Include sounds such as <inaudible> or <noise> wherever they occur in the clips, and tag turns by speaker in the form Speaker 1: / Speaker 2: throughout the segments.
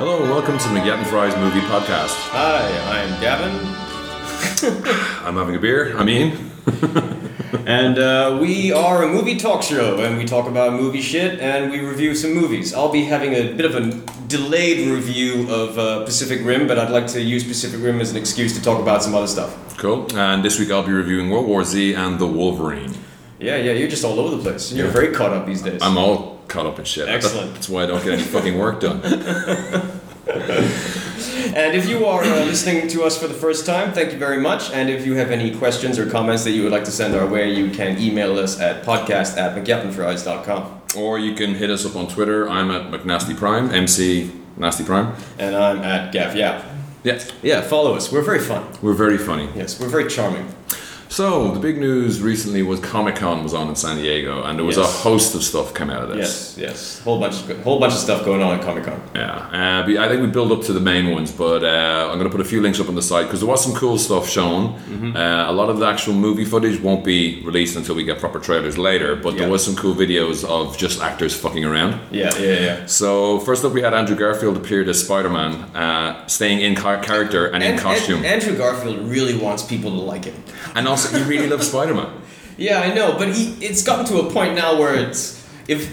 Speaker 1: welcome to the McGavin Fries Movie Podcast.
Speaker 2: Hi, I'm Gavin,
Speaker 1: I'm having a beer. I mean,
Speaker 2: and uh, we are a movie talk show, and we talk about movie shit, and we review some movies. I'll be having a bit of a delayed review of uh, Pacific Rim, but I'd like to use Pacific Rim as an excuse to talk about some other stuff.
Speaker 1: cool. And this week I'll be reviewing World War Z and The Wolverine.
Speaker 2: Yeah, yeah, you're just all over the place. You're
Speaker 1: Yeah.
Speaker 2: very caught up these days.
Speaker 1: I'm all caught up in shit.
Speaker 2: Excellent.
Speaker 1: That's why I don't get any fucking work
Speaker 2: <laughs>
Speaker 1: done.
Speaker 2: And if you are uh, listening to us for the first time, thank you very much. And if you have any questions or comments that you would like to send our way, you can email us at podcast at mcgavin.com.
Speaker 1: Or you can hit us up on Twitter. I'm at McNasty Prime, MC Nasty Prime.
Speaker 2: And I'm at Gav Yap.
Speaker 1: Yeah,
Speaker 2: Yeah, follow us. We're very fun.
Speaker 1: we're very funny.
Speaker 2: Yes, we're very charming.
Speaker 1: So the big news recently was Comic Con was on in San Diego, and there was a
Speaker 2: Yes.
Speaker 1: host of stuff come out of this.
Speaker 2: Yes, yes. Whole bunch, of, whole bunch of stuff going on at Comic Con.
Speaker 1: Yeah, uh, but I think we build up to the main ones, but uh, I'm going to put a few links up on the site because there was some cool stuff shown.
Speaker 2: Mm-hmm.
Speaker 1: Uh, a lot of the actual movie footage won't be released until we get proper trailers later, but there
Speaker 2: Yeah.
Speaker 1: was some cool videos of just actors fucking around.
Speaker 2: Yeah, yeah, yeah.
Speaker 1: So first up, we had Andrew Garfield appeared as Spider-Man, uh, staying in car- character and in
Speaker 2: And-
Speaker 1: costume,
Speaker 2: and-
Speaker 1: and,
Speaker 2: Andrew Garfield really wants people to like him.
Speaker 1: also he really loves Spider-Man.
Speaker 2: Yeah, I know, but he, it's gotten to a point now where it's if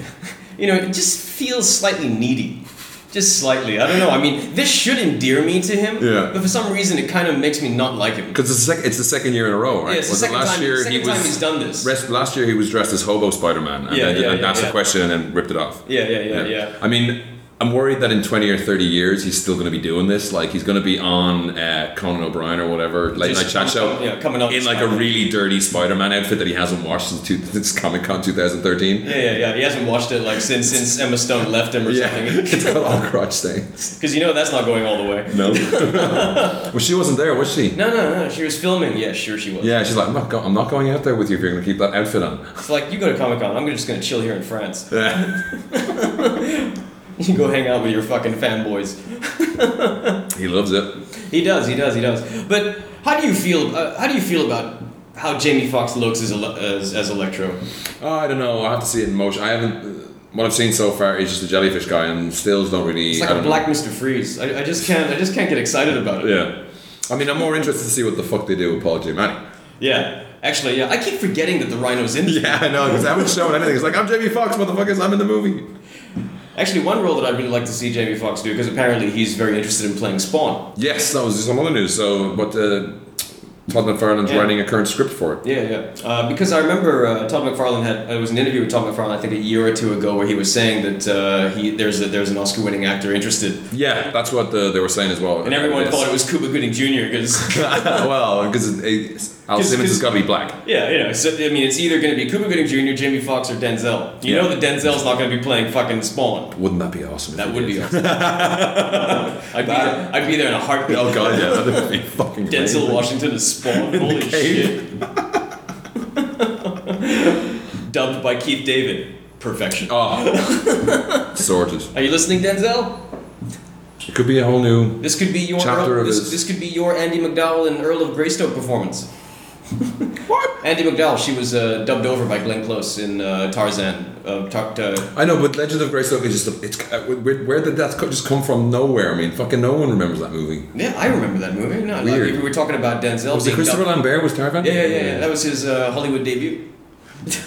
Speaker 2: <laughs> you know, it just feels slightly needy. Just slightly. I don't know. I mean, this should endear me to him,
Speaker 1: Yeah.
Speaker 2: but for some reason it kind of makes me not like him.
Speaker 1: Because it's, the sec- it's the second year in a row, right?
Speaker 2: Yeah, it's the
Speaker 1: Was it
Speaker 2: second
Speaker 1: last
Speaker 2: time-
Speaker 1: year
Speaker 2: second
Speaker 1: he
Speaker 2: time
Speaker 1: was
Speaker 2: he's done this.
Speaker 1: res- last year he was dressed as hobo Spider-Man, and
Speaker 2: Yeah,
Speaker 1: then
Speaker 2: yeah,
Speaker 1: and
Speaker 2: yeah,
Speaker 1: asked a
Speaker 2: yeah.
Speaker 1: question and then ripped it off.
Speaker 2: Yeah, yeah, yeah, yeah.
Speaker 1: I mean, I'm worried that in 20 or 30 years he's still going to be doing this. Like he's going to be on uh, Conan O'Brien or whatever late
Speaker 2: Just
Speaker 1: night chat show.
Speaker 2: yeah, coming up
Speaker 1: in like a really dirty Spider-Man outfit that he hasn't washed since, two, since Comic Con 2013.
Speaker 2: Yeah, yeah, yeah. He hasn't watched it like since since Emma Stone left him or <laughs>
Speaker 1: <laughs>
Speaker 2: something.
Speaker 1: it's got all crotch stains.
Speaker 2: Because you know that's not going all the way.
Speaker 1: No, <laughs> well, she wasn't there, was she?
Speaker 2: No, no, no. She was filming. Yeah, sure she was.
Speaker 1: Yeah, she's like, I'm not, go- I'm not going out there with you if you're going to keep that outfit on. <laughs>
Speaker 2: It's like you go to Comic Con. I'm just gonna chill here in France. <laughs>
Speaker 1: Yeah.
Speaker 2: You can go hang out with your fucking fanboys.
Speaker 1: he loves it.
Speaker 2: He does, he does, he does. But how do you feel? Uh, how do you feel about how Jamie Foxx looks as, ele- as as Electro?
Speaker 1: Oh, I don't know. I have to see it in motion. I haven't. What I've seen so far is just the jellyfish guy, and stills don't really.
Speaker 2: It's
Speaker 1: I
Speaker 2: like a
Speaker 1: don't know.
Speaker 2: black Mister Freeze. I, I just can't I just can't get excited about it.
Speaker 1: Yeah. I mean, I'm more interested to see what the fuck they do with Paul Giamatti. <laughs>
Speaker 2: Yeah. Actually, yeah. I keep forgetting that the Rhino's in.
Speaker 1: Yeah, I know, because I haven't shown anything. It's like, I'm Jamie Foxx, motherfuckers, I'm in the movie.
Speaker 2: Actually, one role that I'd really like to see Jamie Foxx do because apparently he's very interested in playing Spawn.
Speaker 1: Yes, that was some other news. So, but uh, Todd McFarlane's
Speaker 2: Yeah.
Speaker 1: writing a current script for it.
Speaker 2: Yeah, yeah. Uh, because I remember uh, Todd McFarlane had it was an interview with Todd McFarlane I think a year or two ago where he was saying that uh, he there's a, there's an Oscar-winning actor interested,
Speaker 1: Yeah, that's what the, they were saying as well.
Speaker 2: and everyone
Speaker 1: Yes.
Speaker 2: thought it was Cuba Gooding Jr. because.
Speaker 1: <laughs> well, because Al
Speaker 2: 'Cause-
Speaker 1: Simmons has
Speaker 2: 'cause-
Speaker 1: got to be black.
Speaker 2: <laughs> Yeah, you know, so, I mean, it's either going to be Cuba Gooding Jr., Jimmy Fox, or Denzel. You
Speaker 1: Yeah.
Speaker 2: know that Denzel's not going to be playing fucking Spawn.
Speaker 1: Wouldn't that be awesome? if he
Speaker 2: That would
Speaker 1: did?
Speaker 2: be
Speaker 1: <laughs>
Speaker 2: awesome. I'd, be there, I'd be there in a heartbeat.
Speaker 1: Oh, God, yeah, <laughs> that would be fucking
Speaker 2: Denzel
Speaker 1: amazing.
Speaker 2: Washington is Spawn. Holy
Speaker 1: cave.
Speaker 2: shit. <laughs> Dubbed by Keith David. Perfection.
Speaker 1: Oh.
Speaker 2: <laughs>
Speaker 1: Sorted.
Speaker 2: Are you listening, Denzel?
Speaker 1: It could be a whole new.
Speaker 2: This could be your
Speaker 1: Chapter of
Speaker 2: this,
Speaker 1: his-
Speaker 2: this could be your Andy McDowell and Earl of Greystoke
Speaker 1: <laughs>
Speaker 2: performance. what? Andy McDowell, she was uh, dubbed over by Glenn Close in uh, Tarzan. Uh, tar- uh,
Speaker 1: I know, but Legend of Greystoke is just a, it's uh, where, where did that co- just come from? Nowhere. I mean, fucking no one remembers that movie.
Speaker 2: Yeah, I remember that movie. No, like,
Speaker 1: Weird.
Speaker 2: we were talking about Denzel.
Speaker 1: Was it
Speaker 2: being
Speaker 1: Christopher
Speaker 2: dubbed-
Speaker 1: Lambert was Tarzan?
Speaker 2: Yeah, yeah, yeah, yeah. That was his uh, Hollywood debut.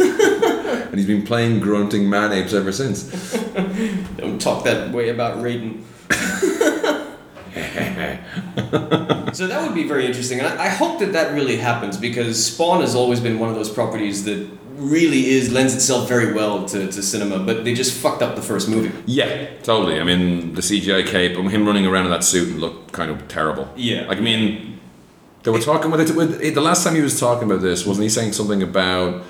Speaker 1: And he's been playing grunting man apes ever since.
Speaker 2: Don't talk that way about <laughs> Raiden. So that would be very interesting, and I, I hope that that really happens because Spawn has always been one of those properties that really is lends itself very well to, to cinema, but they just fucked up the first movie.
Speaker 1: yeah, totally. I mean, the CGI cape and him running around in that suit looked kind of terrible.
Speaker 2: Yeah.
Speaker 1: Like I mean, they were talking with it. With, the last time he was talking about this, wasn't he saying something about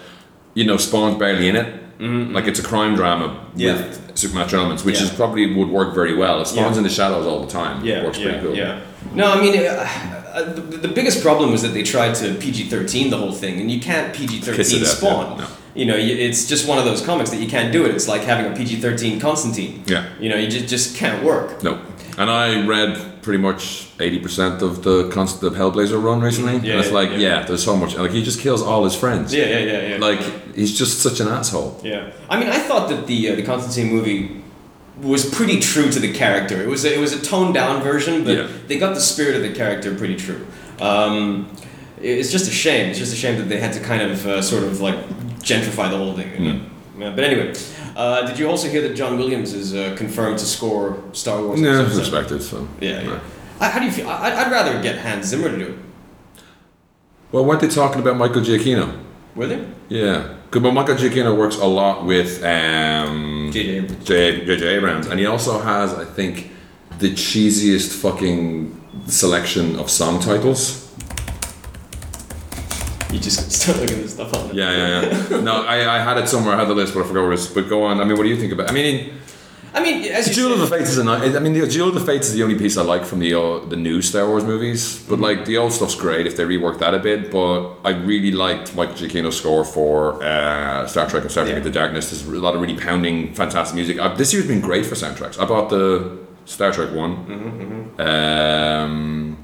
Speaker 1: you know Spawn's barely in it? Like it's a crime drama
Speaker 2: Yeah.
Speaker 1: with supernatural elements, which
Speaker 2: Yeah.
Speaker 1: is probably would work very well. If Spawn's
Speaker 2: Yeah.
Speaker 1: in the shadows all the time.
Speaker 2: Yeah,
Speaker 1: works
Speaker 2: yeah,
Speaker 1: pretty cool.
Speaker 2: Yeah. No, I mean, uh, uh, the, the biggest problem was that they tried to PG thirteen the whole thing, and you can't PG
Speaker 1: Kiss it
Speaker 2: thirteen
Speaker 1: up,
Speaker 2: Spawn.
Speaker 1: yeah, no.
Speaker 2: You know, you, it's just one of those comics that you can't do it. It's like having a PG thirteen Constantine.
Speaker 1: Yeah.
Speaker 2: You know, you just just can't work.
Speaker 1: No. And I read pretty much 80% of the concept of Hellblazer run recently.
Speaker 2: Yeah,
Speaker 1: and it's
Speaker 2: yeah,
Speaker 1: like, yeah.
Speaker 2: yeah.
Speaker 1: there's so much. Like, he just kills all his friends.
Speaker 2: Yeah, yeah, yeah, yeah.
Speaker 1: Like, he's just such an asshole.
Speaker 2: yeah. I mean, I thought that the uh, the Constantine movie was pretty true to the character. It was a, it was a toned down version, but
Speaker 1: Yeah.
Speaker 2: they got the spirit of the character pretty true. Um, it- it's just a shame. It's just a shame that they had to kind of uh, sort of like gentrify the whole thing. you know?
Speaker 1: Mm.
Speaker 2: Yeah, but anyway, uh, did you also hear that John Williams is uh, confirmed to score Star Wars?
Speaker 1: Yeah,
Speaker 2: Episode
Speaker 1: it's
Speaker 2: seven?
Speaker 1: expected. So
Speaker 2: Yeah, yeah.
Speaker 1: Right.
Speaker 2: I, how do you feel? I, I'd rather get Hans Zimmer to do it.
Speaker 1: Well, weren't they talking about Michael Giacchino?
Speaker 2: Were there?
Speaker 1: Yeah, because Michael Giacchino works a lot with um,
Speaker 2: JJ.
Speaker 1: J- JJ Abrams, and he also has, I think, the cheesiest fucking selection of song titles.
Speaker 2: You just <laughs> start looking this stuff up.
Speaker 1: Yeah, yeah,
Speaker 2: <laughs>
Speaker 1: yeah. No, I, I had it somewhere. I had the list, but I forgot where it is. But go on. I mean, what do you think about? I mean,
Speaker 2: I mean, as you
Speaker 1: Duel of
Speaker 2: said-
Speaker 1: the Fates is a nice. I mean, the Duel of the Fates is the only piece I like from the uh, the new Star Wars movies. But like the old stuff's great if they rework that a bit. But I really liked Michael Giacchino's score for uh, Star Trek and Star Trek
Speaker 2: Yeah.
Speaker 1: Into Darkness. There's a lot of really pounding, fantastic music. Uh, this year's been great for soundtracks. I bought the Star Trek one. Um,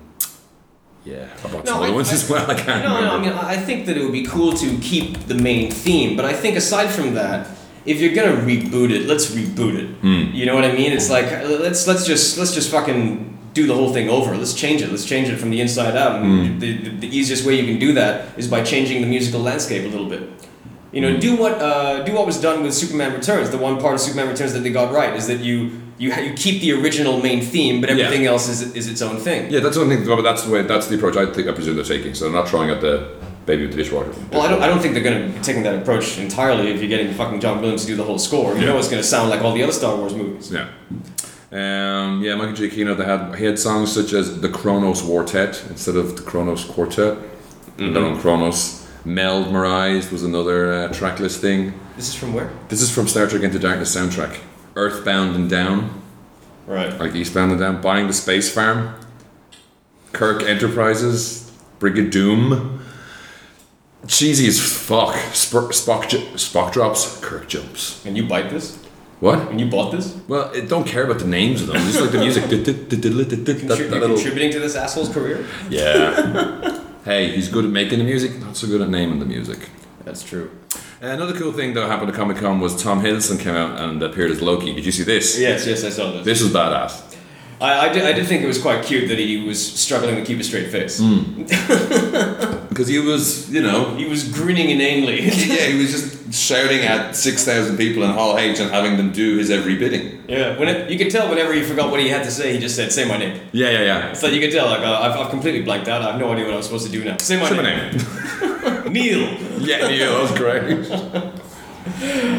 Speaker 1: yeah, I bought some
Speaker 2: I-
Speaker 1: other ones
Speaker 2: I-
Speaker 1: as well. I can't
Speaker 2: No,
Speaker 1: remember.
Speaker 2: no, I mean, I I think that it would be cool to keep the main theme, but I think aside from that, if you're gonna reboot it, let's reboot it.
Speaker 1: Hmm.
Speaker 2: You know what I mean? It's like let's let's just let's just fucking do the whole thing over. Let's change it. Let's change it from the inside out.
Speaker 1: Hmm.
Speaker 2: And the, the, the easiest way you can do that is by changing the musical landscape a little bit. You know,
Speaker 1: Hmm.
Speaker 2: do what uh, do what was done with Superman Returns. The one part of Superman Returns that they got right is that you you ha- you keep the original main theme, but
Speaker 1: Yeah.
Speaker 2: everything else is is its own thing.
Speaker 1: Yeah, that's one thing. But that's the way. That's the approach I think. I presume they're taking. So they're not trying out the baby with the dishwater.
Speaker 2: Well, I don't, I don't think they're going to be taking that approach entirely if you're getting fucking John Williams to do the whole score. You
Speaker 1: Yeah.
Speaker 2: know it's going to sound like all the other Star Wars movies.
Speaker 1: Yeah. Um, yeah, Michael Giacchino. They had he had songs such as the Kronos Quartet instead of the Kronos Quartet. They're on Kronos. Meld Marized was another uh, track listing.
Speaker 2: This is from where?
Speaker 1: This is from Star Trek Into Darkness soundtrack. Earthbound and Down,
Speaker 2: Right.
Speaker 1: like Eastbound and Down. Buying the Space Farm. Kirk Enterprises. Brigadoon. Cheesy as fuck. Sp- Spock, ju- Spock drops. Kirk jumps.
Speaker 2: And you bite this?
Speaker 1: What?
Speaker 2: And you bought this?
Speaker 1: Well, I don't care about the names of them. Just like the <laughs> music.
Speaker 2: Contri-
Speaker 1: That-
Speaker 2: you're
Speaker 1: that little-
Speaker 2: contributing to this asshole's career?
Speaker 1: Yeah. hey, he's good at making the music, not so good at naming the music.
Speaker 2: That's true.
Speaker 1: Another cool thing that happened at Comic Con was Tom Hiddleston came out and appeared as Loki. Did you see this?
Speaker 2: Yes, yes, I saw this.
Speaker 1: This was badass.
Speaker 2: I, I, did, I did think it was quite cute that he was struggling to keep a straight face.
Speaker 1: Because he was, you know, <laughs>
Speaker 2: He was grinning inanely.
Speaker 1: yeah, he was just shouting at 6,000 people in Hall H and having them do his every bidding.
Speaker 2: yeah, when it, you could tell whenever he forgot what he had to say, he just said, say my name.
Speaker 1: Yeah, yeah, yeah.
Speaker 2: So you could tell, like, uh, I've, I've completely blanked out. I have no idea what I was supposed to do now. Say my
Speaker 1: What's my
Speaker 2: name.
Speaker 1: name?
Speaker 2: Neil.
Speaker 1: <laughs> yeah, yeah, that was great.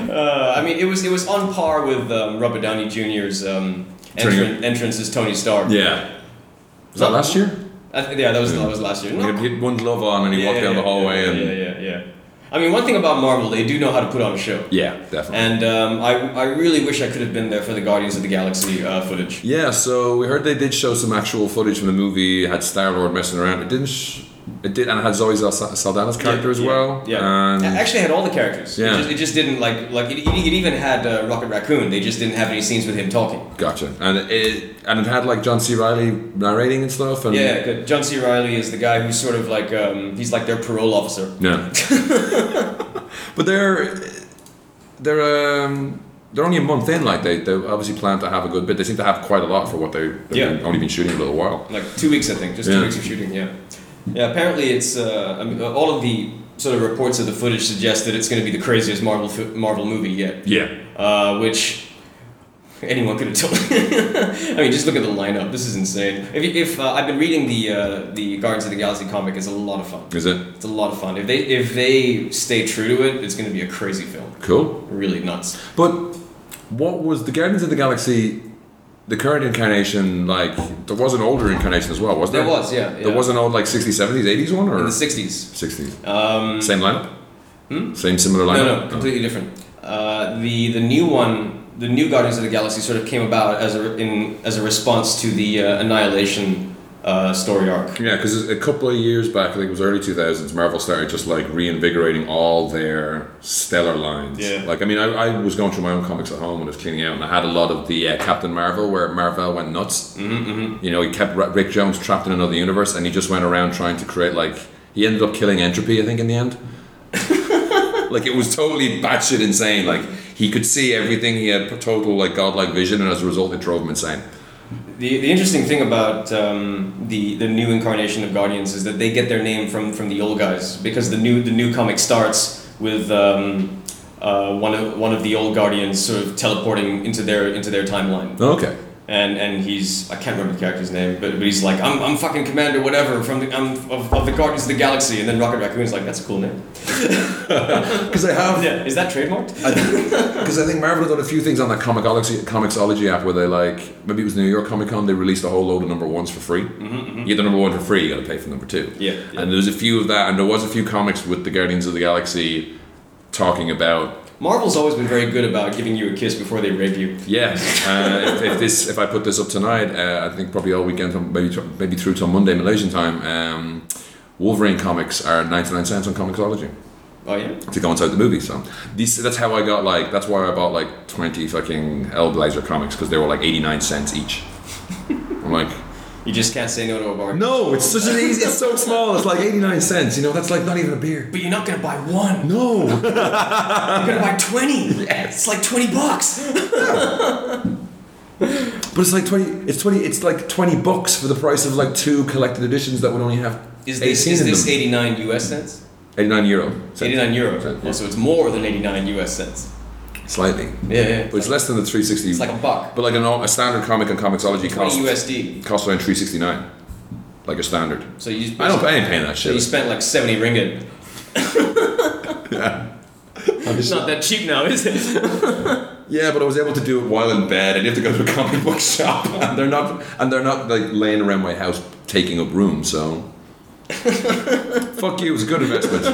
Speaker 2: Uh, I mean, it was it was on par with um, Robert Downey Jr.'s um,
Speaker 1: Turning
Speaker 2: entran- entrance as Tony Stark.
Speaker 1: Yeah. Was that last year?
Speaker 2: I th- yeah, that was that was last year.
Speaker 1: He
Speaker 2: No.
Speaker 1: had- he had one glove on and he
Speaker 2: Yeah,
Speaker 1: walked down
Speaker 2: yeah,
Speaker 1: the hallway
Speaker 2: yeah,
Speaker 1: and.
Speaker 2: yeah, yeah, yeah. I mean, one thing about Marvel, they do know how to put on a show,
Speaker 1: yeah definitely.
Speaker 2: and um, I I really wish I could have been there for the Guardians of the Galaxy uh, footage.
Speaker 1: Yeah, so we heard they did show some actual footage from the movie. It had Star Lord messing around. It didn't. Sh- it did, and it had Zoe Sal- Saldana's character as
Speaker 2: Yeah,
Speaker 1: well.
Speaker 2: Yeah,
Speaker 1: and
Speaker 2: It actually had all the characters.
Speaker 1: Yeah.
Speaker 2: It just, it just didn't like like it, it it even had uh, Rocket Raccoon. They just didn't have any scenes with him talking.
Speaker 1: gotcha. And it and it had like John C. Riley narrating and stuff. And
Speaker 2: Yeah, good. John C. Riley is the guy who's sort of like um, he's like their parole officer. <laughs>
Speaker 1: yeah. but they're they're um they're only a month in. Like they they obviously plan to have a good bit. They seem to have quite a lot for what they they've
Speaker 2: Yeah.
Speaker 1: been- only been shooting a little while.
Speaker 2: like two weeks, I think, just two
Speaker 1: Yeah.
Speaker 2: weeks of shooting. Yeah, yeah. Apparently, it's uh, I mean, uh, all of the sort of reports of the footage suggest that it's going to be the craziest Marvel fi- Marvel movie yet,
Speaker 1: Yeah.
Speaker 2: uh, which <laughs> anyone could have told. <laughs> I mean, just look at the lineup. This is insane. If, you- if uh, I've been reading the uh, the Guardians of the Galaxy comic, it's a lot of fun.
Speaker 1: Is it
Speaker 2: It's a lot of fun. If they if they stay true to it, it's going to be a crazy film.
Speaker 1: cool?
Speaker 2: Really nuts.
Speaker 1: But what was the Guardians of the Galaxy? The current incarnation, like there was an older incarnation as well, wasn't there?
Speaker 2: There was, yeah,
Speaker 1: There
Speaker 2: yeah.
Speaker 1: was an old like 60s, 70s, 80s one,
Speaker 2: In
Speaker 1: or
Speaker 2: the '60s.
Speaker 1: 60s.
Speaker 2: Um, hmm?
Speaker 1: Same lineup. Same similar lineup.
Speaker 2: No, no, completely different. Uh, the the new one, the new Guardians of the Galaxy, sort of came about as a in as a response to the uh, Annihilation uh, story arc.
Speaker 1: Yeah, because a couple of years back, I think it was early 2000s, Marvel started just like reinvigorating all their stellar lines.
Speaker 2: Yeah.
Speaker 1: Like, I mean, I, I was going through my own comics at home when I was cleaning out, and I had a lot of the uh, Captain Marvel where Marvel went nuts. Mm-hmm. You know, he kept Ra- Rick Jones trapped in another universe, and he just went around trying to create like. He ended up killing Entropy, I think, in the end. like it was totally batshit insane. Like he could see everything. He had total like godlike vision, and as a result, it drove him insane.
Speaker 2: The, the interesting thing about um, the the new incarnation of Guardians is that they get their name from from the old guys because the new the new comic starts with um, uh, one of one of the old Guardians sort of teleporting into their into their timeline.
Speaker 1: Okay.
Speaker 2: And, and he's I can't remember the character's name, but, but he's like I'm, I'm fucking Commander whatever from the I'm of, of the Guardians of the Galaxy, and then Rocket Raccoon's like that's a cool name.
Speaker 1: Because I have
Speaker 2: Yeah, is that trademarked?
Speaker 1: Because I think Marvel have done a few things on that Comixology, Comixology app where they like maybe it was New York Comic Con they released a whole load of number ones for free. You get the number one for free, you got to pay for number two.
Speaker 2: Mm-hmm, Yeah, yeah.
Speaker 1: And there was a few of that, and there was a few comics with the Guardians of the Galaxy talking about
Speaker 2: Marvel's always been very good about giving you a kiss before they rape you.
Speaker 1: yes. Uh, if, if this if I put this up tonight, uh, I think probably all weekend, from- maybe tr- maybe through till Monday Malaysian time. Um, Wolverine comics are ninety nine cents on Comixology.
Speaker 2: Oh yeah.
Speaker 1: to go inside the movie. So these, that's how I got like that's why I bought like twenty fucking Hellblazer comics because they were like eighty nine cents each. <laughs> I'm like,
Speaker 2: You just can't say no to a bargain.
Speaker 1: no, it's such an easy. It's so small. It's like eighty nine cents. You know, that's like not even a beer.
Speaker 2: But you're not gonna buy one.
Speaker 1: No.
Speaker 2: You're gonna buy <laughs> twenty. It's like twenty bucks.
Speaker 1: But it's like twenty. It's twenty. It's like twenty bucks for the price of like two collected editions that would only have
Speaker 2: Is this
Speaker 1: 18
Speaker 2: is
Speaker 1: in
Speaker 2: this
Speaker 1: them.
Speaker 2: eighty nine US cents?
Speaker 1: eighty nine euro? cents.
Speaker 2: Eighty nine euro.
Speaker 1: Cent, yeah.
Speaker 2: Oh, so it's more than eighty nine US cents.
Speaker 1: Slightly,
Speaker 2: Yeah, yeah.
Speaker 1: but it's less than the three sixty.
Speaker 2: It's like a buck.
Speaker 1: But like a, no- a standard comic on Comixology costs
Speaker 2: Twenty USD.
Speaker 1: costs around three sixty nine, like a standard.
Speaker 2: So you
Speaker 1: I don't. I ain't paying that
Speaker 2: so you
Speaker 1: shit.
Speaker 2: spent like seventy ringgit.
Speaker 1: <laughs> I'm
Speaker 2: It's
Speaker 1: just-
Speaker 2: not that cheap now, is it?
Speaker 1: Yeah, but I was able to do it while in bed. I didn't have to go to a comic book <laughs> shop, and they're not and they're not like laying around my house taking up room. So, fuck you. It was a good investment,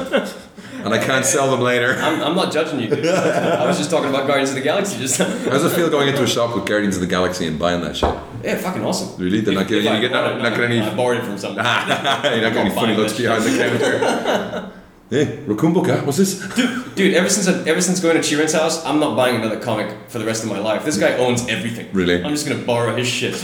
Speaker 1: and I can't sell them later.
Speaker 2: I'm, I'm not judging you. Dude. I was just talking about Guardians of the Galaxy just <laughs> now.
Speaker 1: How does it feel going into a shop with Guardians of the Galaxy and buying that shit? <laughs>
Speaker 2: Yeah, fucking awesome.
Speaker 1: Really? They're not giving
Speaker 2: If
Speaker 1: you
Speaker 2: I
Speaker 1: get
Speaker 2: bought
Speaker 1: not,
Speaker 2: it,
Speaker 1: not getting
Speaker 2: I
Speaker 1: any.
Speaker 2: borrowed it from someone.
Speaker 1: you're not getting any funny
Speaker 2: buying
Speaker 1: looks
Speaker 2: that
Speaker 1: behind the counter.
Speaker 2: <laughs>
Speaker 1: hey, Rakumbuka, what's this?
Speaker 2: Dude, ever since I, ever since going to Chiran's house, I'm not buying another comic for the rest of my life. This guy owns everything.
Speaker 1: Really?
Speaker 2: I'm just gonna borrow his shit. <laughs>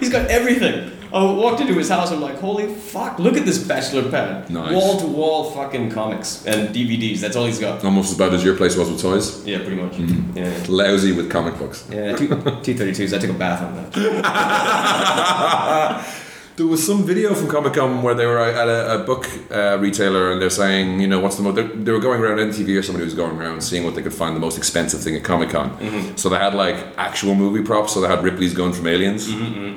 Speaker 2: He's got everything. I walked into his house. I'm like, holy fuck! Look at this bachelor pad.
Speaker 1: Nice.
Speaker 2: Wall to wall fucking comics and DVDs. That's all he's got.
Speaker 1: Almost as bad as your place was with toys.
Speaker 2: Yeah, pretty much.
Speaker 1: Mm-hmm.
Speaker 2: Yeah.
Speaker 1: Lousy with comic books.
Speaker 2: Yeah, two <laughs> 232s. I took a bath on that.
Speaker 1: There was some video from Comic Con where they were at a, a book uh, retailer and they're saying, you know, what's the most. They were going around MTV or somebody was going around seeing what they could find the most expensive thing at Comic Con.
Speaker 2: Mm-hmm.
Speaker 1: So they had like actual movie props. So they had Ripley's gun from Aliens,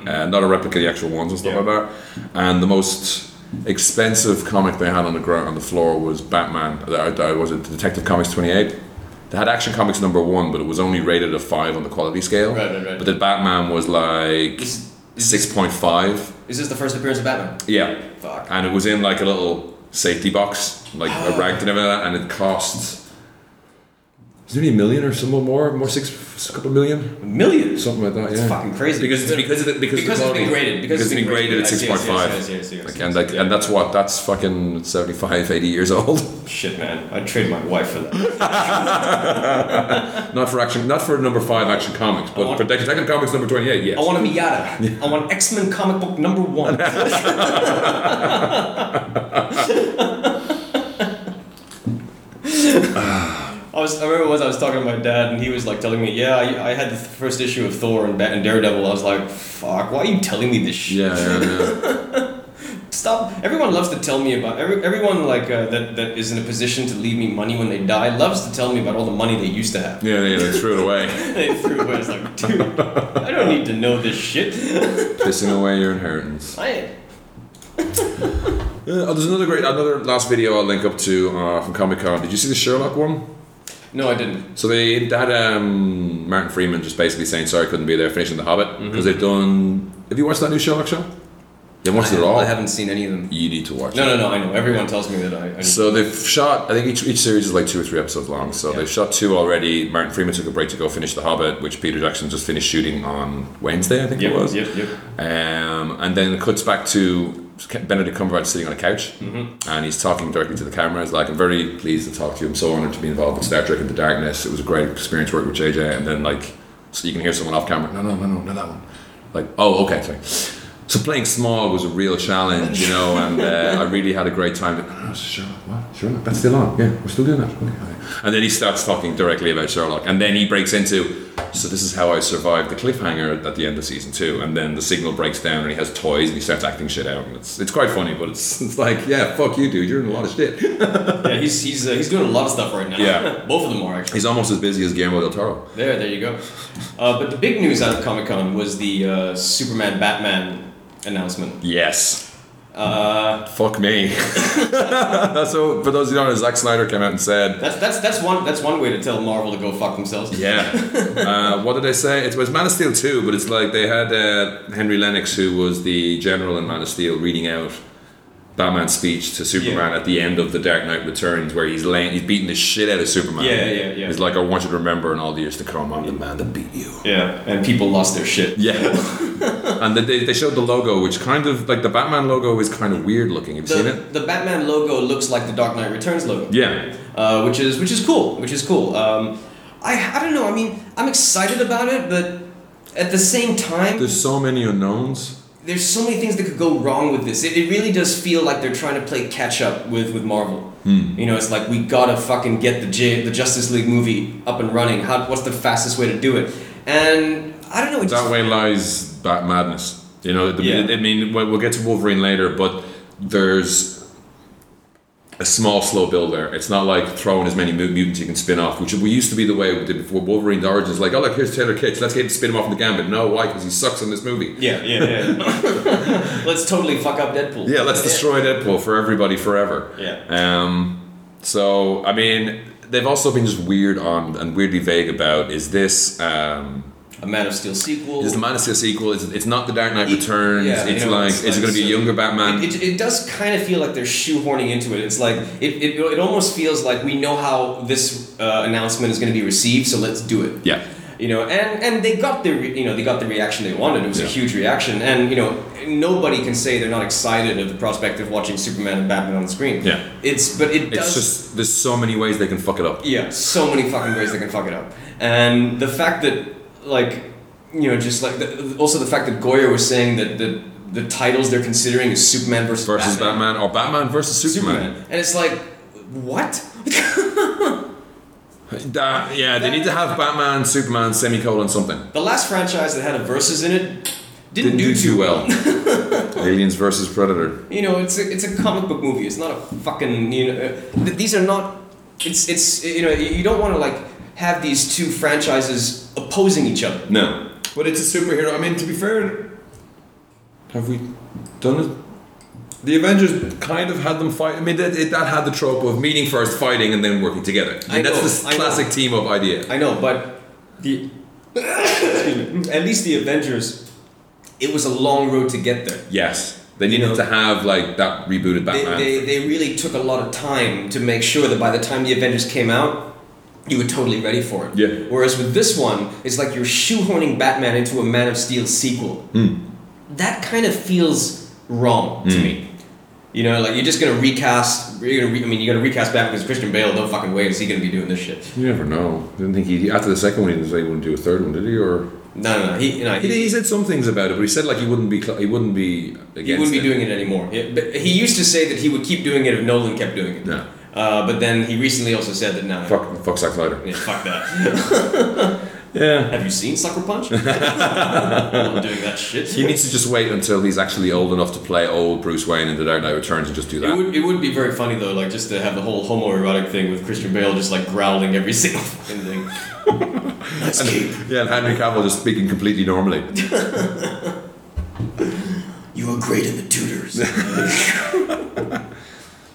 Speaker 1: uh, not a replica, of the actual ones and stuff
Speaker 2: Mm-hmm, Yeah.
Speaker 1: like that. And the most expensive comic they had on the ground on the floor was Batman. That, that was it Detective Comics twenty eight. They had Action Comics number one, but it was only rated a five on the quality scale.
Speaker 2: Right, right, right.
Speaker 1: But the Batman was like
Speaker 2: Is-
Speaker 1: six point five.
Speaker 2: Is this the first appearance of Batman?
Speaker 1: Yeah.
Speaker 2: Fuck.
Speaker 1: And it was in like a little safety box, like a ranked and everything like that, and it cost is it nearly a million or something more, more six, a couple million,
Speaker 2: Millions.
Speaker 1: something like that. Yeah,
Speaker 2: It's fucking crazy.
Speaker 1: because it's because of the, because,
Speaker 2: Because
Speaker 1: of
Speaker 2: it's
Speaker 1: the
Speaker 2: been
Speaker 1: quality.
Speaker 2: graded. Because it's been graded.
Speaker 1: at
Speaker 2: I
Speaker 1: six
Speaker 2: see, I
Speaker 1: point
Speaker 2: see, I
Speaker 1: five.
Speaker 2: see, I see, I see, I see,
Speaker 1: And
Speaker 2: I
Speaker 1: like,
Speaker 2: see.
Speaker 1: and that's what that's fucking 75, 80 years old. <laughs>
Speaker 2: Shit, man. I'd trade my wife for that.
Speaker 1: not for action, not for number five action comics, but
Speaker 2: want-
Speaker 1: for Detective Comics number twenty eight. Yes.
Speaker 2: I want a <laughs> Miata. I want X Men comic book number <laughs> one. I was. I remember once I was talking to my dad, and he was like telling me, "Yeah, I, I had the first issue of Thor and, Bat- and Daredevil." I was like, "Fuck! Why are you telling me this shit?
Speaker 1: yeah, yeah, yeah.
Speaker 2: Stop! Everyone loves to tell me about every, everyone like uh, that that is in a position to leave me money when they die loves to tell me about all the money they used to have." <laughs>
Speaker 1: yeah, yeah. They threw it away,
Speaker 2: they threw away. It's like, dude, I don't need to know this shit.
Speaker 1: pissing away your inheritance.
Speaker 2: I
Speaker 1: Uh, oh, there's another great, another last video I'll link up to uh, from Comic Con. Did you see the Sherlock one?
Speaker 2: no, I didn't.
Speaker 1: So they they had um, Martin Freeman just basically saying sorry, couldn't be there, finishing The Hobbit
Speaker 2: Mm-hmm.
Speaker 1: because they've done. Have you watched that new Sherlock show? You haven't watched it at all.
Speaker 2: I haven't seen any of them.
Speaker 1: You need to watch
Speaker 2: No,
Speaker 1: it.
Speaker 2: no, no. I know. Everyone tells me that I. I
Speaker 1: So they've shot. I think each, each series is like two or three episodes long. So
Speaker 2: Yeah.
Speaker 1: they've shot two already. Martin Freeman took a break to go finish The Hobbit, which Peter Jackson just finished shooting on Wednesday, I think it was.
Speaker 2: yep.
Speaker 1: Um, and then it cuts back to Benedict Cumberbatch sitting on a couch, and he's talking directly to the camera. He's like, "I'm very pleased to talk to you. I'm so honored to be involved with Star Trek Into Darkness. It was a great experience working with JJ." And then like, so you can hear someone off camera, "No, no, no, no, not that one." Like, "Oh, <laughs> okay, sorry." So playing small was a real challenge, you know, and uh, I really had a great time. was Sherlock. What? Sherlock? That's still on. Yeah, we're still doing that. Okay. okay. And then he starts talking directly about Sherlock, and then he breaks into. So this is how I survived the cliffhanger at the end of season two, and then the signal breaks down, and he has toys, and he starts acting shit out, and it's it's quite funny, but it's <laughs> it's like yeah, fuck you, dude, you're in a lot of shit.
Speaker 2: Yeah, he's he's uh, he's doing a lot of stuff right now.
Speaker 1: Yeah.
Speaker 2: <laughs> both of them are actually.
Speaker 1: He's almost as busy as Guillermo del Toro.
Speaker 2: There, there you go. Uh, but the big news out of Comic Con was the uh, Superman Batman announcement.
Speaker 1: Yes.
Speaker 2: Uh,
Speaker 1: Fuck me. <laughs> so for those who don't know, Zack Snyder came out and said
Speaker 2: that's that's that's one that's one way to tell Marvel to go fuck themselves. <laughs>
Speaker 1: Yeah. Uh, what did I say? It was Man of Steel 2, but it's like they had uh, Henry Lennox, who was the general in Man of Steel, reading out Batman's speech to Superman
Speaker 2: Yeah.
Speaker 1: at the end of The Dark Knight Returns, where he's laying, he's beating the shit out of Superman.
Speaker 2: Yeah, yeah, yeah.
Speaker 1: He's like, I want you to remember in all the years to come, I'm the man that beat you.
Speaker 2: Yeah, and people lost their shit.
Speaker 1: Yeah. <laughs> and then they, they showed the logo, which kind of, like, the Batman logo is kind of weird looking. Have you seen
Speaker 2: The,
Speaker 1: it?
Speaker 2: the Batman logo looks like the Dark Knight Returns logo.
Speaker 1: Yeah.
Speaker 2: uh, which is which is cool, which is cool. Um, I I don't know. I mean, I'm excited about it, but at the same time,
Speaker 1: There's so many unknowns.
Speaker 2: there's so many things that could go wrong with this. It, it really does feel like they're trying to play catch up with with Marvel.
Speaker 1: Hmm.
Speaker 2: You know, it's like we gotta fucking get the J, the Justice League movie up and running. How, what's the fastest way to do it? And I don't know. It
Speaker 1: that
Speaker 2: just,
Speaker 1: way lies bat madness. You know, the,
Speaker 2: Yeah.
Speaker 1: I mean, we'll we'll get to Wolverine later, but there's a small, slow build there. It's not like throwing as many mu- mutants you can spin off, which we used to be the way we did before Wolverine's origins. Like, oh, look, here's Taylor Kitsch. Let's get him to spin him off in the gambit. No, why? Because he sucks in this movie.
Speaker 2: yeah, yeah, yeah. <laughs> Let's totally fuck up Deadpool.
Speaker 1: Yeah, let's destroy Deadpool for everybody forever.
Speaker 2: Yeah.
Speaker 1: Um, so I mean, they've also been just weird on and weirdly vague about is this um,
Speaker 2: a Man of Steel sequel.
Speaker 1: Is the Man of Steel E sequel? It's, it's not the Dark Knight
Speaker 2: It-
Speaker 1: Returns.
Speaker 2: yeah,
Speaker 1: it's
Speaker 2: you know,
Speaker 1: like,
Speaker 2: it's
Speaker 1: is it
Speaker 2: like
Speaker 1: going to be a
Speaker 2: so-
Speaker 1: younger Batman?
Speaker 2: It, it, it does kind of feel like they're shoehorning into it. It's like it, it, it almost feels like we know how this uh, announcement is going to be received, so let's do it.
Speaker 1: yeah,
Speaker 2: You know, and and they got the re- you know they got the reaction they wanted. It was a
Speaker 1: Yeah.
Speaker 2: huge reaction, and you know nobody can say they're not excited at the prospect of watching Superman and Batman on the screen.
Speaker 1: Yeah.
Speaker 2: it's but it
Speaker 1: it's
Speaker 2: does.
Speaker 1: just there's so many ways they can fuck it up.
Speaker 2: Yeah, so many fucking ways they can fuck it up. And the fact that, like, you know, just like, the, also the fact that Goyer was saying that the, the titles they're considering is Superman versus,
Speaker 1: Versus
Speaker 2: Batman.
Speaker 1: Batman or Batman versus Superman.
Speaker 2: Superman. And it's like, what?
Speaker 1: That- yeah, they need to have Batman, Superman, semicolon something.
Speaker 2: the last franchise that had a versus in it didn't,
Speaker 1: Didn't do too
Speaker 2: <laughs>
Speaker 1: well. Aliens versus Predator.
Speaker 2: You know, it's a, it's a comic book movie. It's not a fucking you know. Uh, th- these are not. It's it's you know you you don't want to like have these two franchises opposing each other.
Speaker 1: No, but it's a superhero. I mean, to be fair, have we done it? The Avengers kind of had them fight. I mean, that, it, that had the trope of meeting first, fighting, and then working together. I
Speaker 2: I
Speaker 1: mean,
Speaker 2: know,
Speaker 1: that's the
Speaker 2: I know.
Speaker 1: classic team up idea.
Speaker 2: I know, but the excuse me, at least the Avengers, it was a long road to get there.
Speaker 1: Yes, they
Speaker 2: You
Speaker 1: needed
Speaker 2: know-
Speaker 1: to have like that rebooted
Speaker 2: They,
Speaker 1: Batman.
Speaker 2: they, they really took a lot of time to make sure that by the time the Avengers came out, you were totally ready for it.
Speaker 1: Yeah.
Speaker 2: Whereas with this one, it's like you're shoehorning Batman into a Man of Steel sequel.
Speaker 1: Hmm.
Speaker 2: That kind of feels wrong to me. You know, like you're just gonna recast. You're gonna. Re- I mean, you're gonna recast Batman because Christian Bale. No fucking way is he gonna be doing this shit.
Speaker 1: you never know. Didn't think he after the second one he didn't say he wouldn't do a third one, did he? Or
Speaker 2: No, no, no. He, no,
Speaker 1: he, he said some things about it, but he said like he wouldn't be cl- he wouldn't be against.
Speaker 2: he wouldn't be
Speaker 1: it.
Speaker 2: doing it anymore. Yeah, but he used to say that he would keep doing it if Nolan kept doing it.
Speaker 1: No.
Speaker 2: Uh, but then he recently also said that no.
Speaker 1: Fuck, fuck Zack Snyder.
Speaker 2: yeah, fuck that.
Speaker 1: <laughs> Yeah.
Speaker 2: Have you seen Sucker
Speaker 1: <laughs>
Speaker 2: Punch? I'm not doing that shit.
Speaker 1: He needs to just wait until he's actually old enough to play old Bruce Wayne in The Dark Knight Returns and just do
Speaker 2: It
Speaker 1: that.
Speaker 2: would, it would be very funny though, like just to have the whole homoerotic thing with Christian Bale just like growling every <laughs> single
Speaker 1: <laughs>
Speaker 2: fucking thing. Let's keep.
Speaker 1: Yeah, and Henry Cavill just speaking completely normally. <laughs>
Speaker 2: You were great in the Tudors.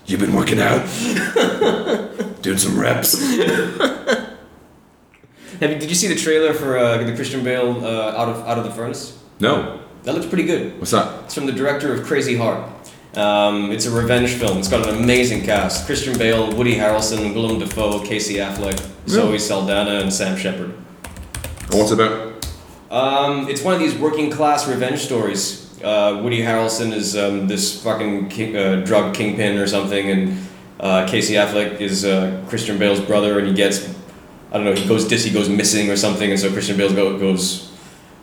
Speaker 1: You've been working
Speaker 2: <laughs>
Speaker 1: out, doing some reps.
Speaker 2: Have you, did you see the trailer for uh, the Christian Bale uh, out of out of the furnace?
Speaker 1: No,
Speaker 2: That looks pretty good.
Speaker 1: what's that?
Speaker 2: It's from the director of Crazy Heart. Um, it's a revenge film. It's got an amazing cast: Christian Bale, Woody Harrelson, Willem Dafoe, Casey Affleck, Zoe Saldana, and Sam Shepard.
Speaker 1: And What's it about?
Speaker 2: Um, it's one of these working class revenge stories. Uh, Woody Harrelson is um, this fucking king, uh, drug kingpin or something, and uh, Casey Affleck is uh, Christian Bale's brother, and he gets I don't know he goes dis he goes missing or something, and so Christian Bale go, goes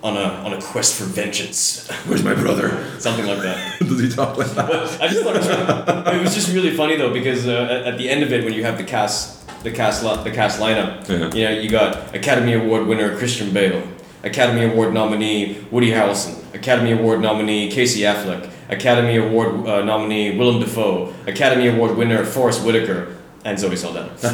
Speaker 2: on a on a quest for vengeance, <laughs>
Speaker 1: Where's my brother? <laughs>
Speaker 2: something like that.
Speaker 1: Does he talk like that?
Speaker 2: But I just thought it was, really, it was just really funny though because uh, at, at the end of it, when you have the cast, the cast, li- the cast lineup,
Speaker 1: Yeah.
Speaker 2: you know, you got Academy Award winner Christian Bale, Academy Award nominee Woody Harrelson, Academy Award nominee Casey Affleck, Academy Award uh, nominee Willem Dafoe, Academy Award winner Forrest Whitaker. And
Speaker 1: <laughs>
Speaker 2: Zoe Saldana. I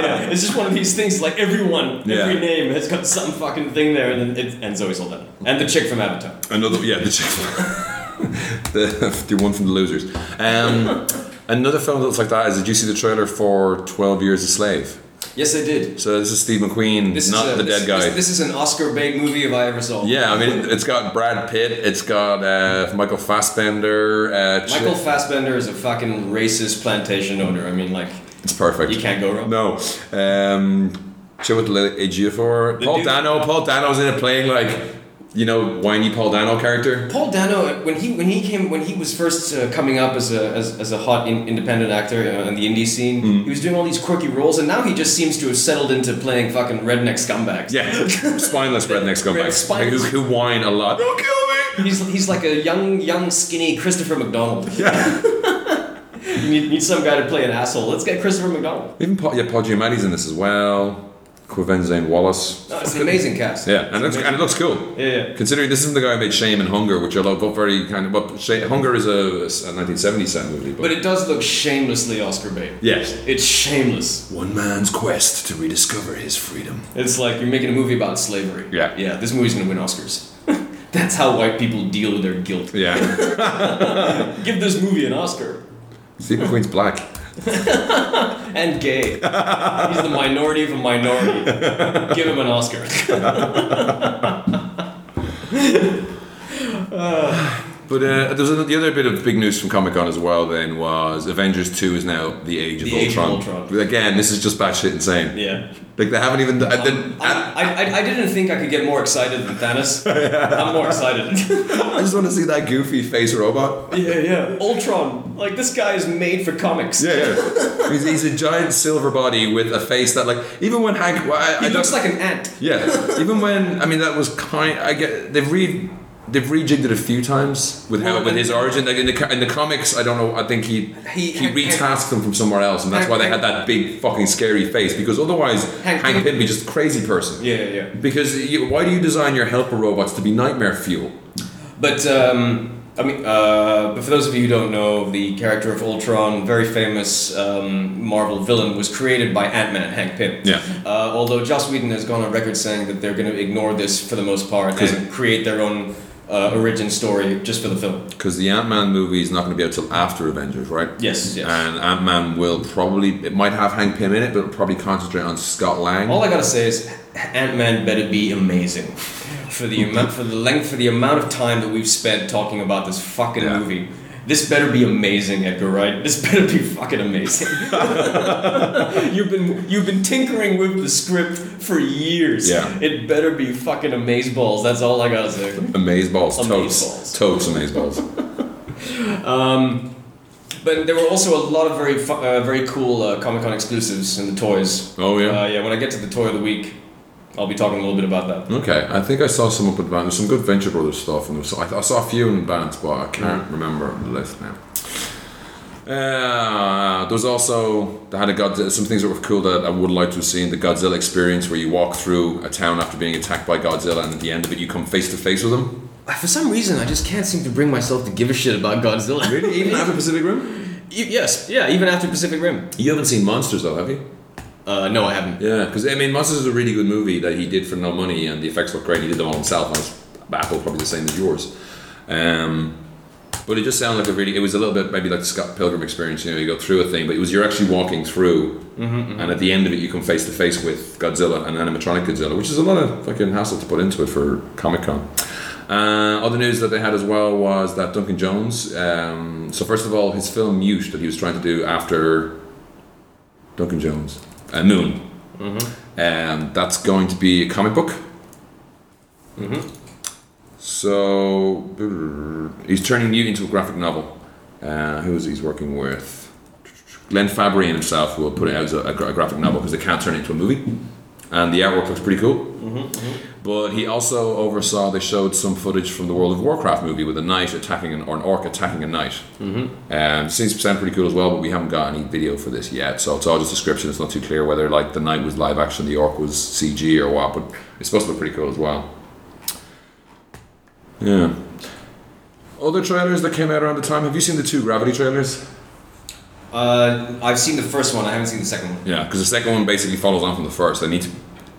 Speaker 2: know. It's just one of these things. Like everyone, every
Speaker 1: Yeah.
Speaker 2: name has got some fucking thing there, and then it, and Zoe Saldana, and the chick from Avatar.
Speaker 1: Another yeah, the chick. <laughs> the, the one from the losers. Um, another film that looks like that is. Did you see the trailer for Twelve Years a Slave?
Speaker 2: Yes, I did.
Speaker 1: So this is Steve McQueen,
Speaker 2: This
Speaker 1: not
Speaker 2: is a-
Speaker 1: the
Speaker 2: this-
Speaker 1: dead guy.
Speaker 2: This, this is an Oscar bait movie if I ever saw.
Speaker 1: yeah, I mean it's got Brad Pitt, it's got uh, Michael Fassbender. Uh, Ch-
Speaker 2: Michael Fassbender is a fucking racist plantation owner. I mean, like
Speaker 1: it's perfect.
Speaker 2: you can't go wrong.
Speaker 1: No. Um, Chiwetel Ejiofor.
Speaker 2: The
Speaker 1: Paul
Speaker 2: dude-
Speaker 1: Dano. Paul Dano's in it playing like, you know, whiny Paul Dano character.
Speaker 2: Paul Dano, when he when he came when he was first uh, coming up as a as, as a hot in, independent actor uh, in the indie scene,
Speaker 1: Mm-hmm.
Speaker 2: he was doing all these quirky roles, and now he just seems to have settled into playing fucking redneck scumbags.
Speaker 1: Yeah, <laughs> spineless rednecks come back. Like,
Speaker 2: Spineless.
Speaker 1: who, who whine a lot. Don't kill me!
Speaker 2: He's, he's like a young, young, skinny Christopher McDonald. <laughs>
Speaker 1: Yeah.
Speaker 2: You need, need some guy to play an asshole. Let's get Christopher McDonald.
Speaker 1: Even Paul, yeah, Paul Giamatti's in this as well. Quivenzane Wallace.
Speaker 2: No, it's an amazing cast.
Speaker 1: Yeah, and it, looks, and it looks cool.
Speaker 2: Yeah, yeah.
Speaker 1: Considering this isn't the guy who made Shame and Hunger, which I love, but very kind of. But Shame, Hunger is a, a 1970s set movie. But,
Speaker 2: But it does look shamelessly Oscar bait.
Speaker 1: yes.
Speaker 2: It's shameless.
Speaker 1: One man's quest to rediscover his freedom.
Speaker 2: It's like you're making a movie about slavery.
Speaker 1: Yeah.
Speaker 2: Yeah, this movie's gonna win Oscars. <laughs> That's how white people deal with their guilt.
Speaker 1: Yeah. <laughs>
Speaker 2: Give this movie an Oscar.
Speaker 1: Steve McQueen's black. <laughs>
Speaker 2: And gay. He's the minority of a minority. Give him an Oscar. <laughs>
Speaker 1: But uh, there was another, the other bit of big news from Comic Con as well. Then was Avengers Two is now the Age of
Speaker 2: The Age of
Speaker 1: Ultron.
Speaker 2: Ultron.
Speaker 1: But Again, this is just batshit insane.
Speaker 2: Yeah.
Speaker 1: Like they haven't even. I didn't- I,
Speaker 2: I, I, I didn't think I could get more excited than
Speaker 1: <laughs>
Speaker 2: Thanos. I'm more excited. <laughs>
Speaker 1: I just want to see that goofy face robot.
Speaker 2: yeah, yeah. Ultron. Like, this guy is made for comics.
Speaker 1: Yeah, yeah. <laughs> he's, he's a giant silver body with a face that, like, even when Hank, well, I,
Speaker 2: He
Speaker 1: I
Speaker 2: looks
Speaker 1: don't-
Speaker 2: like an ant.
Speaker 1: yeah. Even when I mean that was kind. I get they've re they've rejigged it a few times with how
Speaker 2: Well,
Speaker 1: with
Speaker 2: and-
Speaker 1: his origin. Like in the co- in the comics, I don't know. I think he
Speaker 2: He-
Speaker 1: he,
Speaker 2: Hank-
Speaker 1: retasked them from somewhere else, and that's why they had that big fucking scary face because otherwise
Speaker 2: Hank
Speaker 1: Hank,
Speaker 2: Pym-
Speaker 1: Pym would be just a crazy person.
Speaker 2: Yeah, yeah.
Speaker 1: Because you, why do you design your helper robots to be nightmare fuel?
Speaker 2: But um, I mean, uh, but for those of you who don't know, the character of Ultron, very famous um, Marvel villain, was created by Ant Man, Hank Pym.
Speaker 1: Yeah.
Speaker 2: Uh, although Joss Whedon has gone on record saying that they're going to ignore this for the most part and create their own uh, origin story just for the film.
Speaker 1: Because the Ant Man movie is not going to be out till after Avengers, right?
Speaker 2: Yes, yes.
Speaker 1: And Ant Man will probably it might have Hank Pym in it, but it'll probably concentrate on Scott Lang.
Speaker 2: All I gotta say is, Ant Man better be amazing. For the amount, for the length, for the amount of time that we've spent talking about this fucking
Speaker 1: Yeah.
Speaker 2: movie, this better be amazing, Edgar Wright. This better be
Speaker 1: <laughs>
Speaker 2: fucking amazing. you've been you've been tinkering with the script for years.
Speaker 1: Yeah.
Speaker 2: It better be fucking amazeballs. That's all I gotta say.
Speaker 1: Amazeballs, totes,
Speaker 2: Amazeballs.
Speaker 1: totes, amazeballs.
Speaker 2: Um, but there were also a lot of very fu- uh, very cool uh, Comic Con exclusives in the toys.
Speaker 1: Oh yeah.
Speaker 2: Uh, yeah. When I get to the toy of the week, I'll be talking a little bit about that.
Speaker 1: Okay, I think I saw some up at Vans. There's some good Venture Brothers stuff, and there was, I, I saw a few in Vans, but I can't
Speaker 2: Mm.
Speaker 1: remember the list now. Uh, there was also they had a Godzilla, some things that were cool that I would like to have seen the Godzilla experience, where you walk through a town after being attacked by Godzilla, and at the end of it, you come face to face with him.
Speaker 2: For some reason, I just can't seem to bring myself to give a shit about <laughs> Godzilla.
Speaker 1: Really, even after Pacific Rim,
Speaker 2: E- yes, yeah, even after Pacific Rim.
Speaker 1: you haven't seen Monsters though, have you?
Speaker 2: Uh, no, I haven't.
Speaker 1: Yeah, because I mean, Monsters is a really good movie that he did for no money, and the effects look great. He did them all himself, and his Apple probably the same as yours. Um, but it just sounded like a really. It was a little bit maybe like the Scott Pilgrim experience. You know, you go through a thing, but it was you're actually walking through, and at the end of it, you come face to face with Godzilla and animatronic Godzilla, which is a lot of fucking hassle to put into it for Comic Con. Uh, other news that they had as well was that Duncan Jones. Um, so first of all, his film Mute that he was trying to do after Duncan Jones, uh, Moon, um, that's going to be a comic book. So he's turning Newt into a graphic novel. Uh, who is he's working with? Glenn Fabry and himself will put it out as a, a gra- graphic novel because they can't turn it into a movie. and the artwork looks pretty cool. But he also oversaw they showed some footage from the World of Warcraft movie with a knight attacking an or an orc attacking a knight. Mm-hmm. Um, seems to sound pretty cool as well, but we haven't got any video for this yet, so it's all just description. It's not too clear whether like the knight was live action, the orc was CG or what. But it's supposed to look pretty cool as well. Yeah. Other trailers that came out around the time. Have you seen the two Gravity trailers?
Speaker 2: Uh, I've seen the first one. I haven't seen the second one.
Speaker 1: Yeah, because the second one basically follows on from the first. They need to,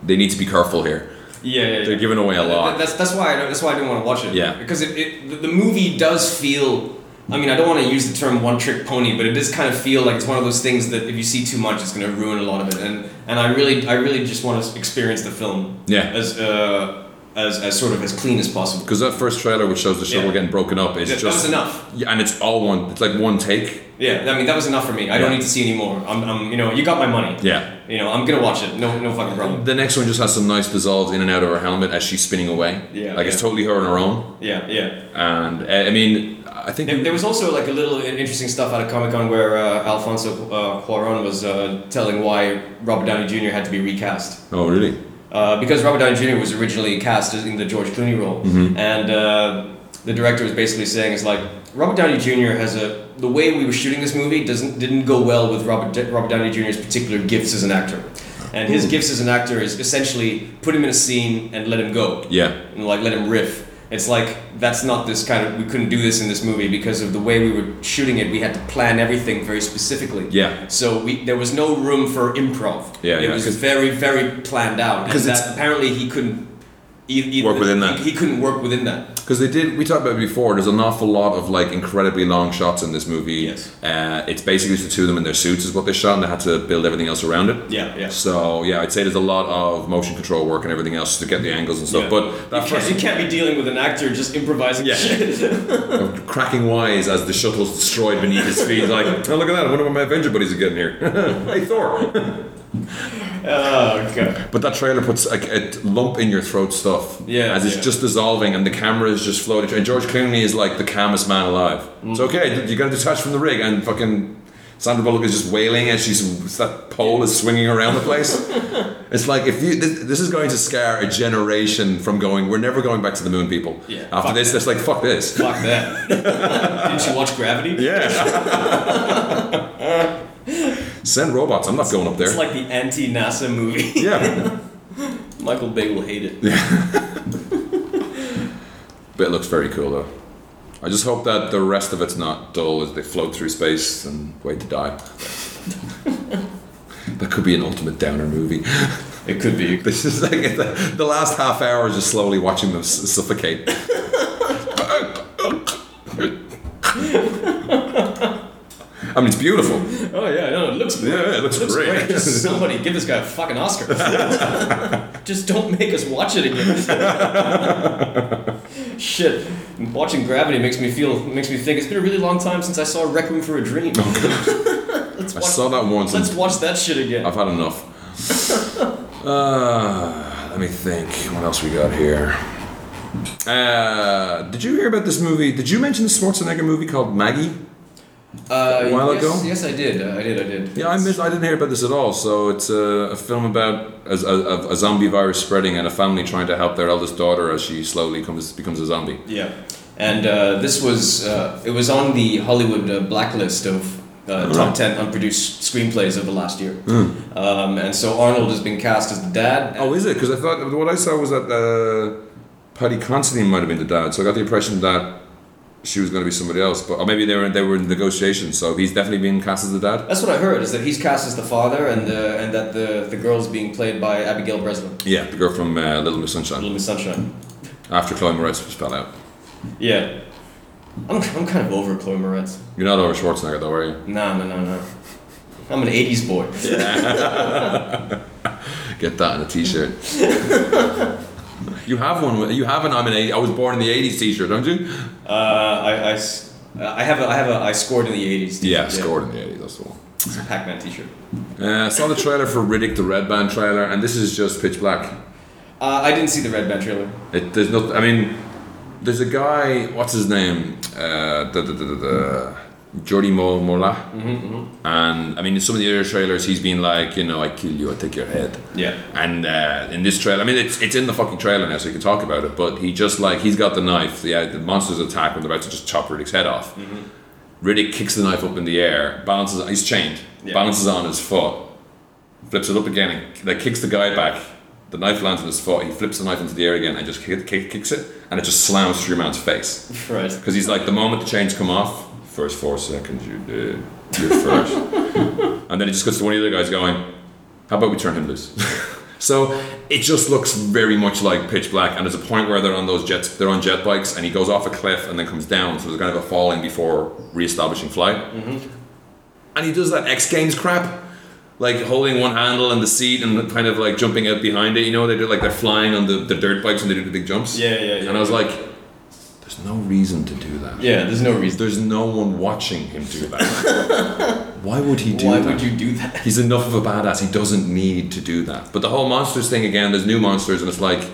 Speaker 1: they need to be careful here.
Speaker 2: Yeah, yeah,
Speaker 1: They're giving away a lot.
Speaker 2: That's that's why I don't, that's why I didn't want to watch it.
Speaker 1: Yeah.
Speaker 2: Because it, it the- the movie does feel. I mean, I don't want to use the term one trick pony, but it does kind of feel like it's one of those things that if you see too much, it's going to ruin a lot of it. And and I really I really just want to experience the film.
Speaker 1: Yeah.
Speaker 2: As uh as as sort of as clean as possible.
Speaker 1: Because that first trailer, which shows the show
Speaker 2: Yeah.
Speaker 1: we're getting broken up, is
Speaker 2: That- that
Speaker 1: just
Speaker 2: was enough.
Speaker 1: Yeah, and it's all one. It's like one take.
Speaker 2: Yeah. I mean, that was enough for me. I don't
Speaker 1: Yeah.
Speaker 2: need to see any more. I'm, I'm you know you got my money.
Speaker 1: Yeah.
Speaker 2: You know I'm gonna watch it. No no fucking problem.
Speaker 1: The next one just has some nice dissolves in and out of her helmet as she's spinning away.
Speaker 2: Yeah,
Speaker 1: like it's
Speaker 2: yeah.
Speaker 1: totally her on her own.
Speaker 2: Yeah yeah.
Speaker 1: And uh, I mean, I think
Speaker 2: There, there was also like a little interesting stuff out of Comic Con where uh, Alfonso uh, Cuaron was uh, telling why Robert Downey Jr. had to be recast.
Speaker 1: oh really?
Speaker 2: Uh, because Robert Downey Jr. was originally cast as- in the George Clooney role,
Speaker 1: Mm-hmm.
Speaker 2: and uh, the director was basically saying it's like Robert Downey Jr. has a the way we were shooting this movie doesn't didn't go well with Robert D- Robert Downey Jr.'s particular gifts as an actor, and his gifts as an actor is essentially put him in a scene and let him go
Speaker 1: Yeah,
Speaker 2: and like let him riff. It's like that's not this kind of we couldn't do this in this movie because of the way we were shooting it. We had to plan everything very specifically.
Speaker 1: Yeah.
Speaker 2: So we there was no room for improv.
Speaker 1: Yeah,
Speaker 2: It
Speaker 1: yeah,
Speaker 2: was
Speaker 1: 'cause-
Speaker 2: very very planned
Speaker 1: Because
Speaker 2: out. Because
Speaker 1: it's-
Speaker 2: that, apparently he couldn't. e- e-
Speaker 1: Work within that.
Speaker 2: He, he couldn't work within that.
Speaker 1: because they did. We talked about it before. There's an awful lot of like incredibly long shots in this movie.
Speaker 2: Yes.
Speaker 1: Uh, it's basically just the two of them in their suits is what they shot, and they had to build everything else around it.
Speaker 2: Yeah, yeah.
Speaker 1: So yeah, I'd say there's a lot of motion control work and everything else to get the angles and stuff.
Speaker 2: Yeah.
Speaker 1: But that
Speaker 2: you,
Speaker 1: first
Speaker 2: can't, you can't be dealing with an actor just improvising
Speaker 1: Yeah. <laughs>
Speaker 2: shit.
Speaker 1: of cracking wise as the shuttle's destroyed beneath his feet. Like, <laughs> oh look at that! I wonder what my Avenger buddies are getting here. <laughs> hey Thor!
Speaker 2: oh god.
Speaker 1: But that trailer puts like a lump in your throat stuff.
Speaker 2: Yeah,
Speaker 1: as it's
Speaker 2: yeah.
Speaker 1: just dissolving and the camera is just floating. And George Clooney is like the calmest man alive.
Speaker 2: Mm.
Speaker 1: It's okay. You're gonna detach from the rig and fucking. Sandra Bullock is just wailing as she's that pole is swinging around the
Speaker 2: <laughs>
Speaker 1: place. it's like if you this, this is going to scar a generation from going. We're never going back to the moon, people.
Speaker 2: Yeah,
Speaker 1: After
Speaker 2: fuck
Speaker 1: this,
Speaker 2: that.
Speaker 1: it's like fuck this.
Speaker 2: Fuck
Speaker 1: <laughs>
Speaker 2: that. Didn't you watch Gravity?
Speaker 1: Yeah. <laughs> Send robots. I'm not going up
Speaker 2: It's
Speaker 1: there.
Speaker 2: like the anti-NASA movie. <laughs>
Speaker 1: Yeah.
Speaker 2: Michael Bay will hate it.
Speaker 1: But it looks very cool though. I just hope that the rest of it's not dull as they float through space and wait to die. <laughs> that could be an ultimate downer movie. <laughs>
Speaker 2: It could be.
Speaker 1: This is like the, the last half hour is just slowly watching them s- suffocate. <laughs> I mean, it's beautiful.
Speaker 2: Oh yeah, no, it looks great.
Speaker 1: Yeah, it looks great. <laughs>
Speaker 2: Just somebody give this guy a fucking Oscar. <laughs> Just don't make us watch it
Speaker 1: <laughs>
Speaker 2: again. Shit, watching Gravity makes me feel makes me think it's been a really long time since I saw Requiem for a Dream.
Speaker 1: Oh,
Speaker 2: let's
Speaker 1: I
Speaker 2: watch,
Speaker 1: saw that once. and
Speaker 2: let's watch that shit again.
Speaker 1: I've had enough. uh, let me think. What else we got here? Uh, did you hear about this movie? Did you mention the Schwarzenegger movie called Maggie?
Speaker 2: Uh,
Speaker 1: A while
Speaker 2: yes,
Speaker 1: ago?
Speaker 2: Yes, I did. Uh, I did. I did.
Speaker 1: Yeah, I missed. I didn't hear about this at all. So it's uh, a, a film about a, a, a zombie virus spreading and a family trying to help their eldest daughter as she slowly comes becomes a zombie.
Speaker 2: Yeah, and uh, this was uh, it was on the Hollywood uh, blacklist of uh, top
Speaker 1: Alright.
Speaker 2: ten unproduced screenplays of the last year. Um, and so Arnold has been cast as the dad.
Speaker 1: Hmm. Oh, is it? Because I thought what I saw was that uh, Paddy Considine might have been the dad. So I got the impression that she was going to be somebody else, but or maybe they were they were in negotiations. So he's definitely been cast as the dad.
Speaker 2: That's what I heard is that he's cast as the father and uh, and that the the girl's being played by Abigail Breslin,
Speaker 1: Yeah, the girl from uh, Little Miss Sunshine.
Speaker 2: Little Miss Sunshine.
Speaker 1: After Chloe Moretz fell out.
Speaker 2: Yeah, I'm I'm kind of over Chloe Moretz.
Speaker 1: You're not over Schwarzenegger though, are you?
Speaker 2: No, no, no, no. I'm an '80s <laughs> boy.
Speaker 1: Get that in a t-shirt. you have one. You have an I'm an 80, I was born in the 80s t-shirt, don't you?
Speaker 2: Uh, I, I s- I have a, I have a I scored in the '80s.
Speaker 1: Yeah, scored in the 80s. That's the one.
Speaker 2: It's a Pac-Man T-shirt.
Speaker 1: Uh, I saw the trailer for Riddick, the Red Band trailer, and this is just pitch black.
Speaker 2: Uh, I didn't see the Red Band trailer.
Speaker 1: It, there's not. I mean, there's a guy. What's his name? Uh, the, the, the, the, Jordi Mo Morla.
Speaker 2: hmm
Speaker 1: And I mean, in some of the other trailers, he's been like, you know, I kill you, I take your head.
Speaker 2: Yeah.
Speaker 1: And uh, in this trailer, I mean, it's, it's in the fucking trailer now, so you can talk about it. But he just like he's got the knife. Yeah, the monsters attack when they're about to just chop Riddick's head off. Riddick kicks the knife up in the air, balances. He's chained,
Speaker 2: Yeah.
Speaker 1: balances on his foot, flips it up again, and like kicks the guy back. The knife lands on his foot. He flips the knife into the air again and just kick, kick, kicks it, and it just slams through your man's face.
Speaker 2: Right.
Speaker 1: Because he's like, the moment the chains come off, first four seconds, you did. You're first. and then it just goes to one of the other guys going, how about we turn him loose? <laughs> so it just looks very much like pitch black. And there's a point where they're on those jets, they're on jet bikes, and he goes off a cliff and then comes down. So there's kind of a falling before re-establishing flight. And he does that X Games crap. Like holding one handle in the seat and kind of like jumping out behind it, you know, they do like they're flying on the, the dirt bikes and they do the big jumps.
Speaker 2: Yeah, yeah, yeah.
Speaker 1: And I was like, there's no reason to do that.
Speaker 2: Yeah, there's no reason.
Speaker 1: There's no one watching him do that.
Speaker 2: <laughs>
Speaker 1: Why would he do
Speaker 2: Why
Speaker 1: that?
Speaker 2: would you do that?
Speaker 1: He's enough of a badass. He doesn't need to do that. But the whole monsters thing again. There's new monsters, and it's like,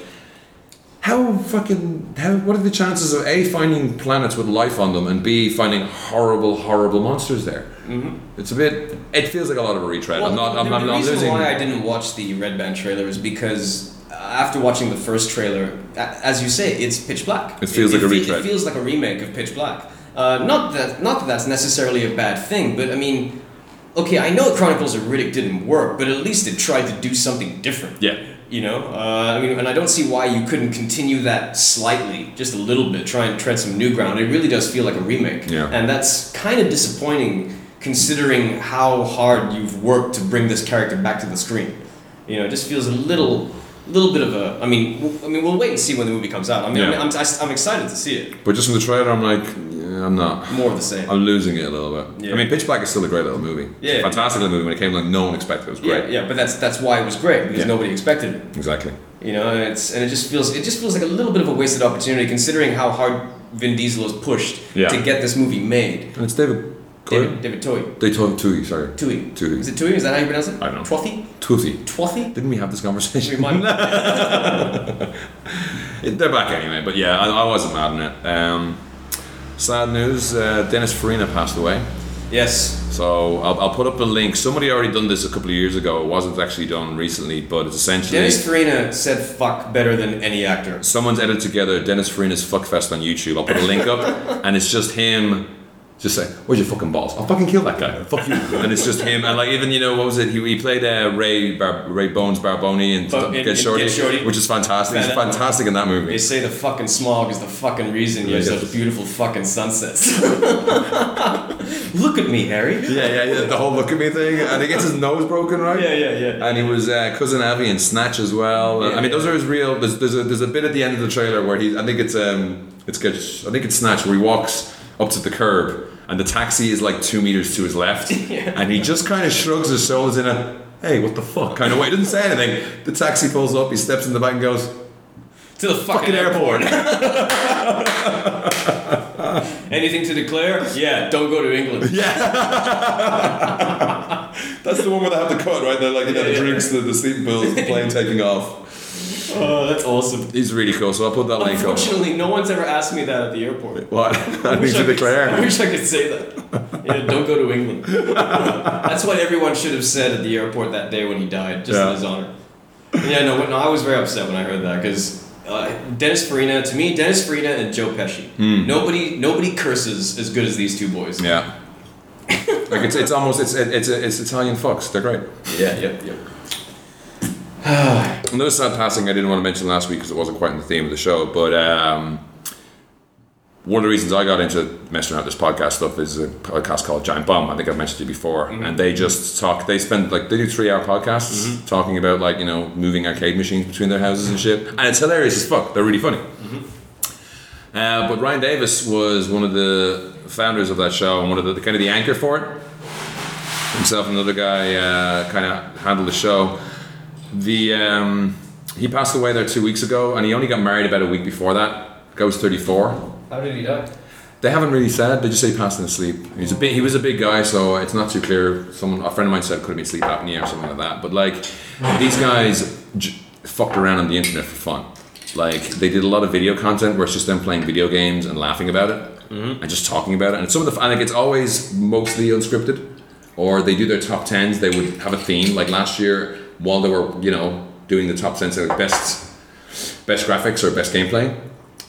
Speaker 1: how fucking how? What are the chances of a finding planets with life on them, and b finding horrible, horrible monsters there? Mm-hmm. It's a bit. It feels like a lot of a retread. I'm not. I'm,
Speaker 2: the,
Speaker 1: I'm,
Speaker 2: the
Speaker 1: I'm
Speaker 2: reason
Speaker 1: losing.
Speaker 2: why I didn't watch the Red Band trailer is because uh, after watching the first trailer, a- as you say, it's pitch black.
Speaker 1: It feels like a
Speaker 2: fe- It
Speaker 1: retread.
Speaker 2: feels like a remake of Pitch Black. Uh, not that not that that's necessarily a bad thing, but I mean, okay, I know Chronicles of Riddick didn't work, but at least it tried to do something different.
Speaker 1: yeah.
Speaker 2: You know, uh, I mean, and I don't see why you couldn't continue that slightly, just a little bit, try and tread some new ground. It really does feel like a remake,
Speaker 1: Yeah.
Speaker 2: and that's kind of disappointing considering how hard you've worked to bring this character back to the screen. You know, it just feels a little, little bit of a. I mean, w- I mean, we'll wait and see when the movie comes out. I mean,
Speaker 1: Yeah.
Speaker 2: I'm, I'm, I'm excited to see it.
Speaker 1: But just from the trailer, I'm like, yeah, I'm not.
Speaker 2: More of the same.
Speaker 1: I'm losing it a little bit.
Speaker 2: Yeah.
Speaker 1: I mean, Pitch Black is still a great little movie. It's a
Speaker 2: Yeah.
Speaker 1: fantastic little movie. When it came, like no one expected it. It was great.
Speaker 2: Yeah, yeah, but that's that's why it was great because
Speaker 1: Yeah.
Speaker 2: nobody expected it.
Speaker 1: Exactly.
Speaker 2: You know, and it's and it just feels it just feels like a little bit of a wasted opportunity considering how hard Vin Diesel is pushed
Speaker 1: Yeah.
Speaker 2: to get this movie made.
Speaker 1: And it's David. Coyle.
Speaker 2: David, David Toy.
Speaker 1: They told Tui, sorry.
Speaker 2: Tui.
Speaker 1: Tui.
Speaker 2: Is it Tui? Is that how you pronounce it?
Speaker 1: I don't know.
Speaker 2: Twothy?
Speaker 1: Tuthi.
Speaker 2: Twothy?
Speaker 1: Didn't we have this conversation?
Speaker 2: We might-
Speaker 1: It- <laughs> They're back anyway, but yeah, I, I wasn't mad at it. Um, sad news: uh, Dennis Farina passed away.
Speaker 2: yes.
Speaker 1: So I'll, I'll put up a link. Somebody already done this a couple of years ago. It wasn't actually done recently, but it's essentially
Speaker 2: Dennis Farina said fuck better than any actor.
Speaker 1: someone's edited together Dennis Farina's fuckfest on YouTube. I'll put a link <laughs> up, and it's just him. Just saying, where's your fucking balls? I'll fucking kill that guy. Fuck you. and it's just him. And like, even you know, what was it? He, he played uh, Ray Bar- Ray Bones Barboni and
Speaker 2: Bo- in- in
Speaker 1: Get, Shorty,
Speaker 2: Get Shorty.
Speaker 1: which is fantastic. He's fantastic in that movie.
Speaker 2: They say the fucking smog is the fucking reason you have
Speaker 1: Yeah.
Speaker 2: such beautiful fucking sunsets. <laughs> Look at me, Harry.
Speaker 1: Yeah, yeah, yeah. The whole look at me thing, and he gets his nose broken, right?
Speaker 2: Yeah, yeah, yeah.
Speaker 1: And he was uh, cousin Avi in Snatch as well.
Speaker 2: Yeah,
Speaker 1: I mean, those
Speaker 2: yeah.
Speaker 1: are his real. There's, there's a there's a bit at the end of the trailer where he. I think it's um it's good. I think it's Snatch where he walks up to the curb and the taxi is like two meters to his
Speaker 2: <laughs>
Speaker 1: left, and he just kind of shrugs his shoulders in a hey what the fuck kind of way. He doesn't say anything. The taxi pulls up. He steps in the back and goes
Speaker 2: To the fucking,
Speaker 1: fucking airport.
Speaker 2: <laughs> Anything to declare? Yeah, don't go to England.
Speaker 1: yeah. That's the one where they have the cut, right? They're like, you know,
Speaker 2: Yeah,
Speaker 1: the
Speaker 2: yeah.
Speaker 1: drinks, the, the sleeping pills, the
Speaker 2: <laughs>
Speaker 1: plane taking off.
Speaker 2: Oh, that's awesome.
Speaker 1: He's really cool, so I'll put that link up.
Speaker 2: Unfortunately, no one's ever asked me that at the airport.
Speaker 1: What? <laughs> I need
Speaker 2: wish
Speaker 1: to
Speaker 2: I could- I
Speaker 1: declare.
Speaker 2: wish I could say that.
Speaker 1: <laughs>
Speaker 2: Yeah, don't go to England. That's what everyone should have said at the airport that day when he died, just
Speaker 1: Yeah.
Speaker 2: in his honor. Yeah, no, no, I was very upset when I heard that because uh, Dennis Farina, to me, Dennis Farina and Joe Pesci. Nobody, nobody curses as good as these two boys.
Speaker 1: Hmm. Yeah. like it's, it's almost it's it's it's Italian fox. They're great.
Speaker 2: yeah, yep, yep.
Speaker 1: Another sad passing I didn't want to mention last week because it wasn't quite in the theme of the show, but um, one of the reasons I got into messing around with this podcast stuff is a podcast called Giant Bomb. I think I've mentioned it before, and they just talk. They spend like they do three hour podcasts talking about like you know moving arcade machines between their houses and shit, and it's hilarious as fuck. They're really funny. Uh, but Ryan Davis was one of the founders of that show and one of the kind of the anchor for it. Himself and another guy uh, kind of handled the show. The um, he passed away there two weeks ago, and he only got married about a week before that. Guy was thirty four.
Speaker 2: How did he die?
Speaker 1: They haven't really said. They just say he passed in his sleep. He's a big, he was a big guy, so it's not too clear. Someone, a friend of mine said, it could have been sleep apnea or something like that. But like, these guys j- fucked around on the internet for fun. Like, they did a lot of video content where it's just them playing video games and laughing about it. and just talking about it. And some of the and like it's always mostly unscripted, or they do their top tens. They would have a theme. Like last year, while they were you know doing the top tens, like best best graphics or best gameplay,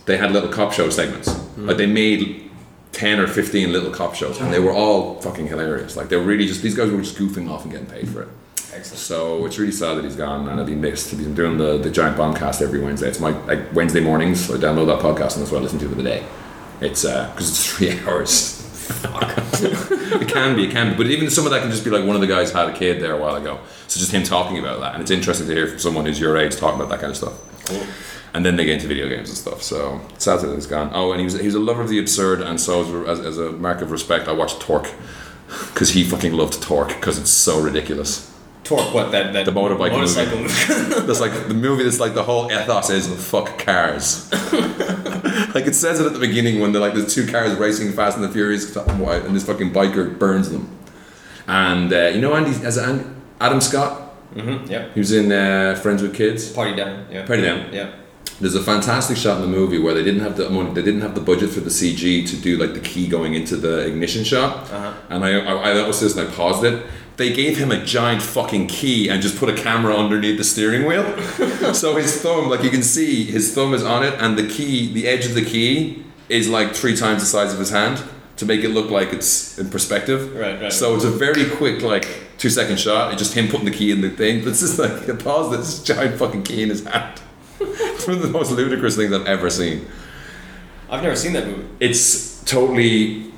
Speaker 1: they had little cop show segments. Like they made ten or fifteen little cop shows, and they were all fucking hilarious. Like they were really just these guys were just goofing off and getting paid for it.
Speaker 2: Excellent.
Speaker 1: So it's really sad that he's gone, and I'd be missed. He's been doing the, the Giant Bombcast every Wednesday. It's my like Wednesday mornings. I download that podcast, and that's what I listen to for the day. It's because it's <laughs> three hours. Fuck. it can be, it can be, but even some of that can just be like one of the guys had a kid there a while ago. So just him talking about that, and it's interesting to hear from someone who's your age talking about that kind of stuff.
Speaker 2: Cool.
Speaker 1: And then they get into video games and stuff. So it's sad that he's gone. Oh, and he was he was a lover of the absurd, and so as, as, as a mark of respect, I watched Torque because he fucking loved Torque because it's so ridiculous.
Speaker 2: Torque, what that that
Speaker 1: The motorbike
Speaker 2: motorcycle movie. <laughs>
Speaker 1: That's like the movie. That's like the whole ethos is fuck cars. like it says it at the beginning when they're like there's two cars racing fast and the furious and this fucking biker burns them. And uh, you know Andy as Andy, Adam Scott,
Speaker 2: hmm Yep.
Speaker 1: he was in uh, Friends with Kids.
Speaker 2: Party down. Yeah.
Speaker 1: Party Down.
Speaker 2: Yeah.
Speaker 1: There's a fantastic shot in the movie where they didn't have the money, they didn't have the budget for the CG to do like the key going into the ignition shot.
Speaker 2: Uh-huh.
Speaker 1: And I, I, I noticed this and I paused it. They gave him a giant fucking key and just put a camera underneath the steering wheel. <laughs> so his thumb, like you can see, his thumb is on it, and the key, the edge of the key, is like three times the size of his hand to make it look like it's in perspective.
Speaker 2: Right, right.
Speaker 1: So it's a very quick, like two second shot. It's just him putting the key in the thing. <laughs> But it's just like he paused it, this giant fucking key in his hand. it's <laughs> one of the most ludicrous things I've ever seen.
Speaker 2: I've never seen that movie.
Speaker 1: It's totally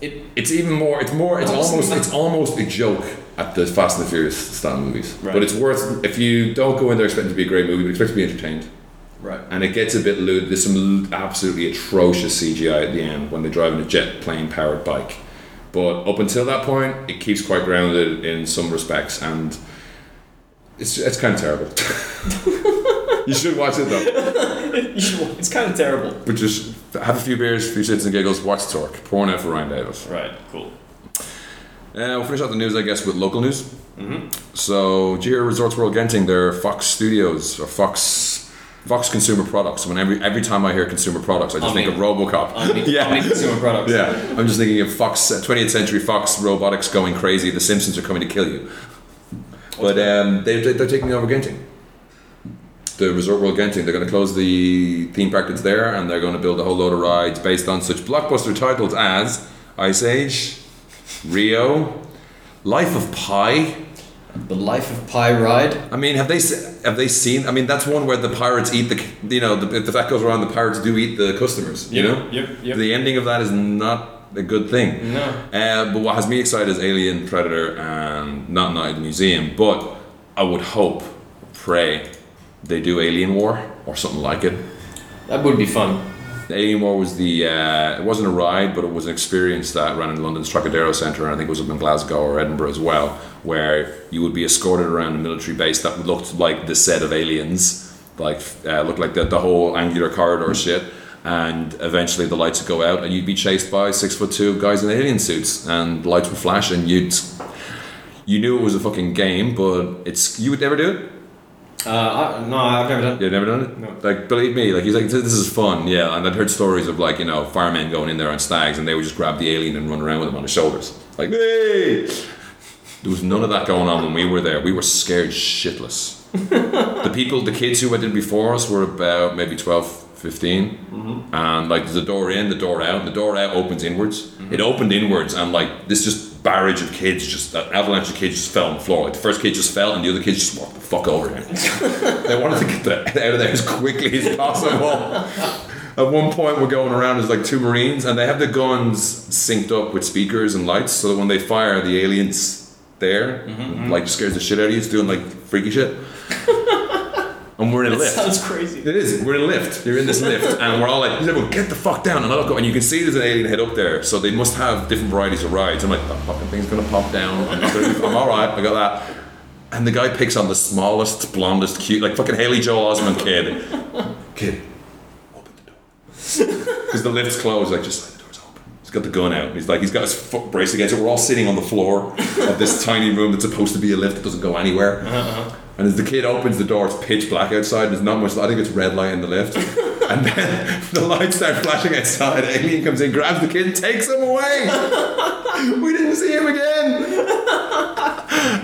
Speaker 2: It
Speaker 1: it's even more. It's more. It's
Speaker 2: Oh, it's
Speaker 1: almost.
Speaker 2: not-
Speaker 1: It's almost a joke at the Fast and the Furious style movies.
Speaker 2: Right.
Speaker 1: But it's worth if you don't go in there expecting it to be a great movie, but expect to be entertained.
Speaker 2: right.
Speaker 1: And it gets a bit lewd. There's some l- absolutely atrocious CGI at the end when they're driving a jet plane powered bike. But up until that point, it keeps quite grounded in some respects, and it's it's kind of terrible. <laughs> you should watch it though.
Speaker 2: <laughs> it's kind of terrible.
Speaker 1: But just have a few beers, a few shits and giggles. Watch Torque. Porn out for Ryan Davis.
Speaker 2: Right. Cool.
Speaker 1: Uh, we'll finish out the news, I guess, with local news. So, did you hear Resorts World Genting, their Fox Studios or Fox Fox Consumer Products. When every every time I hear consumer products, I just
Speaker 2: I'll
Speaker 1: think
Speaker 2: make-
Speaker 1: of RoboCop. <laughs>
Speaker 2: On the, on the consumer products.
Speaker 1: yeah. I'm just thinking of Fox, uh, 20th Century Fox robotics going crazy. The Simpsons are coming to kill you. But um, they, they, they're taking over Genting. The Resort World Genting. They're going to close the theme park that's there, and they're going to build a whole load of rides based on such blockbuster titles as Ice Age, Rio, Life of Pi.
Speaker 2: The Life of Pi ride.
Speaker 1: I mean, have they se- have they seen? I mean, that's one where the pirates eat the you know the, if that goes around, the pirates do eat the customers. You
Speaker 2: Yep,
Speaker 1: know,
Speaker 2: yep, yep.
Speaker 1: The ending of that is not a good thing.
Speaker 2: No.
Speaker 1: Uh, but what has me excited is Alien, Predator, and not Night at the Museum. But I would hope, pray, they do Alien War or something like it.
Speaker 2: That would be fun.
Speaker 1: The Alien War was the uh, it wasn't a ride, but it was an experience that ran in London's Trocadero Centre, and I think it was up in Glasgow or Edinburgh as well, where you would be escorted around a military base that looked like the set of aliens, like uh, looked like the, the whole angular corridor shit, and eventually the lights would go out, and you'd be chased by six foot two guys in alien suits, and the lights would flash, and you'd you knew it was a fucking game, but it's you would never do it.
Speaker 2: Uh, I, no, I've never done.
Speaker 1: You've never done it?
Speaker 2: No.
Speaker 1: Like, believe me, like he's like, this is fun, yeah. And I'd heard stories of like, you know, firemen going in there on stags and they would just grab the alien and run around with him on his shoulders.
Speaker 2: <laughs>
Speaker 1: Like, hey! There was none of that going on when we were there. We were scared shitless. the people, the kids who went in before us were about maybe 12, 15.
Speaker 2: Mm-hmm.
Speaker 1: And like, there's a door in, the door out, and the door out opens inwards.
Speaker 2: Mm-hmm.
Speaker 1: It opened inwards, and like, this just barrage of kids, just that avalanche of kids just fell on the floor. Like, the first kid just fell, and the other kids just walked the fuck over him. They wanted to get the, out of there as quickly as possible. At one point, we're going around as like two Marines, and they have the guns synced up with speakers and lights, so that when they fire, the aliens there like scares the shit out of you. It's doing like freaky shit. and we're in a lift.
Speaker 2: <laughs> Sounds crazy.
Speaker 1: It is. We're in a lift. You're in this lift, and we're all like, he's like, "Well, get the fuck down!" And I look up, and you can see there's an alien head up there. So they must have different varieties of rides. I'm like, "That fucking thing's gonna pop down. I'm, not gonna be- I'm all right. I got that." And the guy picks on the smallest, blondest, cute, like fucking Haley Joel Osment kid. kid, open the door. Because the lift's closed. Like, just like the door's open. He's got the gun out. He's like, he's got his foot braced against it. We're all sitting on the floor of this tiny room that's supposed to be a lift that doesn't go anywhere. And as the kid opens the door, it's pitch black outside. There's not much. I think it's red light in the lift. and then the lights start flashing outside. Alien comes in, grabs the kid, takes him away. we didn't see him again.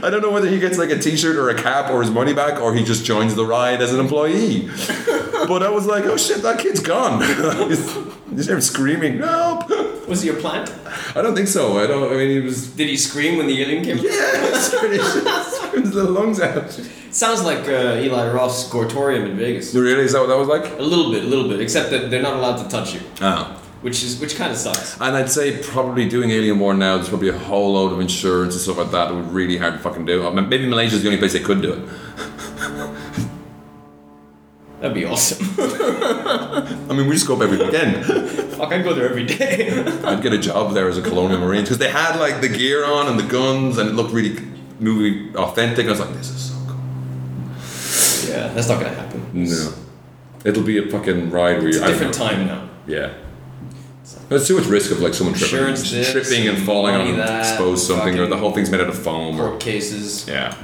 Speaker 1: I don't know whether he gets like a T-shirt or a cap or his money back, or he just joins the ride as an employee. but I was like, oh shit, that kid's gone. <laughs> He's him screaming, nope.
Speaker 2: Was he a plant?
Speaker 1: <laughs> I don't think so. I don't. I mean, he was. <laughs>
Speaker 2: Did he scream when the alien came?
Speaker 1: Yeah, screaming his little lungs out.
Speaker 2: Sounds like uh, Eli Roth's Gortorium in Vegas.
Speaker 1: Really, is that what that was like?
Speaker 2: A little bit, a little bit. Except that they're not allowed to touch you,
Speaker 1: Oh.
Speaker 2: which is which kind of sucks.
Speaker 1: And I'd say probably doing Alien War now, there's probably a whole load of insurance and stuff like that that would really hard to fucking do. I mean, maybe Malaysia's the only place they could do it.
Speaker 2: That'd be awesome. <laughs>
Speaker 1: I mean, we just go up every weekend. <laughs>
Speaker 2: Fuck, I'd go there every day.
Speaker 1: I'd get a job there as a Colonial Marine because they had like the gear on and the guns and it looked really movie authentic. I was like, this is so cool.
Speaker 2: <laughs> yeah, that's not gonna happen.
Speaker 1: No. It'll be a fucking ride where
Speaker 2: It's
Speaker 1: you're.
Speaker 2: a different time now.
Speaker 1: Yeah. There's too much risk of like someone tripping,
Speaker 2: Insurance this,
Speaker 1: tripping and falling on
Speaker 2: money
Speaker 1: and
Speaker 2: that,
Speaker 1: expose something, or the whole thing's made out of foam, or
Speaker 2: Court cases.
Speaker 1: Yeah.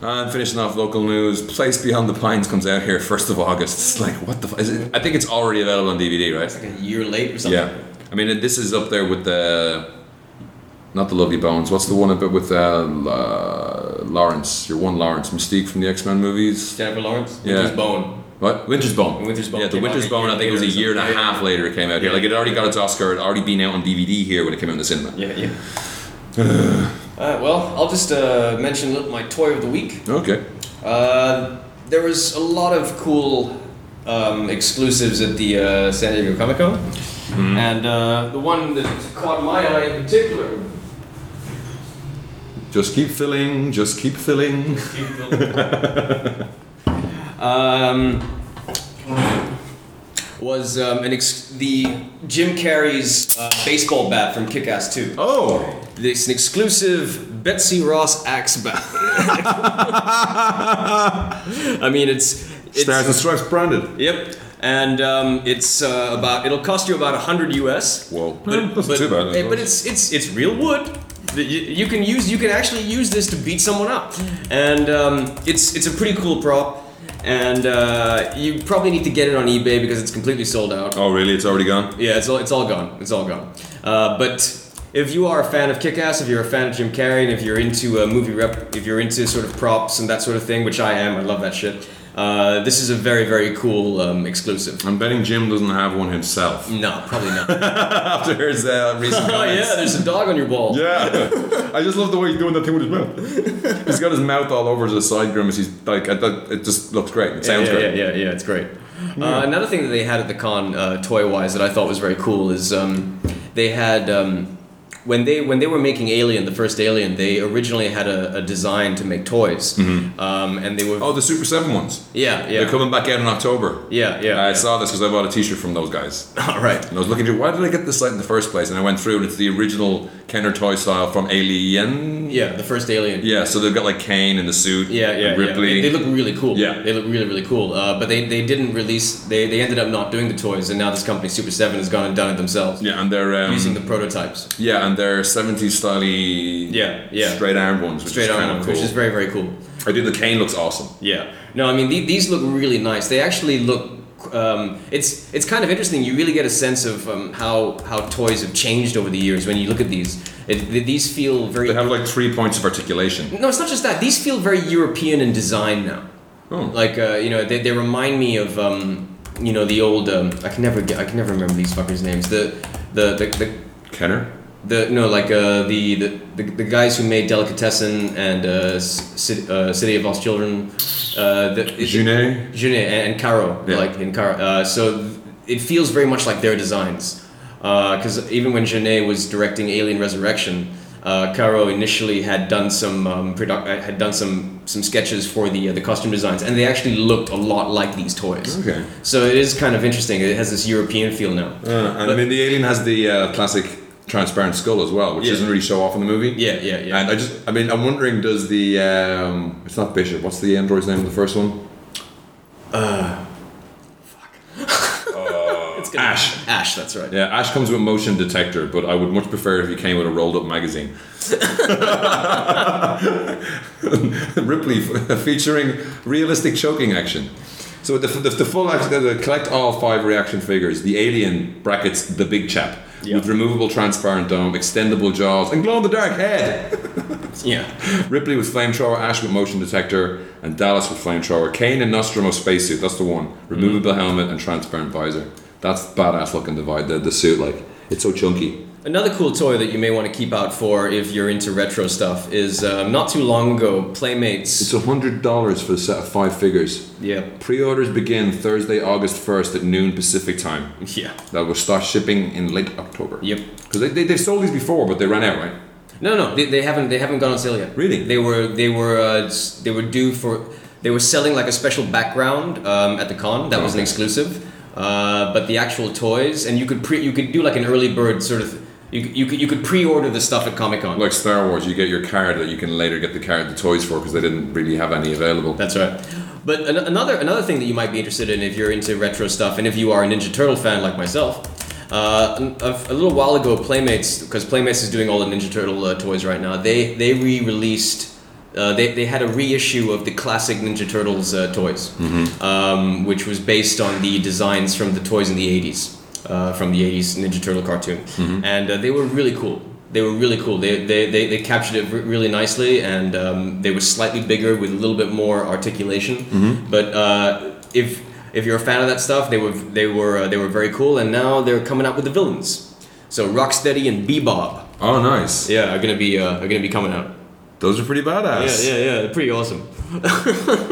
Speaker 1: And finishing off local news, Place Beyond the Pines comes out here first of August. It's like what the? F- is it, I think it's already available on DVD, right?
Speaker 2: Like a year late or something.
Speaker 1: Yeah. I mean, this is up there with the, not the Lovely Bones. What's the one about with uh, La- Lawrence? Your one Lawrence Mystique from the X Men movies.
Speaker 2: Jennifer Lawrence.
Speaker 1: Yeah.
Speaker 2: Winter's Bone.
Speaker 1: What? Winter's Bone.
Speaker 2: Winter's Bone
Speaker 1: Yeah, the
Speaker 2: came out
Speaker 1: Winter's
Speaker 2: a
Speaker 1: Bone.
Speaker 2: year
Speaker 1: I think it was a
Speaker 2: later or
Speaker 1: year and a
Speaker 2: something.
Speaker 1: half later it came out here.
Speaker 2: Yeah.
Speaker 1: Like it already got its Oscar. It had already been out on DVD here when it came out in the cinema.
Speaker 2: Yeah, yeah. Uh, well, I'll just uh, mention my toy of the week.
Speaker 1: Okay.
Speaker 2: Uh, there was a lot of cool um, exclusives at the uh, San Diego Comic Con, and uh, the one that caught my eye in particular.
Speaker 1: Just keep filling. Just keep filling.
Speaker 2: um, was um, an ex- the Jim Carrey's uh, baseball bat from Kick-Ass 2.
Speaker 1: Oh.
Speaker 2: It's an exclusive Betsy Ross axe
Speaker 1: <laughs>
Speaker 2: bat. I mean, it's, it's
Speaker 1: Stars and Stripes branded.
Speaker 2: Yep. And um, it's uh, about it'll cost you about 100 US.
Speaker 1: Whoa. Yeah,
Speaker 2: But,
Speaker 1: that's
Speaker 2: but,
Speaker 1: too bad, I
Speaker 2: eh, but
Speaker 1: suppose.
Speaker 2: it's it's it's real wood. that You, you can use you can actually use this to beat someone up, and um, it's it's a pretty cool prop, and uh, you probably need to get it on eBay because it's completely sold out.
Speaker 1: Oh, really? It's already gone?
Speaker 2: Yeah, it's all, it's all gone. It's all gone. Uh, but if you are a fan of Kick-Ass, if you're a fan of Jim Carrey, and if you're into uh, movie rep, if you're into sort of props and that sort of thing, which I am, I love that shit. Uh, this is a very very cool um, exclusive.
Speaker 1: I'm betting Jim doesn't have one himself.
Speaker 2: No, probably not.
Speaker 1: <laughs> After his uh, <laughs> recent
Speaker 2: <laughs> oh yeah, there's a dog on your ball.
Speaker 1: <laughs> Yeah. I just love the way he's doing that thing with his mouth. he's got his mouth all over the side grimace. He's like, I thought it just looks great. It sounds
Speaker 2: yeah,
Speaker 1: great.
Speaker 2: Yeah, yeah, yeah, it's great. Uh, another thing that they had at the con, uh, toy-wise, that I thought was very cool is um, they had um, when they when they were making Alien, the first Alien, they originally had a, a design to make toys, um, and they were
Speaker 1: Oh, the Super 7 ones.
Speaker 2: yeah, yeah,
Speaker 1: They're coming back out in October.
Speaker 2: yeah, yeah.
Speaker 1: I
Speaker 2: yeah.
Speaker 1: saw this because I bought a T-shirt from those guys,
Speaker 2: <laughs> All right.
Speaker 1: and I was looking through. Why did I get this site in the first place? And I went through, and it's the original Kenner toy style from Alien.
Speaker 2: Yeah, the first Alien.
Speaker 1: Yeah, so they've got like Kane in the suit.
Speaker 2: Yeah, yeah,
Speaker 1: and Ripley.
Speaker 2: yeah. They, they look really cool.
Speaker 1: Yeah.
Speaker 2: they look really, really cool. Uh, but they, they didn't release. They, they ended up not doing the toys, and now this company Super Seven has gone and done it themselves
Speaker 1: yeah, and they're um,
Speaker 2: using the prototypes.
Speaker 1: Yeah, and they're 70s style yeah,
Speaker 2: yeah.
Speaker 1: straight arm ones, which
Speaker 2: Straight
Speaker 1: is
Speaker 2: on,
Speaker 1: kind of cool.
Speaker 2: which is very, very cool.
Speaker 1: I do the cane looks awesome.
Speaker 2: Yeah. No, I mean the- these look really nice. They actually look. Um, it's it's kind of interesting. You really get a sense of um, how how toys have changed over the years when you look at these. It, th- these feel very.
Speaker 1: They have like three points of articulation.
Speaker 2: no, it's not just that. These feel very European in design now.
Speaker 1: Oh.
Speaker 2: Like uh, you know, they, they remind me of um, you know the old. Um, I can never get. I can never remember these fuckers' names. The the the. the
Speaker 1: Kenner?
Speaker 2: the, no, like uh, the, the, the the guys who made Delicatessen and uh, City, uh, City of Lost Children, uh, the, it-
Speaker 1: Junet?
Speaker 2: Junet and, and Caro,
Speaker 1: Yeah.
Speaker 2: like in Caro. Uh, so th- it feels very much like their designs. Because even when Junet was directing Alien Resurrection, uh, Caro initially had done some um, produ- uh, had done some some sketches for the uh, the costume designs, and they actually looked a lot like these toys.
Speaker 1: Okay.
Speaker 2: So it is kind of interesting. It has this European feel now.
Speaker 1: Uh, and I mean, the alien has the uh, classic transparent skull as well, which
Speaker 2: Yeah.
Speaker 1: doesn't really show off in the movie.
Speaker 2: Yeah, yeah, yeah.
Speaker 1: And I just, I mean, I'm wondering, does the, um, it's not Bishop, what's the android's name of the first one?
Speaker 2: it's gonna
Speaker 1: Ash.
Speaker 2: Ash, that's right.
Speaker 1: Yeah, Ash comes with motion detector, but I would much prefer if he came with a rolled up <laughs> magazine. Ripley f- featuring realistic choking action. So the, the, the full action, the, collect all five reaction figures. The alien brackets the big chap
Speaker 2: Yeah.
Speaker 1: with removable transparent dome, extendable jaws, and glow in the dark head.
Speaker 2: Yeah.
Speaker 1: Ripley with flamethrower, Ash with motion detector, and Dallas with flamethrower. Kane and Nostromo spacesuit. That's the one.
Speaker 2: Mm-hmm.
Speaker 1: Removable helmet and transparent visor. That's badass looking divide. The, the suit like it's so chunky.
Speaker 2: Another cool toy that you may want to keep out for if you're into retro stuff is um, not too long ago, Playmates.
Speaker 1: It's hundred dollars for a set of five figures.
Speaker 2: yeah.
Speaker 1: Pre-orders begin Thursday, August first at noon Pacific time.
Speaker 2: Yeah.
Speaker 1: That will start shipping in late October.
Speaker 2: Yep.
Speaker 1: Because they, they, they've sold these before, but they ran out, right?
Speaker 2: No, no, they, they haven't. They haven't gone on sale yet.
Speaker 1: Really?
Speaker 2: They were. They were. Uh, s- they were due for. They were selling like a special background um, at the con. That was an
Speaker 1: Okay.
Speaker 2: exclusive. Uh, but the actual toys, and you could pre. You could do like an early bird sort of. You, c- you could you could pre-order the stuff at Comic Con.
Speaker 1: Like Star Wars, you get your card that you can later get the card, the toys for, because they didn't really have any available.
Speaker 2: That's right. But an- another another thing that you might be interested in if you're into retro stuff, and if you are a Ninja Turtle fan like myself, uh, an- a, a little while ago, Playmates, because Playmates is doing all the Ninja Turtle uh, toys right now, they they re-released. Uh, they, they had a reissue of the classic Ninja Turtles uh, toys, um, which was based on the designs from the toys in the 80s, uh, from the 80s Ninja Turtle cartoon. And uh, they were really cool they were really cool. They they, they, they captured it re- really nicely, and um, they were slightly bigger with a little bit more articulation. But uh, if if you're a fan of that stuff, they were they were uh, they were very cool, and now they're coming out with the villains. So Rocksteady and Bebop,
Speaker 1: Oh, nice.
Speaker 2: yeah, are gonna be uh, are gonna be coming out.
Speaker 1: Those are pretty badass.
Speaker 2: Yeah, yeah, yeah. Pretty awesome. <laughs>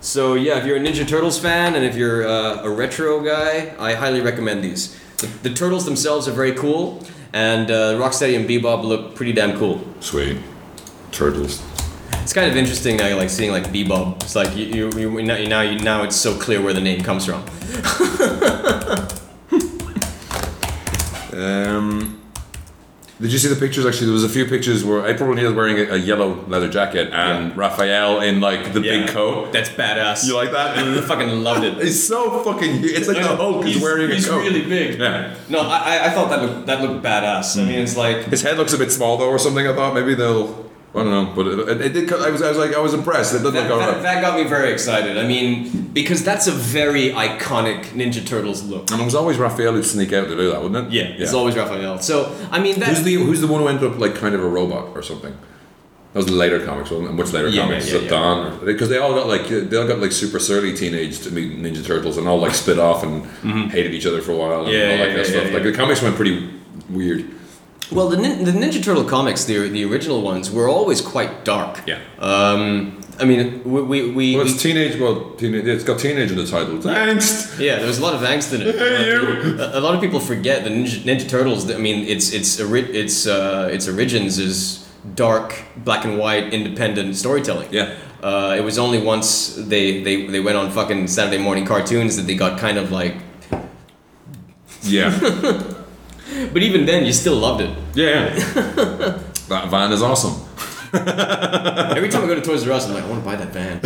Speaker 2: so yeah, if you're a Ninja Turtles fan and if you're uh, a retro guy, I highly recommend these. The, the turtles themselves are very cool, and uh, Rocksteady and Bebop look pretty damn cool.
Speaker 1: Sweet. Turtles.
Speaker 2: It's kind of interesting now, like seeing like Bebop. It's like you, you, you now, now, you, now it's so clear where the name comes from.
Speaker 1: Um, did you see the pictures? Actually, there was a few pictures where April O'Neil wearing a, a yellow leather jacket and Raphael in like the big coat.
Speaker 2: That's badass.
Speaker 1: You like that?
Speaker 2: <laughs> I fucking
Speaker 1: <laughs>
Speaker 2: loved it.
Speaker 1: It's so fucking. huge. It's like the Hulk is
Speaker 2: he's,
Speaker 1: wearing a
Speaker 2: he's
Speaker 1: coat.
Speaker 2: really big.
Speaker 1: Yeah. Hmm.
Speaker 2: No, I, I- I thought that looked that looked badass. I mean, it's like
Speaker 1: His head looks a bit small though, or something. I thought maybe they'll. I don't know, but it, it did. co- I was, I was like, I was impressed. It looked
Speaker 2: That,
Speaker 1: like all
Speaker 2: that-
Speaker 1: right.
Speaker 2: that got me very excited. I mean, because that's a very iconic Ninja Turtles look.
Speaker 1: And it was always Raphael who'd sneak out to do that, wouldn't it?
Speaker 2: It's always Raphael. So, I mean, that,
Speaker 1: who's the Who's the one who ended up like kind of a robot or something? That was later comics, wasn't it? Much later
Speaker 2: Yeah,
Speaker 1: comics.
Speaker 2: yeah,
Speaker 1: so
Speaker 2: yeah.
Speaker 1: Don, because they all got like they all got like super surly teenage to meet Ninja Turtles and all like split off and hated each other for a while and
Speaker 2: Mm-hmm. Yeah,
Speaker 1: all that
Speaker 2: yeah,
Speaker 1: kind of
Speaker 2: yeah,
Speaker 1: stuff.
Speaker 2: yeah,
Speaker 1: like
Speaker 2: yeah.
Speaker 1: the comics went pretty weird.
Speaker 2: well, the, nin- the Ninja Turtle comics, the, the original ones, were always quite dark.
Speaker 1: Yeah.
Speaker 2: Um, I mean, we we, we,
Speaker 1: Well,
Speaker 2: we
Speaker 1: it's teenage. Well, teenage, it's got teenage in the title. Thanks.
Speaker 2: yeah, there was a lot of angst in it.
Speaker 1: <laughs> Hey, you.
Speaker 2: A, a lot of people forget the Ninja, Ninja Turtles. I mean, its its ori- its uh, its origins is dark, black and white, independent storytelling.
Speaker 1: Yeah.
Speaker 2: Uh, it was only once they, they, they went on fucking Saturday morning cartoons that they got kind of like.
Speaker 1: Yeah.
Speaker 2: <laughs> But even then, you still loved it.
Speaker 1: Yeah. <laughs> that van is awesome.
Speaker 2: Every time I go to Toys R Us, I'm like, I want to buy that <laughs> van.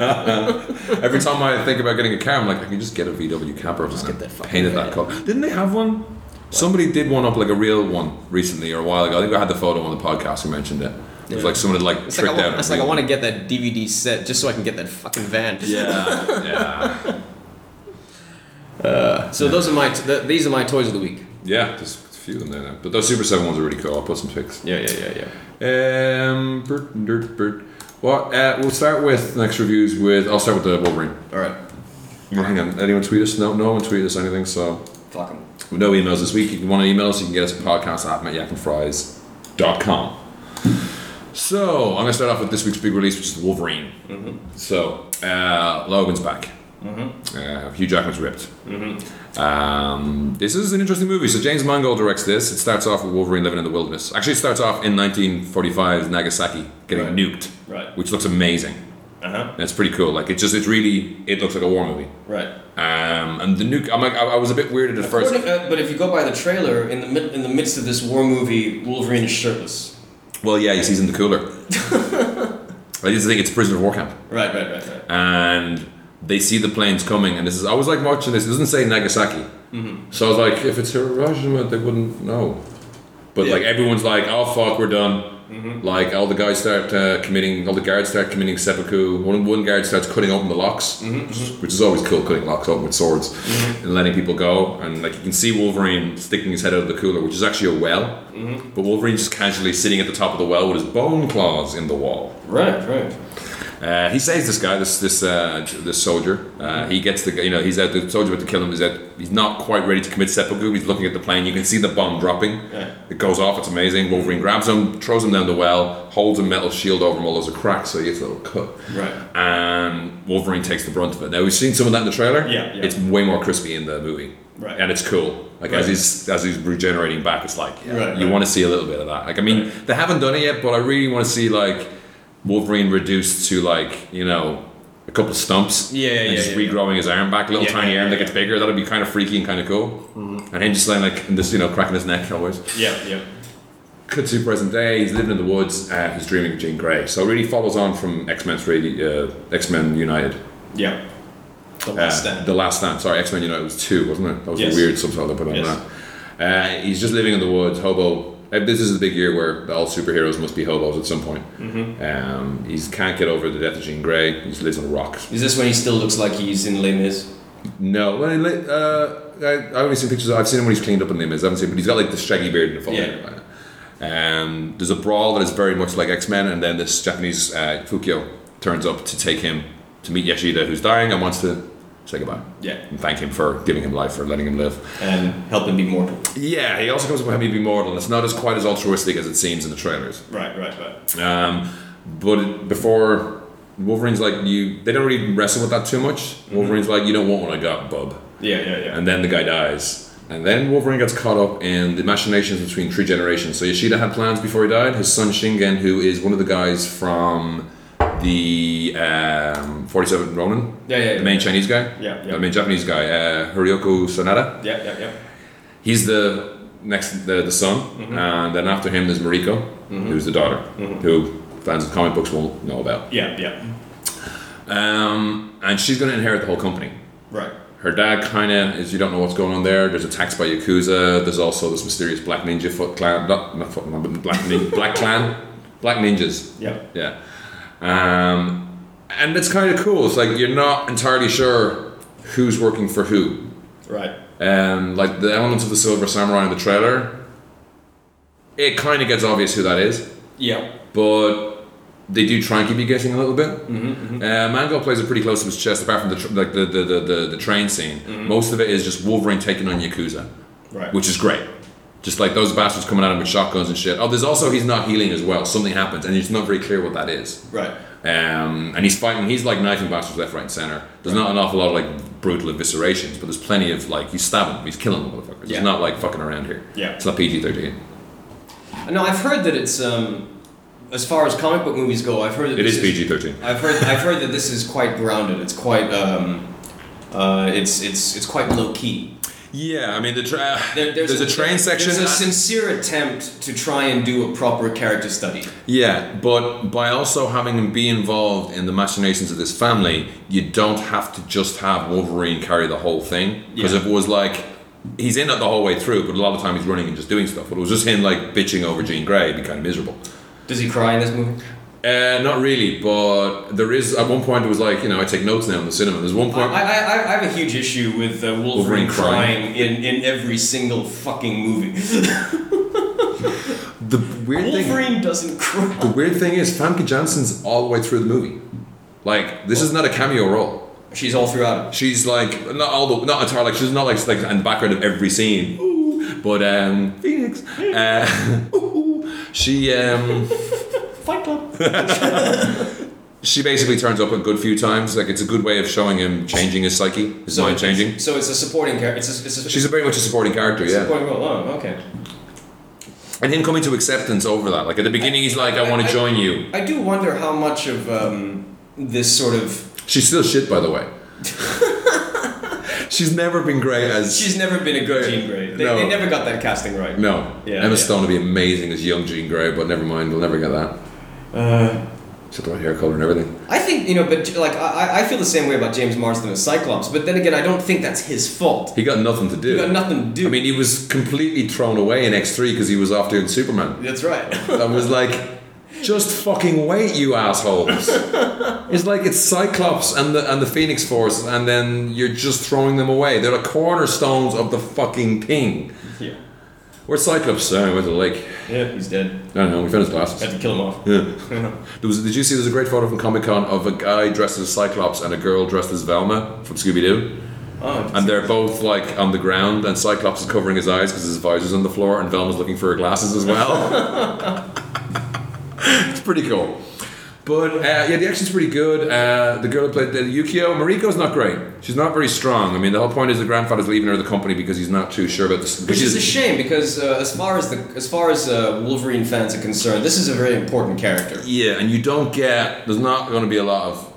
Speaker 1: Every time I think about getting a car, I'm like, I can just get a VW camper. Just get
Speaker 2: that fucking
Speaker 1: painted
Speaker 2: van.
Speaker 1: that color. Didn't they have one? Somebody did one up like a real one recently or a while ago. I think I had the photo on the podcast. who mentioned it. It was
Speaker 2: Yeah.
Speaker 1: like someone had like
Speaker 2: It's like, I
Speaker 1: tricked
Speaker 2: want,
Speaker 1: out.
Speaker 2: it's like I want to get that DVD set just so I can get that fucking van.
Speaker 1: Yeah, yeah,
Speaker 2: So those are my t- th- these are my toys of the week.
Speaker 1: yeah. There's a few in there now, but those Super Seven ones are really cool. I'll put some pics.
Speaker 2: Yeah, yeah, yeah, yeah.
Speaker 1: Um, Bert, Bert, Bert. Well, uh, we'll start with next reviews with. I'll start with the Wolverine.
Speaker 2: All right,
Speaker 1: Well, Hang on. Anyone tweet us? No, no one tweet us anything. So
Speaker 2: fuck 'em.
Speaker 1: No emails this week. If you want to email us, you can get us at podcast at mattyapandfries.com. So, I'm going to start off with this week's big release, which is the Wolverine.
Speaker 2: Mm-hmm.
Speaker 1: So, uh, Logan's back. Uh, Hugh Jackman's ripped.
Speaker 2: Mm-hmm.
Speaker 1: Um, this is an interesting movie. So, James Mangold directs this. It starts off with Wolverine living in the wilderness. Actually, it starts off in 1945's Nagasaki getting
Speaker 2: Right.
Speaker 1: nuked,
Speaker 2: Right.
Speaker 1: which looks amazing.
Speaker 2: Uh huh.
Speaker 1: And it's pretty cool. Like, it just, it's really, it looks like a war movie.
Speaker 2: Right.
Speaker 1: Um, and the nuke, I'm like, I, I was a bit weirded at first.
Speaker 2: According- uh, but if you go by the trailer, in the mid- in the midst of this war movie, Wolverine is shirtless.
Speaker 1: Well, yeah, he's, he's in the cooler. I just think it's prisoner of war camp,
Speaker 2: Right, right, right, right.
Speaker 1: and they see the planes coming, and this is I was like watching this. It doesn't say Nagasaki, so I was like, if it's Hiroshima, they wouldn't know. But
Speaker 2: Yeah.
Speaker 1: like everyone's like, oh fuck, we're done. Like all the guys start uh, committing, all the guards start committing seppuku. One one guard starts cutting open the locks, which, is, which is always cool, cutting locks open with swords and letting people go. And like you can see Wolverine sticking his head out of the cooler, which is actually a well, but Wolverine's just casually sitting at the top of the well with his bone claws in the wall.
Speaker 2: Right, right.
Speaker 1: Uh, he saves this guy, this this uh, this soldier. Uh, he gets the you know he's out. The soldier about to kill him is out. He's not quite ready to commit seppuku. He's looking at the plane. You can see the bomb dropping.
Speaker 2: Yeah.
Speaker 1: It goes off. It's amazing. Wolverine grabs him, throws him down the well, holds a metal shield over him. All there's a crack, so he gets a little cut.
Speaker 2: Right.
Speaker 1: And Wolverine takes the brunt of it. Now we've seen some of that in the trailer.
Speaker 2: Yeah, yeah.
Speaker 1: It's way more crispy in the movie.
Speaker 2: Right.
Speaker 1: And it's cool. Like as
Speaker 2: Right.
Speaker 1: he's as he's regenerating back, it's like yeah,
Speaker 2: Right,
Speaker 1: you
Speaker 2: right.
Speaker 1: want to see a little bit of that. Like I mean, they haven't done it yet, but I really want to see like Wolverine reduced to like you know a couple of stumps.
Speaker 2: Yeah,
Speaker 1: and
Speaker 2: yeah,
Speaker 1: just
Speaker 2: yeah.
Speaker 1: regrowing his arm back, little
Speaker 2: Yeah,
Speaker 1: tiny
Speaker 2: yeah,
Speaker 1: arm that
Speaker 2: yeah.
Speaker 1: gets
Speaker 2: Mm-hmm.
Speaker 1: bigger. That'd be kind of freaky and kind of cool. And him just saying like and this you know cracking his neck always.
Speaker 2: Yeah, yeah.
Speaker 1: Cut to present day. He's living in the woods. Uh, he's dreaming of Jean Grey. So it really follows on from X Men Three, uh, X Men United.
Speaker 2: Yeah. The
Speaker 1: Uh,
Speaker 2: last stand.
Speaker 1: The Last Stand. Sorry, X Men United was two, wasn't it? That was
Speaker 2: Yes.
Speaker 1: a weird subtitle they put on
Speaker 2: Yes.
Speaker 1: that. Uh, he's just living in the woods, hobo. Uh, This is the big year where all superheroes must be hobos at some point.
Speaker 2: Mm-hmm.
Speaker 1: Um, he can't get over the death of Jean Grey. He just lives on rocks.
Speaker 2: Is this when he still looks like he's in Les Mis?
Speaker 1: No, well, he li- uh, I, I've only seen pictures. I've seen him when he's cleaned up in the image. I haven't seen, but he's got like the shaggy beard and the full.
Speaker 2: Yeah.
Speaker 1: Um, there's a brawl that is very much like X Men, and then this Japanese uh, Fukio turns up to take him to meet Yashida, who's dying, and wants to say goodbye
Speaker 2: Yeah.
Speaker 1: and thank him for giving him life, for letting him live.
Speaker 2: And help him be mortal.
Speaker 1: Yeah, he also comes up with having to be mortal, and it's not as quite as altruistic as it seems in the trailers.
Speaker 2: Right, right, right.
Speaker 1: Um, but it- before Wolverine's like you, they don't really wrestle with that too much. Wolverine's like, you don't want what I got, bub,
Speaker 2: Yeah, yeah, yeah.
Speaker 1: and then the guy dies. And then Wolverine gets caught up in the machinations between three generations. So Yoshida had plans before he died. His son Shingen, who is one of the guys from the um, 47 Ronin,
Speaker 2: yeah, yeah, yeah.
Speaker 1: the main Chinese guy,
Speaker 2: Yeah, yeah.
Speaker 1: the main Japanese guy, uh, Hiroyoku Sanada
Speaker 2: yeah, yeah, yeah.
Speaker 1: he's the next the, the son
Speaker 2: Mm-hmm.
Speaker 1: and then after him there's mariko who's the daughter who fans of comic books will know about
Speaker 2: Yeah, yeah.
Speaker 1: um, and she's going to inherit the whole company
Speaker 2: Right.
Speaker 1: her dad kind of is you don't know what's going on there there's attacks by yakuza there's also this mysterious black ninja foot clan not, not foot Clan, but black, nin, <laughs> black clan black ninjas
Speaker 2: Yeah.
Speaker 1: yeah um, and it's kind of cool it's like you're not entirely sure who's working for who
Speaker 2: Right.
Speaker 1: um, like the elements of the Silver Samurai in the trailer, it kind of gets obvious who that is,
Speaker 2: Yeah.
Speaker 1: but they do try and keep you guessing a little bit. Mm-hmm, Uh, Mango plays it pretty close to his chest, apart from the tr- like the the, the, the, the train scene. Most of it is just Wolverine taking on Yakuza,
Speaker 2: Right.
Speaker 1: which is great. Just like those bastards coming at him with shotguns and shit. Oh, there's also he's not healing as well. Something happens, and it's not very clear what that is.
Speaker 2: Right.
Speaker 1: Um, and he's fighting. He's like knifing bastards left, right, and center. There's not an awful lot of like brutal eviscerations, but there's plenty of like he's stabbing, them, he's killing them, motherfuckers.
Speaker 2: Yeah.
Speaker 1: He's not like fucking around here.
Speaker 2: Yeah.
Speaker 1: It's not PG-13.
Speaker 2: No, I've heard that it's um, as far as comic book movies go, I've heard that
Speaker 1: It
Speaker 2: this
Speaker 1: is PG-13.
Speaker 2: I've heard I've heard that this is quite grounded. It's quite um, uh, it's it's it's quite low key.
Speaker 1: Yeah, I mean the tra-
Speaker 2: There-
Speaker 1: there's, a, train section.
Speaker 2: There's a sincere attempt to try and do a proper character study.
Speaker 1: yeah, but by also having him be involved in the machinations of this family, you don't have to just have Wolverine carry the whole thing. Because
Speaker 2: Yeah.
Speaker 1: if it was like he's in it the whole way through, but a lot of time he's running and just doing stuff. But it was just him like bitching over Jean Grey, it'd be kind of miserable.
Speaker 2: Does he cry in this movie?
Speaker 1: Uh, not really, but there is. At one point, it was like you know, I take notes now in the cinema. There's one
Speaker 2: I,
Speaker 1: point.
Speaker 2: I, I, I have a huge issue with uh, Wolverine,
Speaker 1: Wolverine crying.
Speaker 2: crying in, in every single fucking
Speaker 1: <laughs>
Speaker 2: movie. <laughs>
Speaker 1: the weird thing.
Speaker 2: Wolverine doesn't
Speaker 1: The
Speaker 2: cry.
Speaker 1: weird thing is, Famke Janssen's all the way through the movie. Like this is not a cameo role.
Speaker 2: She's all throughout. it.
Speaker 1: She's like not all the not entirely. Like she's not like like in the background of every scene. Ooh, but um, Phoenix. Uh, <laughs> ooh, ooh. she um.
Speaker 2: Fight
Speaker 1: <laughs>
Speaker 2: Club.
Speaker 1: She basically turns up a good few times. Like it's a good way of showing him changing his psyche, his mind changing.
Speaker 2: So it's a supporting character. It's a, it's a,
Speaker 1: She's a very much a supporting character,
Speaker 2: it's a
Speaker 1: yeah.
Speaker 2: supporting role. Oh, okay.
Speaker 1: And him coming to acceptance over that. Like at the beginning, he's like, I want to join you.
Speaker 2: I do wonder how much of um, this sort of
Speaker 1: She's still shit, by the
Speaker 2: <laughs>
Speaker 1: way. She's never been great as.
Speaker 2: She's never been a good
Speaker 1: Great.
Speaker 2: Jean Grey. They,
Speaker 1: No.
Speaker 2: they never got that casting
Speaker 1: <laughs>
Speaker 2: right.
Speaker 1: no.
Speaker 2: Yeah,
Speaker 1: Emma
Speaker 2: yeah.
Speaker 1: Stone would be amazing as young Jean Grey, but never mind, we'll never get that.
Speaker 2: Uh,
Speaker 1: She's got the right hair color and everything.
Speaker 2: I think you know, but like I, I feel the same way about James Marsden as Cyclops. But then again, I don't think that's his fault.
Speaker 1: He got nothing to do.
Speaker 2: He got nothing to do.
Speaker 1: I mean, he was completely thrown away in X3 because he was off doing Superman.
Speaker 2: that's right.
Speaker 1: That was like. Just fucking wait, you
Speaker 2: <laughs>
Speaker 1: assholes. It's like it's Cyclops and the and the Phoenix Force, and then you're just throwing them away. They're the cornerstones of the fucking thing.
Speaker 2: <laughs> Yeah.
Speaker 1: Where's Cyclops? Uh, went to the lake.
Speaker 2: Yeah, he's dead.
Speaker 1: I don't know. We found his glasses.
Speaker 2: Had to kill him off.
Speaker 1: Yeah. There was, did you see? There's a great photo from Comic Con of a guy dressed as Cyclops and a girl dressed as Velma from Scooby Doo,
Speaker 2: <laughs> Oh,
Speaker 1: and they're both like on the ground, and Cyclops is covering his eyes because his visor's on the floor, and Velma's looking for her glasses as well. <laughs> it's pretty cool. But uh, yeah, the action's pretty good. Uh, the girl who played the Yukio Mariko's not great. She's not very strong. I mean, the whole point is the grandfather's leaving her the company because he's not too sure about this.
Speaker 2: Which is a shame because uh, as far as the as far as uh, Wolverine fans are concerned, this is a very important character.
Speaker 1: Yeah, and you don't get. There's not going to be a lot of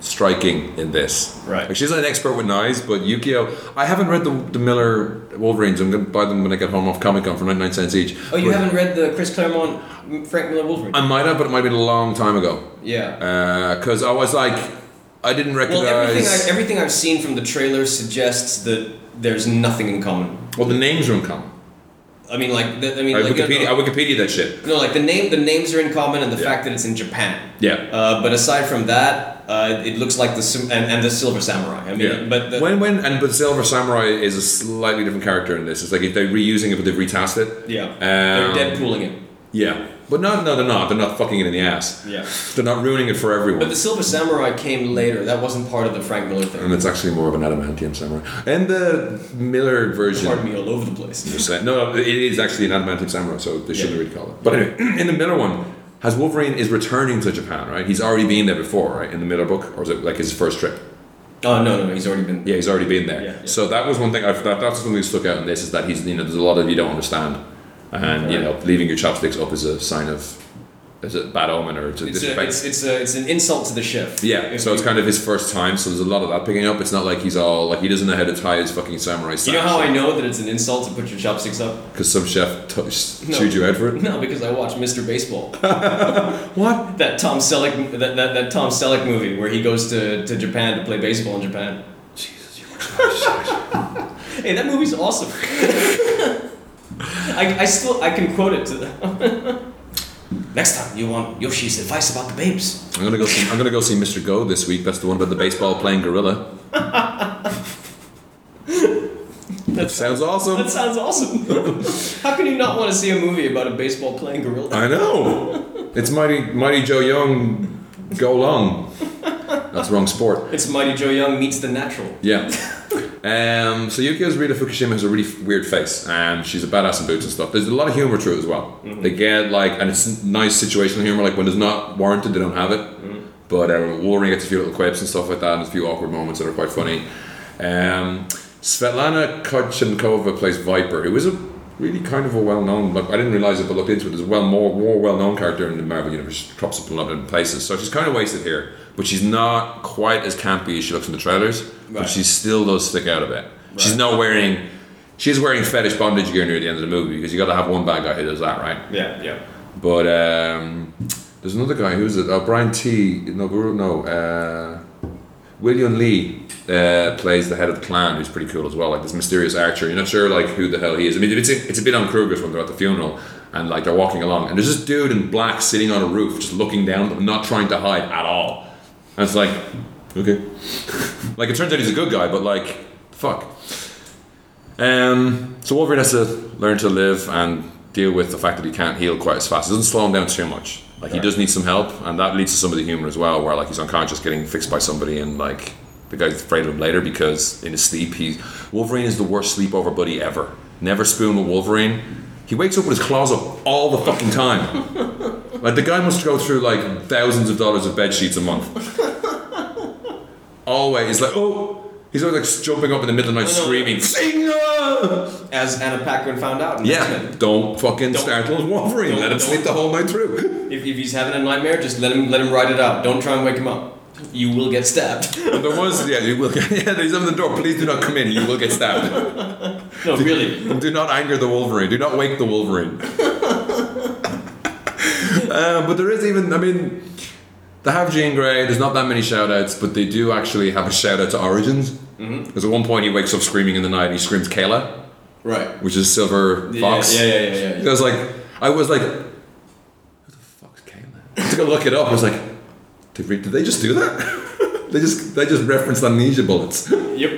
Speaker 1: striking in this.
Speaker 2: Right.
Speaker 1: Like she's not an expert with knives, but Yukio. I haven't read the, the Miller Wolverines. I'm going to buy them when I get home off Comic Con for 99 cents each.
Speaker 2: Oh, you
Speaker 1: But
Speaker 2: haven't read the Chris Claremont M- Frank Miller Wolverine?
Speaker 1: I might have, but it might have been a long time ago.
Speaker 2: yeah.
Speaker 1: Because I was like, I didn't recognize.
Speaker 2: Well, everything I, everything I've seen from the trailer suggests that there's nothing in common.
Speaker 1: well, the names are in common.
Speaker 2: I mean, like the, I mean,
Speaker 1: I
Speaker 2: like, you
Speaker 1: Wikipedia,
Speaker 2: know,
Speaker 1: I Wikipedia that shit.
Speaker 2: no, like the name the names are in common and the
Speaker 1: Yeah.
Speaker 2: fact that it's in Japan.
Speaker 1: Yeah.
Speaker 2: Uh, but aside from that, uh, it looks like the sim- and, and the Silver Samurai. I mean,
Speaker 1: Yeah,
Speaker 2: but the,
Speaker 1: when when and but Silver Samurai is a slightly different character in this. It's like they're reusing it, but they've recast it.
Speaker 2: yeah,
Speaker 1: Um,
Speaker 2: they're Deadpooling it.
Speaker 1: Yeah, but no, no, they're not. They're not fucking it in the ass. <laughs>
Speaker 2: Yeah.
Speaker 1: They're not ruining it for everyone.
Speaker 2: But the Silver Samurai came later. That wasn't part of the Frank Miller thing.
Speaker 1: and it's actually more of an adamantium samurai. And the Miller
Speaker 2: Pardon
Speaker 1: version.
Speaker 2: me, all over the place.
Speaker 1: No, no, it is actually an adamantium samurai, so they shouldn't
Speaker 2: Yeah.
Speaker 1: really call it. But anyway, <clears throat> in the Miller one, has Wolverine is returning to Japan, right? He's already been there before, right? In the Miller book, or is it like his first trip?
Speaker 2: Oh no, no, no, he's already been.
Speaker 1: Yeah, he's already been there.
Speaker 2: Yeah, yeah.
Speaker 1: So that was one thing. I've, that, that's something that stuck out in this is that he's you know there's a lot of you don't understand, and you know leaving your chopsticks up is a sign of is a bad omen or to
Speaker 2: It's, a,
Speaker 1: disrespect.
Speaker 2: it's, it's, a, it's an insult to the chef.
Speaker 1: Yeah, so it's kind of his first time, so there's a lot of that picking up. It's not like he's all like he doesn't know how to tie his fucking samurai
Speaker 2: You
Speaker 1: sash.
Speaker 2: know how I know that it's an insult to put your chopsticks up?
Speaker 1: Because some chef t- s-
Speaker 2: No.
Speaker 1: chewed you out for it.
Speaker 2: No, because I watched Mr. Baseball,
Speaker 1: <laughs> What?
Speaker 2: that Tom Selleck, that, that, that Tom Selleck movie where he goes to, to Japan to play baseball in Japan.
Speaker 1: Jesus, you watch
Speaker 2: <laughs> Hey, that movie's awesome. I, I still I can quote it to them. <laughs> Next time you want Yoshi's advice about the babes.
Speaker 1: I'm gonna go. See, I'm gonna go see Mr. Go this week. That's the one about the baseball playing
Speaker 2: <laughs>
Speaker 1: gorilla.
Speaker 2: That
Speaker 1: Sounds awesome.
Speaker 2: That sounds awesome. <laughs> How can you not want to see a movie about a baseball playing gorilla?
Speaker 1: I know. It's mighty mighty Joe Young. Go long. That's wrong sport.
Speaker 2: It's Mighty Joe Young meets the natural.
Speaker 1: Yeah. Um, so Yukio's Rita Fukushima has a really f- weird face, and she's a badass in boots and stuff. There's a lot of humor to it as well. They get like, and it's n- nice situational humor. Like when it's not warranted, they don't have it. But uh, Wolverine gets a few little quips and stuff like that, and a few awkward moments that are quite funny. Um, Svetlana Kovchenkova plays Viper, who is a really kind of a well-known. Look, I didn't realize it, but looked into it as well. More more well-known character in the Marvel universe. She crops up in a lot of different places, so she's kind of wasted here. But she's not quite as campy as she looks in the trailers. But
Speaker 2: Right.
Speaker 1: she still does stick out a bit. She's
Speaker 2: Right.
Speaker 1: not wearing. She's wearing fetish bondage gear near the end of the movie because you got to have one bad guy who does that, right?
Speaker 2: Yeah, yeah.
Speaker 1: But um, there's another guy who's it? Oh, Brian T. No, Guru- no. Uh, William Lee uh, plays the head of the clan, who's pretty cool as well. Like this mysterious archer. You're not sure like who the hell he is. I mean, it's a, it's a bit on Kruger's when they're at the funeral and like they're walking along, and there's this dude in black sitting on a roof, just looking down, but not trying to hide at all. And it's like, okay, <laughs> like it turns out he's a good guy, but like, fuck. Um, so Wolverine has to learn to live and deal with the fact that he can't heal quite as fast. It doesn't slow him down too much. Like he
Speaker 2: Right.
Speaker 1: does need some help, and that leads to some of the humor as well, where like he's unconscious, getting fixed by somebody, and like the guy's afraid of him later because in his sleep, he's Wolverine is the worst sleepover buddy ever. Never spoon with Wolverine. He wakes up with his claws up all the fucking
Speaker 2: <laughs>
Speaker 1: time. like the guy must go through like thousands of dollars of bed sheets a
Speaker 2: <laughs>
Speaker 1: month. Always like oh. He's always like jumping up in the middle of the night
Speaker 2: I know.
Speaker 1: screaming, Singer!
Speaker 2: As Anna Paquin found out. in
Speaker 1: Yeah,
Speaker 2: X-Men.
Speaker 1: don't fucking
Speaker 2: Don't-
Speaker 1: startle Wolverine.
Speaker 2: don't-
Speaker 1: Let him
Speaker 2: don't-
Speaker 1: sleep the whole night through.
Speaker 2: <laughs> If, if he's having a nightmare, just let him let him ride it out. Don't try and wake him up. You will get stabbed. <laughs>
Speaker 1: But there was, yeah, you will. <laughs> Yeah, he's on the door. Please do not come in. You will get stabbed. <laughs>
Speaker 2: no, really.
Speaker 1: And do not anger the Wolverine. Do not wake the
Speaker 2: <laughs>
Speaker 1: Wolverine. uh, but there is even, I mean, they have Jean Grey. There's not that many shout outs, but they do actually have a shout out to Origins.
Speaker 2: Mm-hmm.
Speaker 1: Because at one point he wakes up screaming in the night and he screams Kayla,
Speaker 2: Right.
Speaker 1: which is Silver
Speaker 2: Yeah,
Speaker 1: Fox.
Speaker 2: yeah, yeah, yeah, yeah, yeah.
Speaker 1: I was like, I was like, who the fuck's Kayla? to go look it up. I was like, did, we, did they just do that? <laughs> they just they just referenced amnesia bullets. <laughs>
Speaker 2: Yep.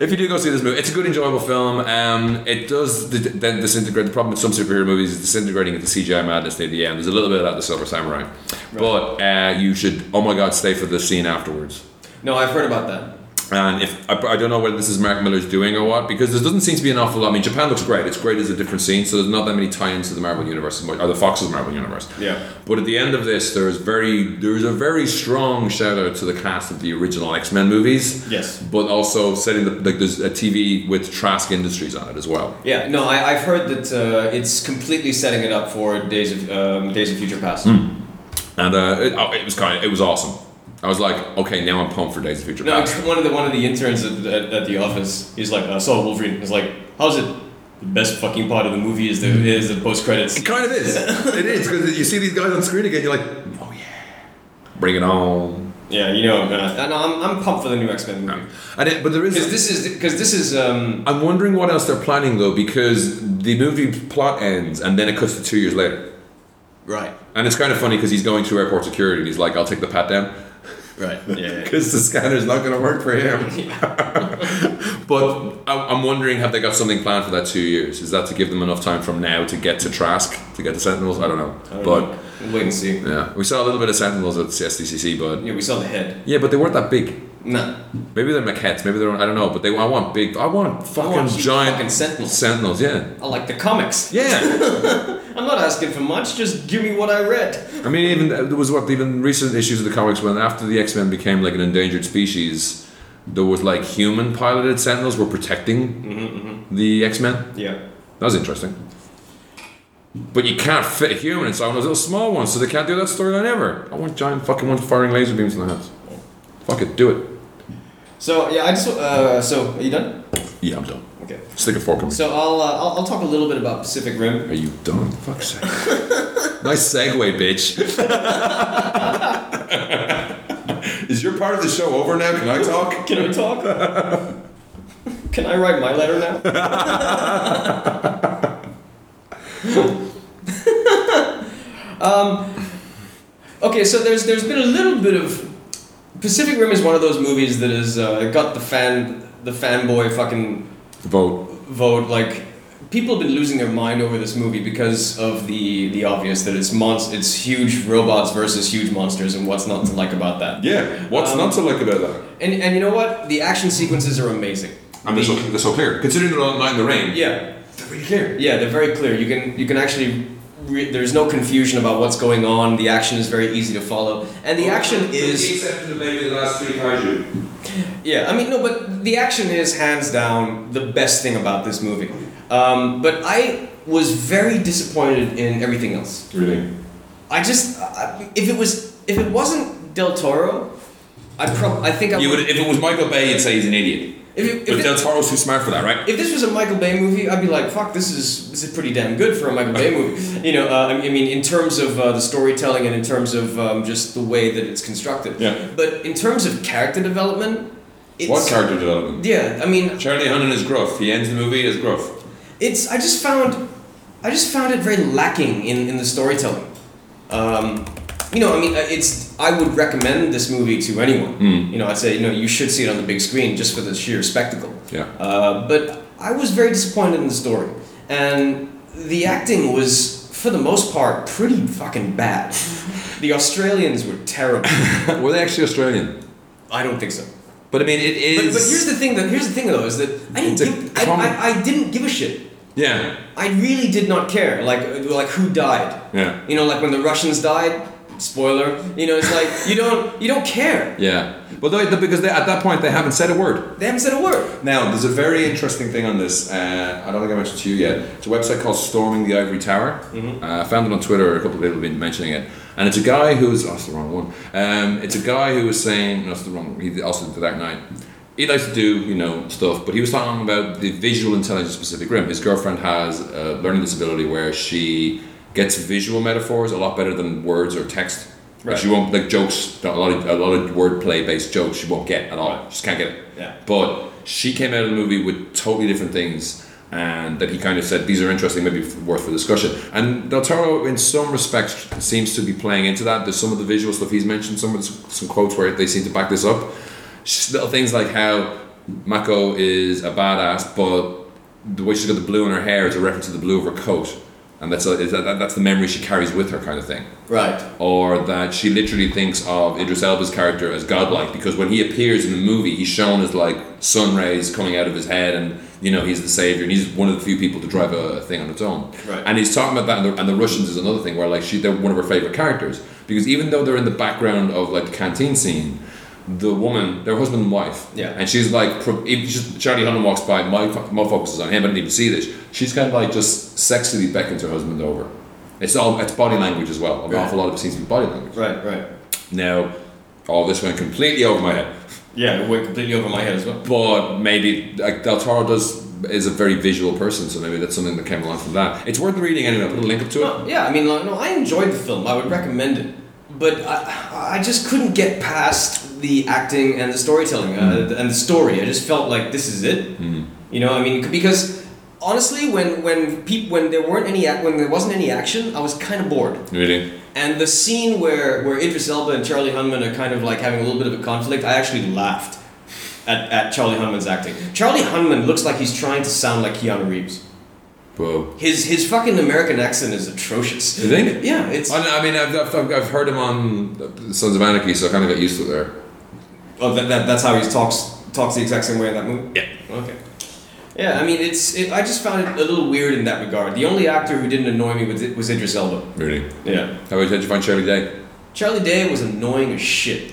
Speaker 1: if you do go see this movie, it's a good, enjoyable film. Um, it does the, then disintegrate. The problem with some superhero movies is disintegrating into CGI madness near the end. There's a little bit of that in the Silver Samurai, but uh, you should. Oh my God, stay for the scene afterwards.
Speaker 2: No, I've heard about that.
Speaker 1: And if I, I don't know whether this is Mark Miller's doing or what, because there doesn't seem to be an awful lot. I mean, Japan looks great; it's great as a different scene, so there's not that many tie-ins to the Marvel universe, as much- or the Fox's Marvel universe.
Speaker 2: Yeah.
Speaker 1: But at the end of this, there's very there's a very strong shout out to the cast of the original X Men movies.
Speaker 2: Yes.
Speaker 1: But also setting the like there's a TV with Trask Industries on it as well.
Speaker 2: Yeah, no, I, I've heard that uh, it's completely setting it up for Days of um, Days of Future Past.
Speaker 1: And uh, it, oh, it was kind of it was awesome. I was like, okay, now I'm pumped for Days of Future
Speaker 2: No,
Speaker 1: Past.
Speaker 2: it's one of the one of the interns at, at, at the office, he's like, I saw Wolverine. He's like, how's it? The best fucking part of the movie is the is the post credits.
Speaker 1: It kind of is. it is because you see these guys on screen again, you're like, oh yeah, bring it on.
Speaker 2: Yeah, you know, I'm gonna. No, I'm, I'm pumped for the new X Men movie
Speaker 1: And it, but there is
Speaker 2: because this is because this is um
Speaker 1: I'm wondering what else they're planning though, because the movie plot ends and then it cuts to two years later.
Speaker 2: right,
Speaker 1: And it's kind of funny because he's going through airport security and he's like, I'll take the pat <laughs> down.
Speaker 2: right, yeah, yeah,
Speaker 1: Because the scanner's not going to work for <laughs> him. <laughs> but I- I'm wondering, have they got something planned for that two years? Is that to give them enough time from now to get to Trask, to get to Sentinels? I don't know.
Speaker 2: <laughs> yeah.
Speaker 1: but
Speaker 2: We'll wait and see.
Speaker 1: yeah, we saw a little bit of Sentinels at SDCC, but
Speaker 2: Yeah, we saw the head.
Speaker 1: yeah, but they weren't that big.
Speaker 2: Nah,
Speaker 1: Maybe they're maquettes. Maybe they're I don't know. But they I want big. I want fucking
Speaker 2: huge
Speaker 1: giant
Speaker 2: fucking Sentinels.
Speaker 1: Sentinels. Yeah.
Speaker 2: I like the comics.
Speaker 1: Yeah.
Speaker 2: I'm not asking for much. Just give me what I read.
Speaker 1: I mean, even there was what even recent issues of the comics when after the X Men became like an endangered species, there was like human piloted Sentinels were protecting the X Men.
Speaker 2: Yeah.
Speaker 1: That was interesting. But you can't fit a human inside one of those little small ones, so they can't do that storyline ever. I want giant fucking ones firing laser beams in the house. Fuck it, do it.
Speaker 2: So yeah, I just uh, so are you done?
Speaker 1: Yeah, I'm done.
Speaker 2: Okay.
Speaker 1: Stick a fork in me.
Speaker 2: So I'll, uh, I'll I'll talk a little bit about Pacific Rim.
Speaker 1: Are you done? Fuck's sake. nice segue, bitch. <laughs> Is your part of the show over now? Can I talk?
Speaker 2: Can I talk? Can I write my letter now? um, okay, so there's there's been a little bit of Pacific Rim is one of those movies that has uh, got the fan the fanboy fucking
Speaker 1: vote.
Speaker 2: vote like people have been losing their mind over this movie because of the the obvious that it's monst- it's huge robots versus huge monsters and what's not to like about that
Speaker 1: Yeah. What's
Speaker 2: Um,
Speaker 1: not to like about that?
Speaker 2: and and you know what the action sequences are amazing
Speaker 1: And they're so,
Speaker 2: The-
Speaker 1: they're so clear. Considering they're not in the rain.
Speaker 2: yeah
Speaker 1: They're really clear.
Speaker 2: yeah they're very clear you can you can actually re- there's no confusion about what's going on the action is very easy to follow and the action is
Speaker 1: exception of maybe the last three kaiju.
Speaker 2: Yeah, I mean, no, but the action is hands down the best thing about this movie. Um, but I was very disappointed in everything else.
Speaker 1: Really?
Speaker 2: I just, I, if it was, if it wasn't Del Toro, I prob, I think I
Speaker 1: You would, if it was Michael Bay, you'd say he's an idiot.
Speaker 2: If, it- if,
Speaker 1: But
Speaker 2: it-
Speaker 1: Del Toro's too smart for that, right?
Speaker 2: if this was a Michael Bay movie, I'd be like, fuck, this is this is pretty damn good for a Michael Bay
Speaker 1: <laughs>
Speaker 2: movie. You know, uh, I mean- I mean, in terms of uh, the storytelling and in terms of um, just the way that it's constructed.
Speaker 1: Yeah.
Speaker 2: But in terms of character development, it's
Speaker 1: what character development?
Speaker 2: yeah, I mean,
Speaker 1: Charlie Hunnam is gruff. He ends the movie as gruff.
Speaker 2: it's I just found I just found it very lacking in, in the storytelling. Um, you know, I mean, uh, it's I would recommend this movie to anyone.
Speaker 1: Hmm.
Speaker 2: You know, I'd say you know you should see it on the big screen just for the sheer spectacle.
Speaker 1: Yeah. <laughs>
Speaker 2: Uh, but I was very disappointed in the story, and the acting was for the most part pretty fucking <laughs> bad. the Australians were terrible.
Speaker 1: Were they actually Australian?
Speaker 2: I don't think so.
Speaker 1: But I mean, it is.
Speaker 2: But, but here's the thing though. Here's the thing though is that I didn't
Speaker 1: It's a
Speaker 2: give, I,
Speaker 1: common-
Speaker 2: I, I didn't give a shit.
Speaker 1: yeah,
Speaker 2: I really did not care, like like who died.
Speaker 1: Yeah.
Speaker 2: You know, like when the Russians died. Spoiler. You know, it's like you don't you don't care.
Speaker 1: yeah. But they, because they, at that point they haven't said a word.
Speaker 2: They haven't said a word.
Speaker 1: Now, there's a very interesting thing on this. Uh, I don't think I mentioned to you yet. It's a website called Storming the Ivory Tower.
Speaker 2: Mm-hmm.
Speaker 1: Uh, I found it on Twitter. A couple of people have been mentioning it, and it's a guy who's oh, that's the wrong one. Um, it's a guy who was saying no, that's the wrong. He also did The Dark Knight. He likes to do you know stuff, but he was talking about the visual intelligence of Pacific Rim. His girlfriend has a learning disability where she gets visual metaphors a lot better than words or text. Like
Speaker 2: Right.
Speaker 1: she won't like jokes. A lot of a lot of wordplay based jokes she won't get at all.
Speaker 2: Right.
Speaker 1: She just can't get it.
Speaker 2: Yeah.
Speaker 1: But she came out of the movie with totally different things. and that he kind of said these are interesting, maybe f- worth for discussion. And Del Toro, in some respects, seems to be playing into that. There's some of the visual stuff he's mentioned, some of the, s- some quotes where they seem to back this up. Just little things like how Mako is a badass, but the way she's got the blue in her hair is a reference to the blue of her coat, and that's a, is that, that- that's the memory she carries with her, kind of thing
Speaker 2: Right.
Speaker 1: or that she literally thinks of Idris Elba's character as godlike because when he appears in the movie, he's shown as like sun rays coming out of his head, and you know he's the savior, and he's one of the few people to drive a, a thing on its own.
Speaker 2: Right.
Speaker 1: And he's talking about that, and the, and the Russians is another thing where like she, they're one of her favorite characters because even though they're in the background of like the canteen scene. The woman, their husband and wife,
Speaker 2: Yeah.
Speaker 1: and she's like, pro- if she's- Charlie Hunnam walks by, my, fo- my focus is on him. I didn't even see this. She's kind of like just sexily beckons her husband over. It's all it's body language as well. An
Speaker 2: Right.
Speaker 1: awful lot of it seems to be body language.
Speaker 2: Right. Right.
Speaker 1: Now, all this went completely over my head,
Speaker 2: Yeah, it went completely over my head as well.
Speaker 1: but maybe like Del Toro does is a very visual person, so maybe that's something that came along from that. It's worth reading anyway. I'll Put a link up to it.
Speaker 2: No, Oh, yeah, I mean, like, no, I enjoyed the film. I would recommend it, but I, I just couldn't get past the acting and the storytelling uh, and the story. I just felt like this is it. You know, I mean, c- because honestly, when when peop- when there weren't any ac- when there wasn't any action, I was kind of bored.
Speaker 1: Really?
Speaker 2: And the scene where where Idris Elba and Charlie Hunnam are kind of like having a little bit of a conflict, I actually laughed at, at Charlie Hunnam's acting. Charlie Hunnam looks like he's trying to sound like Keanu Reeves.
Speaker 1: Whoa.
Speaker 2: His his fucking American accent is atrocious.
Speaker 1: You think?
Speaker 2: Yeah, it's
Speaker 1: I, don't- I mean, I've, I've, I've heard him on Sons of Anarchy, so I kind of got used to it there.
Speaker 2: oh that, that that's how he talks talks the exact same way in that movie.
Speaker 1: Yeah.
Speaker 2: Okay. Yeah, I mean it's it, I just found it a little weird in that regard. The only actor who didn't annoy me was was Idris Elba.
Speaker 1: Really?
Speaker 2: Yeah.
Speaker 1: How about you, did you find Shirley Day?
Speaker 2: Charlie Day was annoying as shit.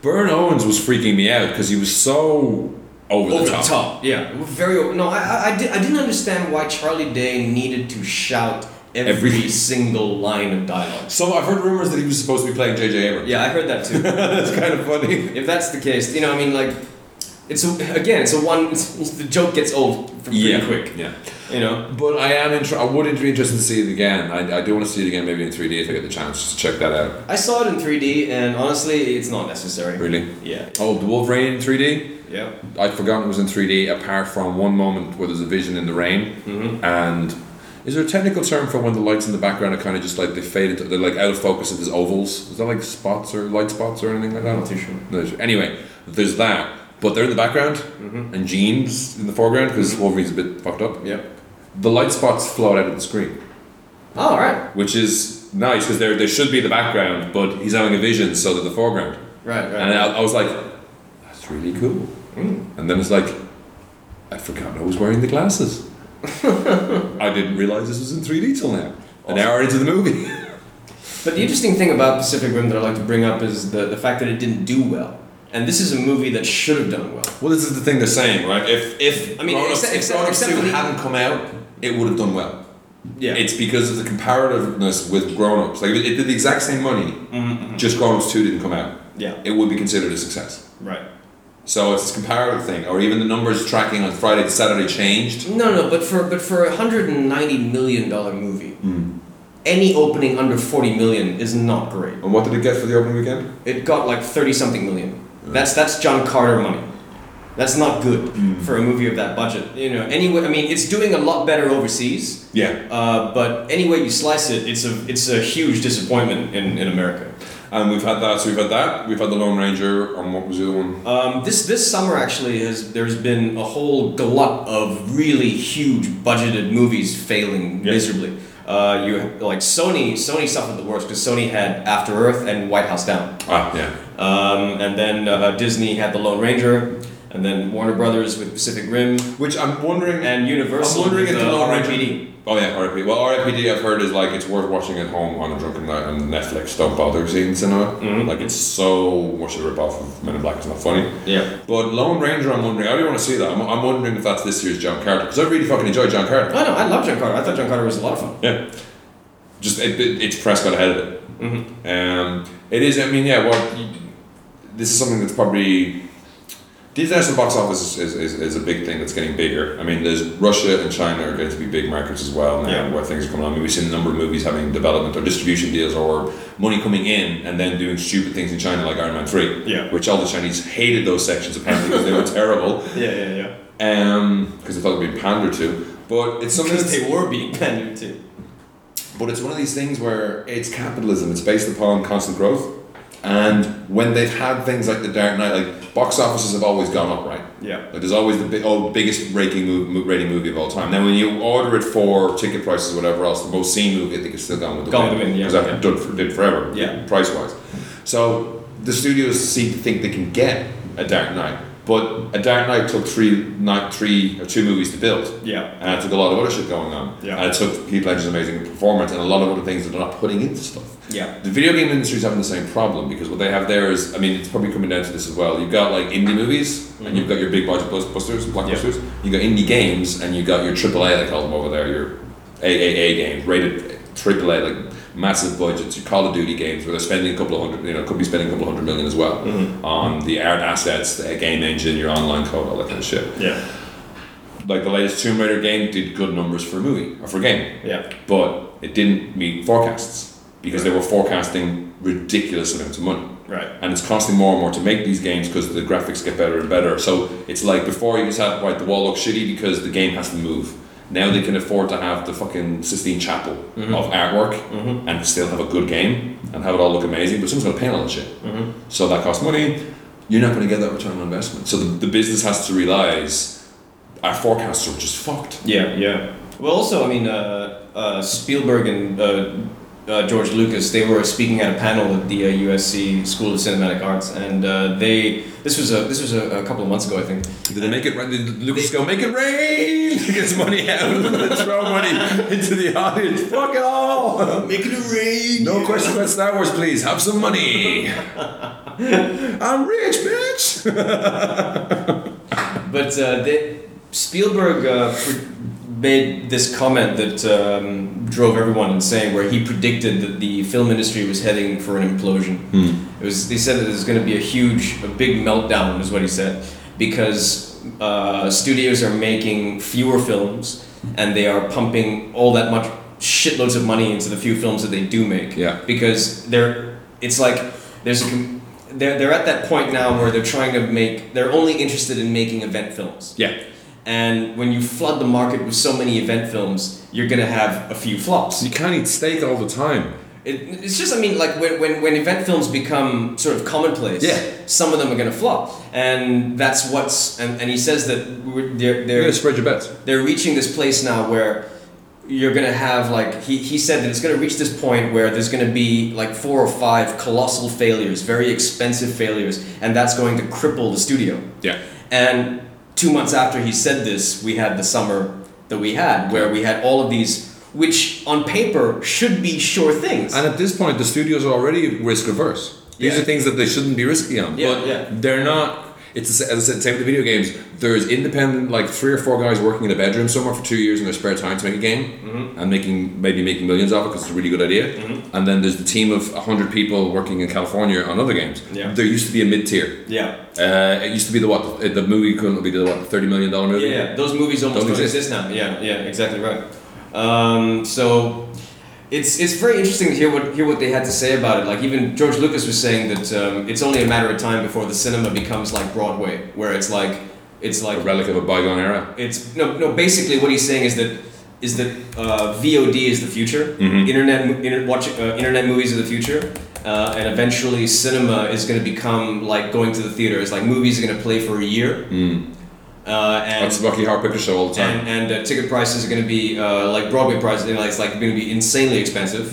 Speaker 1: Burn Owens was freaking me out because he was so over,
Speaker 2: over the top. Yeah, very. Over, no, I, I, I, did, I didn't understand why Charlie Day needed to shout every,
Speaker 1: Every-
Speaker 2: single line of dialogue.
Speaker 1: So I've heard rumors that he was supposed to be playing J.J. Abrams.
Speaker 2: Yeah, I heard that
Speaker 1: <laughs>
Speaker 2: too.
Speaker 1: that's kind of funny.
Speaker 2: if that's the case, you know, I mean, like, it's a, again, it's a one. It's, the joke gets old f- pretty
Speaker 1: Yeah.
Speaker 2: quick.
Speaker 1: Yeah.
Speaker 2: You know.
Speaker 1: But I am inter- I would be interested to see it again. I, I do want to see it again, maybe in three D if I get the chance. Just to check that out.
Speaker 2: I saw it in 3D, and honestly, it's not necessary.
Speaker 1: Really.
Speaker 2: Yeah.
Speaker 1: Oh, the Wolverine in three D.
Speaker 2: Yeah.
Speaker 1: I'd forgotten it was in three D. Apart from one moment where there's a vision in the rain,
Speaker 2: Mm-hmm.
Speaker 1: and is there a technical term for when the lights in the background are kind of just like they fade into they're like out of focus of his ovals? Is that like spots or light spots or anything like that?
Speaker 2: I'm not too sure.
Speaker 1: No, sure. Anyway, there's that. But they're in the background,
Speaker 2: Mm-hmm.
Speaker 1: and Jean's in the foreground because Wolverine's a bit fucked up.
Speaker 2: Yeah.
Speaker 1: The light spots float out of the screen.
Speaker 2: Oh, all right.
Speaker 1: which is nice because there, there should be the background, but he's having a vision, so they're the foreground.
Speaker 2: Right. Right.
Speaker 1: And I, I was like, that's really cool. And then it's like, I forgot I was wearing the <laughs> glasses. I didn't realize this was in 3D till now. An hour into the movie. <laughs>
Speaker 2: But the interesting thing about Pacific Rim that I like to bring up is the, the fact that it didn't do well. And this is a movie that should have done well.
Speaker 1: well, this is the thing they're saying, right? If if
Speaker 2: I mean,
Speaker 1: Grown Ups-
Speaker 2: except-
Speaker 1: if
Speaker 2: except-
Speaker 1: Grown Ups
Speaker 2: except for
Speaker 1: 2
Speaker 2: the-
Speaker 1: hadn't come out, it would have done well.
Speaker 2: Yeah.
Speaker 1: It's because of the comparativeness with Grown Ups. Like it did the exact same money,
Speaker 2: Mm-hmm.
Speaker 1: just Grown Ups Two didn't come out.
Speaker 2: yeah.
Speaker 1: It would be considered a success.
Speaker 2: Right.
Speaker 1: So it's a comparative thing, or even the numbers tracking on Friday to Saturday changed.
Speaker 2: No, no, but for but for a hundred and ninety million dollar movie,
Speaker 1: Hmm.
Speaker 2: any opening under forty million is not great.
Speaker 1: And what did it get for the opening weekend?
Speaker 2: It got like thirty something million. That's that's John Carter money. That's not good for a movie of that budget. You know, anyway, I mean, it's doing a lot better overseas.
Speaker 1: Yeah,
Speaker 2: Uh, but any way you slice it, it's a it's a huge disappointment in, in America.
Speaker 1: and we've had that. So we've had that. We've had the Lone Ranger, and what was the other one?
Speaker 2: Um, this this summer actually has there's been a whole glut of really huge budgeted movies failing
Speaker 1: Yeah.
Speaker 2: miserably. Uh, you like Sony Sony suffered the worst because Sony had After Earth and White House Down,
Speaker 1: Ah, yeah.
Speaker 2: um, and then uh, Disney had The Lone Ranger, and then Warner Brothers with Pacific Rim
Speaker 1: Which I'm wondering.
Speaker 2: and Universal.
Speaker 1: I'm wondering
Speaker 2: with,
Speaker 1: if the
Speaker 2: uh,
Speaker 1: Lone Ranger.
Speaker 2: RIPD.
Speaker 1: Oh yeah, RIPD. Well, RIPD I've heard is like it's worth watching at home on a drunken night on Netflix. Don't bother seeing cinema.
Speaker 2: Mm-hmm.
Speaker 1: Like it's so much a rip off of Men in Black. It's not funny.
Speaker 2: Yeah,
Speaker 1: But Lone Ranger, I'm wondering. I really want to see that. I'm, I'm wondering if that's this year's John Carter because I really fucking enjoy John Carter.
Speaker 2: I know I love John Carter. I thought John Carter was a lot of fun.
Speaker 1: Yeah. Just it, it, it's press got ahead of it.
Speaker 2: Mm-hmm.
Speaker 1: Um, it is. I mean, yeah. Well, you- this is something that's probably the international box office is, is, is, is a big thing that's getting bigger. I mean, there's Russia and China are going to be big markets as well now,
Speaker 2: Yeah.
Speaker 1: where things are coming on. I mean, we've seen a number of movies having development or distribution deals or money coming in and then doing stupid things in China, like Iron Man Three.
Speaker 2: Yeah.
Speaker 1: Which all the Chinese
Speaker 2: <laughs>
Speaker 1: hated those sections apparently because they were terrible Um,
Speaker 2: Yeah, yeah, yeah.
Speaker 1: because I thought it'd be pandered to. But it's something
Speaker 2: Because
Speaker 1: that's,
Speaker 2: they were being <laughs> pandered to.
Speaker 1: but it's one of these things where it's capitalism. It's based upon constant growth, and when they've had things like the Dark Knight, like box offices have always gone up, right?
Speaker 2: Yeah.
Speaker 1: Like there's always the big, oh, biggest rating movie, rating movie of all time. Then when you order it for ticket prices, whatever else, the most seen movie I think is still Gone with the
Speaker 2: Gone with the Wind, yeah,
Speaker 1: because that's
Speaker 2: yeah.
Speaker 1: done for, did forever,
Speaker 2: Yeah.
Speaker 1: price wise. So the studios seem to think they can get a Dark Knight, but a Dark Knight took three, not three or two movies to build,
Speaker 2: Yeah.
Speaker 1: and it took a lot of other shit going on,
Speaker 2: Yeah.
Speaker 1: and it took Heath Ledger's amazing performance and a lot of other things that they're not putting into stuff.
Speaker 2: Yeah.
Speaker 1: The video game industry's having the same problem because what they have there is, I mean, it's probably coming down to this as well. You've got like indie movies, and you've got your big budget bus- busters, blockbusters. You've got indie games, and you've got your AAA, they call them over there, your AAA games, rated AAA, like massive budgets, your Call of Duty games, where they're spending a couple of hundred, you know, could be spending a couple of hundred million as well on the art assets, the game engine, your online code, all that kind of shit.
Speaker 2: Yeah.
Speaker 1: Like the latest Tomb Raider game did good numbers for a movie, or for a game
Speaker 2: Yeah.
Speaker 1: but it didn't meet forecasts because they were forecasting ridiculous amounts of money.
Speaker 2: Right.
Speaker 1: And it's costing more and more to make these games because the graphics get better and better. So it's like before you just had, right, the wall looks shitty because the game has to move. Now they can afford to have the fucking Sistine Chapel of artwork and still have a good game and have it all look amazing, but someone's going to pay on all the shit. So that costs money. You're not going to get that return on investment. So the, the business has to realize our forecasts are just fucked.
Speaker 2: Yeah. Yeah. Well, also, I mean, uh, uh, Spielberg and uh, uh, George Lucas, they were speaking at a panel at the uh, USC School of Cinematic Arts, and uh, they this was a this was a, a couple of months ago, I think.
Speaker 1: Did they make it rain? Did Lucas go make it rain? <laughs> He gets money out and throw money <laughs> into the audience. Fuck it all.
Speaker 2: Making it rain.
Speaker 1: No questions about Star Wars, please. Have some
Speaker 2: <laughs>
Speaker 1: money. I'm rich, bitch.
Speaker 2: But uh, they, Spielberg uh, pre- made this comment that um, drove everyone insane, where he predicted that the film industry was heading for an implosion. It was. He said that there's going to be a huge, a big meltdown, is what he said, because uh, studios are making fewer films and they are pumping all that much shitloads of money into the few films that they do make.
Speaker 1: Yeah.
Speaker 2: Because they're. It's like there's a. com- They're, they're at that point now where they're trying to make they're only interested in making event films
Speaker 1: Yeah.
Speaker 2: and when you flood the market with so many event films you're gonna have a few flops
Speaker 1: You can't eat steak all the time.
Speaker 2: it, it's just, I mean, like when, when, when event films become sort of commonplace,
Speaker 1: Yeah.
Speaker 2: some of them are going to flop. And that's what's, and, and he says that we're, they're,
Speaker 1: You're
Speaker 2: they're,
Speaker 1: gonna spread your bets.
Speaker 2: they're reaching this place now where you're going to have, like, he, he said that it's going to reach this point where there's going to be like four or five colossal failures, very expensive failures, and that's going to cripple the studio.
Speaker 1: Yeah.
Speaker 2: And two months after he said this, we had the summer that we had, where we had all of these, which on paper should be sure things.
Speaker 1: And at this point, the studios are already risk averse. These
Speaker 2: Yeah.
Speaker 1: are things that they shouldn't be risky on.
Speaker 2: Yeah,
Speaker 1: but
Speaker 2: yeah.
Speaker 1: they're not. It's the sa- as I said, same with the video games. There's independent, like three or four guys working in a bedroom somewhere for two years in their spare time to make a game
Speaker 2: Mm-hmm.
Speaker 1: and making maybe making millions off it because it's a really good idea. And then there's the team of hundred people working in California on other games.
Speaker 2: Yeah.
Speaker 1: There used to be a mid tier.
Speaker 2: yeah.
Speaker 1: Uh, it used to be the what the movie couldn't be the what the thirty million dollar movie.
Speaker 2: Yeah, yeah, those movies almost
Speaker 1: Don't
Speaker 2: don't,
Speaker 1: exist.
Speaker 2: exist. now. Yeah, yeah, exactly right. Um, so it's it's very interesting to hear what hear what they had to say about it. Like even George Lucas was saying that um, it's only a matter of time before the cinema becomes like Broadway, where it's like it's
Speaker 1: A
Speaker 2: like
Speaker 1: relic of a bygone era.
Speaker 2: it's no no. Basically, what he's saying is that is that uh, VOD is the future. Internet mo- inter, watch, uh, internet movies are the future, uh, and eventually cinema is going to become like going to the theater. It's like movies are going to play for a year. Uh, and
Speaker 1: That's Rocky Horror Picture Show all the time.
Speaker 2: and, and uh, ticket prices are going to be uh, like Broadway prices. You know, it's like going to be insanely expensive,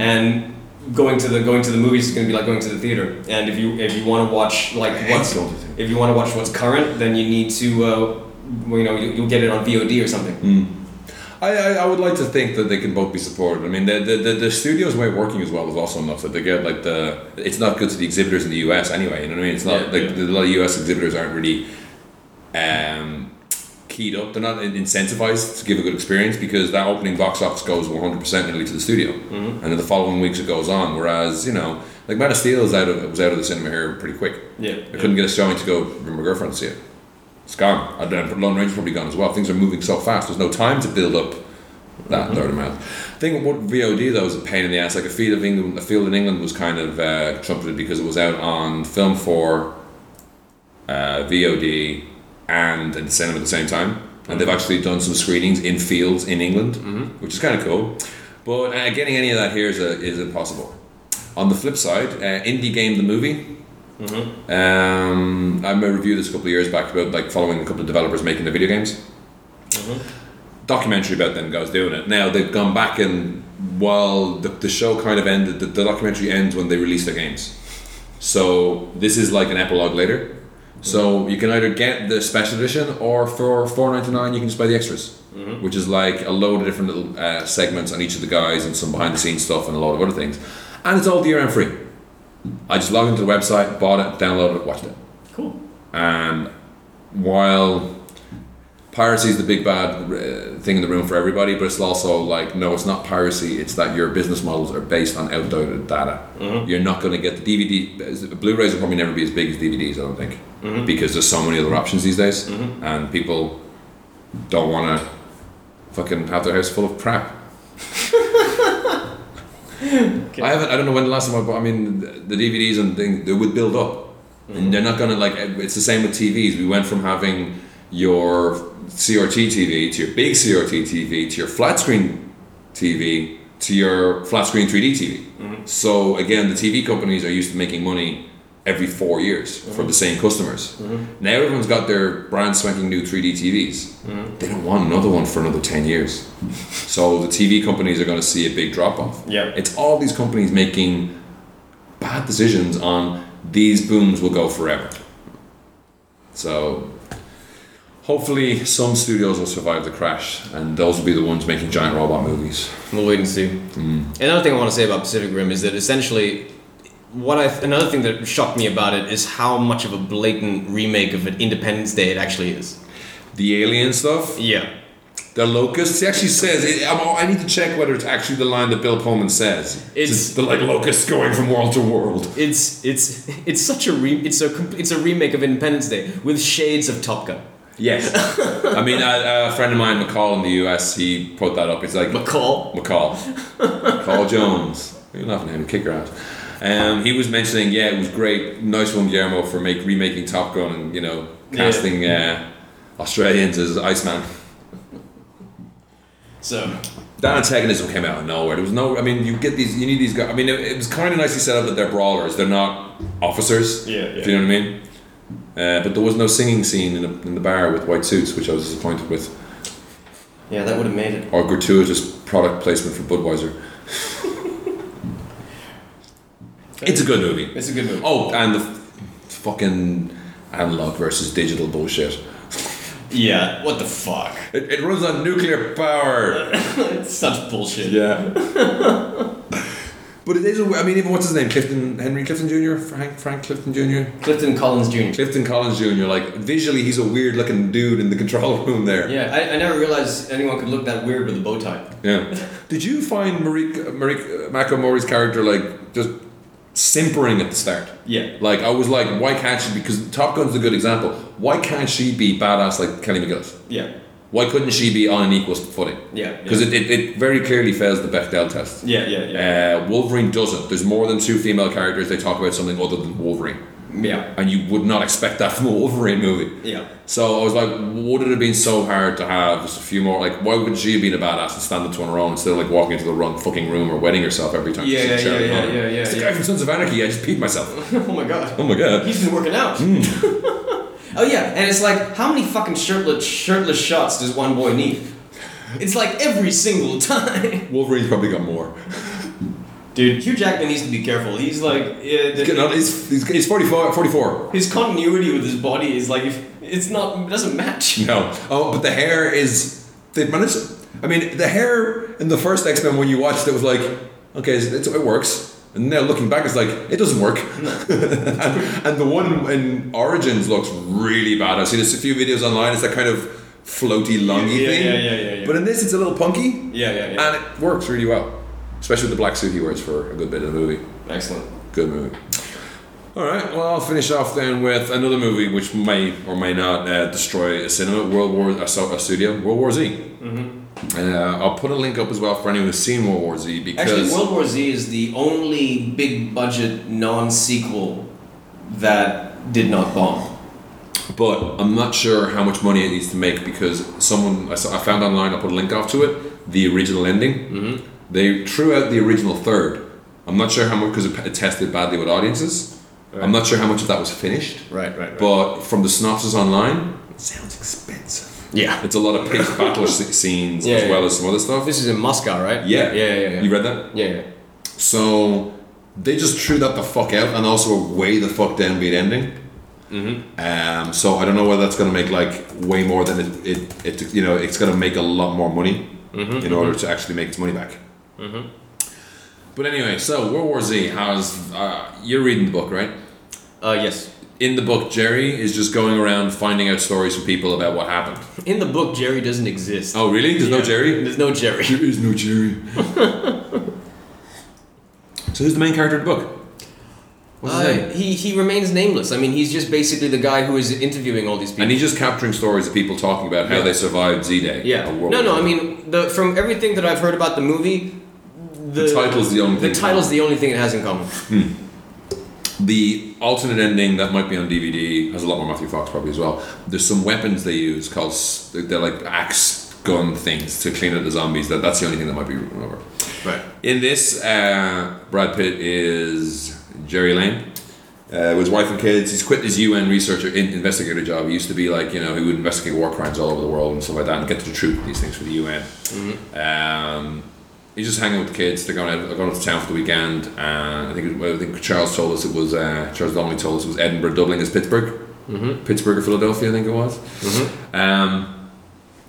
Speaker 2: and going to the going to the movies is going to be like going to the theater. And if you if you want to watch like what's
Speaker 1: going to the theater.
Speaker 2: if you want to watch what's current, then you need to uh, well, you know you, you'll get it on VOD or something.
Speaker 1: I, I, I would like to think that they can both be supported. I mean, the, the, the, the studio's way of working as well is also enough that they get like the. It's not good to the exhibitors in the US anyway. You know what I mean? It's not
Speaker 2: Yeah,
Speaker 1: like
Speaker 2: yeah.
Speaker 1: a lot of US exhibitors aren't really um, keyed up. They're not in- incentivized to give a good experience because that opening box office goes 100% nearly to the studio,
Speaker 2: Mm-hmm.
Speaker 1: and then the following weeks it goes on. Whereas you know, like Man of Steel is out of was out of the cinema here pretty quick.
Speaker 2: Yeah,
Speaker 1: I couldn't get a showing to go with my girlfriend to see it. It's gone. I don't. Lone Ranger's probably gone as well. Things are moving so fast. There's no time to build up that third amount. I think what VOD though is a pain in the ass. Like a field of England, a field in England was kind of uh, trumpeted because it was out on film for uh, VOD and in cinema at the same time. and they've actually done some screenings in fields in England, which is kind of cool. But uh, getting any of that here is, uh is impossible. On the flip side, uh, indie game the movie. Um, I reviewed this a couple of years back about like following a couple of developers making the video games. Documentary about them guys doing it. Now they've gone back and while the, the show kind of ended, the, the documentary ends when they release their games. So this is like an epilogue later. So you can either get the special edition or for four ninety nine you can just buy the extras, which is like a load of different little uh, segments on each of the guys and some behind the scenes stuff and a lot of other things, and it's all year round free. I just logged into the website, bought it, downloaded it, watched it,
Speaker 3: Cool.
Speaker 1: and while piracy is the big bad uh, thing in the room for everybody, but it's also like no, it's not piracy. It's that your business models are based on outdated data. You're not going to get the DVD. Blu-rays will probably never be as big as DVDs. I don't think because there's so many other options these days, and people don't want to fucking have their house full of crap. I haven't. I don't know when the last time I bought. I mean, the the DVDs and things they would build up, and they're not gonna like. It's the same with TVs. We went from having your CRT TV to your big CRT TV to your flat screen TV to your flat screen 3D TV. So again, the TV companies are used to making money every four years from the same customers. Now everyone's got their brand spanking new 3D TVs. They don't want another one for another 10 years. so the TV companies are going to see a big drop off.
Speaker 2: Yeah.
Speaker 1: It's all these companies making bad decisions on these booms will go forever. So hopefully some studios will survive the crash and those will be the ones making giant robot movies.
Speaker 2: We'll wait and see. Another thing I want to say about Pacific Rim is that essentially, what I another thing that shocked me about it is how much of a blatant remake of an Independence Day it actually is.
Speaker 1: The alien stuff,
Speaker 2: Yeah.
Speaker 1: The locusts. He actually says, i I'm- I need to check whether it's actually the line that Bill Pullman says.
Speaker 2: It's-
Speaker 1: the like locusts going from world to world.
Speaker 2: It's it's it's such a re- it's a com- it's a remake of Independence Day with shades of Top Gun.
Speaker 1: Yes. I mean, a, a friend of mine, McCall in the US, he put that up. It's like
Speaker 2: McCall.
Speaker 1: McCall, McCall Jones. You're laughing at him. Kick her out. Um, he was mentioning, yeah, it was great, nice one, Guillermo, for make remaking Top Gun and you know casting uh, Australians as Iceman.
Speaker 2: So
Speaker 1: that antagonism came out of nowhere. There was no, I mean, you get these, you need these guys. I mean, it, it was kind of nicely set up that they're brawlers. They're not officers.
Speaker 2: Yeah,
Speaker 1: If
Speaker 2: yeah.
Speaker 1: you know what I mean. Uh, but there was no singing scene in the, in the bar with white suits, which I was disappointed with,
Speaker 2: yeah, that would have made it.
Speaker 1: or gratuitous product placement for Budweiser. <laughs> it's a good movie.
Speaker 2: It's a good movie.
Speaker 1: Oh, and the f- fucking analog versus digital bullshit.
Speaker 2: Yeah. What the fuck?
Speaker 1: It, it runs on nuclear power.
Speaker 2: It's such
Speaker 1: <laughs>
Speaker 2: bullshit.
Speaker 1: Yeah. <laughs> but it is. A, I mean, even what's his name, Clifton Henry Clifton Jr. Frank Frank Clifton Jr.
Speaker 2: Clifton Collins Jr.
Speaker 1: Clifton Collins Jr. Like visually, he's a weird looking dude in the control room there.
Speaker 2: Yeah, I, I never realized anyone could look that weird with a bow tie.
Speaker 1: Yeah. Did you find Marie Marie Mako Mori's character like just simpering at the start?
Speaker 2: Yeah.
Speaker 1: Like I was like, why can't she? Because Top Gun's a good example. Why can't she be badass like Kelly McGillis?
Speaker 2: Yeah.
Speaker 1: Why couldn't she be on an equal footing?
Speaker 2: Yeah.
Speaker 1: Because it, it, it very clearly fails the Bechdel test.
Speaker 2: Yeah, yeah, yeah.
Speaker 1: Uh, Wolverine doesn't. There's more than two female characters. They talk about something other than Wolverine,
Speaker 2: yeah.
Speaker 1: and you would not expect that <laughs> from a Wolverine movie.
Speaker 2: Yeah.
Speaker 1: So I was like, would it have been so hard to have just a few more? Like, why would she have been a badass and stand up to her own instead of like walking into the wrong fucking room or wetting herself every time?
Speaker 2: Yeah,
Speaker 1: she's
Speaker 2: yeah,
Speaker 1: Sharon
Speaker 2: yeah,
Speaker 1: Connor?
Speaker 2: yeah, yeah,
Speaker 1: It's the
Speaker 2: yeah.
Speaker 1: guy from Sons of Anarchy. I just peed myself. <laughs>
Speaker 2: <laughs> oh my god. Mm.
Speaker 1: Oh my god.
Speaker 2: He's been working out. <laughs> oh yeah, and it's like how many fucking shirtless shirtless shots does one boy need? It's like every single <laughs> time.
Speaker 1: Wolverine's probably got more.
Speaker 2: Dude, Hugh Jackman needs to be careful. He's like uh, the-
Speaker 1: He's, he's, he's, he's 44, 44.
Speaker 2: his continuity with his body is like if it's not it doesn't match.
Speaker 1: No. Oh, but the hair is. They've managed. I mean, the hair in the first X Men when you watched it was like, okay, it's, it's, it works. And now looking back, it's like it doesn't work. <laughs> and, and the one in Origins looks really bad. I've seen a few videos online. It's that kind of floaty, longy
Speaker 2: Yeah, yeah,
Speaker 1: thing.
Speaker 2: yeah, yeah, yeah.
Speaker 1: But in this, it's a little punky,
Speaker 2: Yeah, yeah, yeah.
Speaker 1: and it works really well, especially with the black suit he wears for a good bit of the movie.
Speaker 2: Excellent.
Speaker 1: Good movie. All right. Well, I'll finish off then with another movie which may or may not uh, destroy a cinema. World War a, a studio. World War Z. Mm-hmm. Uh, I'll put a link up as well for anyone who's seen World War Z because
Speaker 2: Actually, World War Z is the only big budget non sequel that did not bomb.
Speaker 1: But I'm not sure how much money it needs to make because someone I, saw, I found online. I'll put a link off to it. The original ending. Mm-hmm. They threw out the original third. I'm not sure how much because it, it tested badly with audiences. I'm not sure how much of that was finished.
Speaker 2: Right, right, right.
Speaker 1: But from the synopsis online, it sounds expensive.
Speaker 2: yeah.
Speaker 1: It's a lot of
Speaker 2: <laughs>
Speaker 1: pitch battle s- scenes
Speaker 2: Yeah,
Speaker 1: as
Speaker 2: yeah.
Speaker 1: well as some other stuff.
Speaker 2: This is in Moscow, right?
Speaker 1: Yeah.
Speaker 2: Yeah, yeah, yeah.
Speaker 1: You read that?
Speaker 2: yeah, yeah.
Speaker 1: So they just threw that the fuck out and also a way the fuck down beat ending. Mm-hmm. Um, so I don't know whether that's going to make like way more than it, it, it you know it's going to make a lot more money in order to actually make its money back. Mm-hmm. But anyway, so World War Z has uh, you're reading the book right?
Speaker 2: Uh, yes.
Speaker 1: In the book, Jerry is just going around finding out stories from people about what happened.
Speaker 2: In the book, Jerry doesn't exist.
Speaker 1: Oh really? There's no
Speaker 2: Yeah.
Speaker 1: Jerry.
Speaker 2: There's no Jerry.
Speaker 1: There is no Jerry. <laughs> so who's the main character of the book? What's his
Speaker 2: Uh,
Speaker 1: name?
Speaker 2: he he remains nameless. I mean, he's just basically the guy who is interviewing all these people.
Speaker 1: And he's just capturing stories of people talking about how
Speaker 2: Yeah.
Speaker 1: they survived Z Day.
Speaker 2: yeah. No, no. I mean, the from everything that I've heard about the movie, the,
Speaker 1: The title's the only
Speaker 2: the
Speaker 1: thing.
Speaker 2: title's the only thing it has in common.
Speaker 1: The alternate ending that might be on DVD has a lot more Matthew Fox probably as well. There's some weapons they use called s- they're like axe gun things to clean up the zombies. That that's the only thing that might be remembered.
Speaker 2: Right.
Speaker 1: In this, uh, Brad Pitt is Jerry Lane. Uh, with his wife and kids, he's quit his UN researcher in, investigator job. He used to be like you know he would investigate war crimes all over the world and stuff like that, and get to the truth of these things for the UN. Um, he's just hanging with the kids. They're going out, they're going up to town for the weekend, and I think it was- I think Charles told us it was uh, Charles Donnelly told us it was Edinburgh, Dublin, is Pittsburgh, Pittsburgh or Philadelphia, I think it was. Um,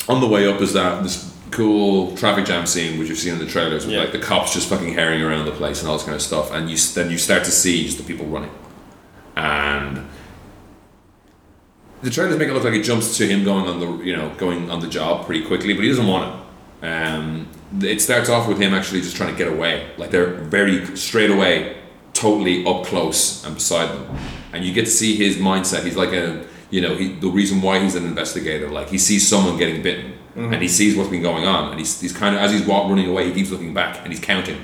Speaker 1: on the way up is that this cool traffic jam scene which you've seen in the trailers with
Speaker 2: Yeah.
Speaker 1: like the cops just fucking herring around the place and all this kind of stuff and you s- then you start to see just the people running and the trailers make it look like it jumps to him going on the you know going on the job pretty quickly but he doesn't want it um, it starts off with him actually just trying to get away like they're very straight away totally up close and beside them and you get to see his mindset he's like a you know he, the reason why he's an investigator like he sees someone getting bitten and he sees what's been going on and he's, he's kind of as he's walk, running away he keeps looking back and he's counting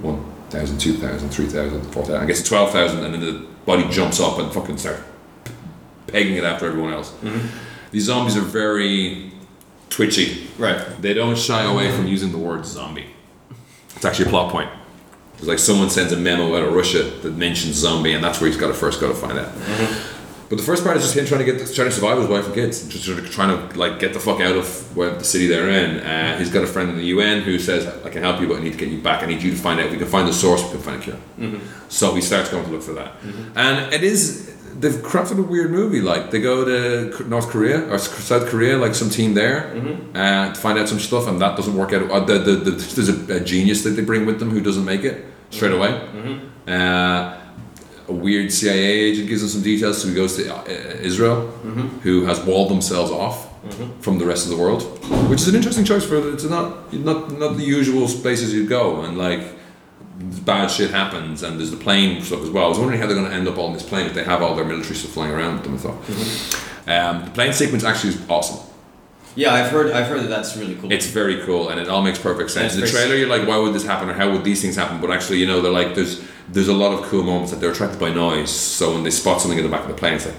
Speaker 1: One thousand, two thousand, three thousand, four thousand. 1,000 2,000 3,000 4,000 I guess it's 12,000 and then the body jumps up and fucking starts pegging it after everyone else these zombies are very twitchy
Speaker 2: Right.
Speaker 1: they don't shy away from using the word zombie. It's actually a plot point. It's like someone sends a memo out of Russia that mentions zombie, and that's where he's got to first got to find out. But the first part is just him trying to get trying to survive with his wife and kids, and just sort of trying to like get the fuck out of where the city they're in. Uh, he's got a friend in the UN who says, "I can help you, but I need to get you back. I need you to find out if we can find the source, we can find a cure." So he starts going to look for that, and it is they've crafted a weird movie. Like they go to North Korea or South Korea, like some team there, uh, to find out some stuff, and that doesn't work out. Uh, the, the, the, there's a, a genius that they bring with them who doesn't make it straight away. Uh, a weird CIA agent gives him some details, so he goes to uh, Israel, who has walled themselves off from the rest of the world, which is an interesting choice for it's not not not the usual places you'd go, and like bad shit happens, and there's the plane stuff as well. I was wondering how they're going to end up on this plane if they have all their military stuff flying around with them. I thought um, the plane sequence actually is awesome.
Speaker 2: Yeah, I've heard. I've heard that that's really cool.
Speaker 1: It's very cool, and it all makes perfect sense.
Speaker 2: it's
Speaker 1: In the
Speaker 2: very-
Speaker 1: trailer, you're like, why would this happen, or how would these things happen? But actually, you know, they're like, there's there's a lot of cool moments that they're attracted by noise. So when they spot something in the back of the plane, it's like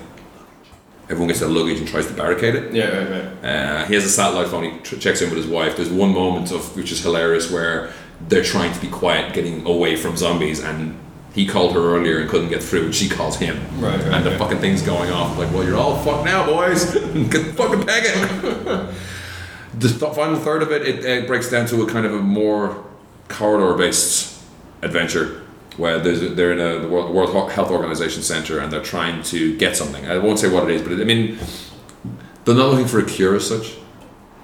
Speaker 1: everyone gets their luggage and tries to barricade it.
Speaker 2: yeah, right, right.
Speaker 1: Uh, he has a satellite phone. He tr- checks in with his wife. There's one moment of which is hilarious where they're trying to be quiet, getting away from zombies, and he called her earlier and couldn't get through, and she calls him.
Speaker 2: Right, right,
Speaker 1: and the
Speaker 2: right.
Speaker 1: fucking thing's going off. Like, well, you're all fucked now, boys. <laughs> get the fucking peg it. <laughs> the th- final third of it, it, it breaks down to a kind of a more corridor-based adventure. Where there's, a- they're in a the World World Health Organization center and they're trying to get something. I won't say what it is, but it, I mean, they're not looking for a cure as such,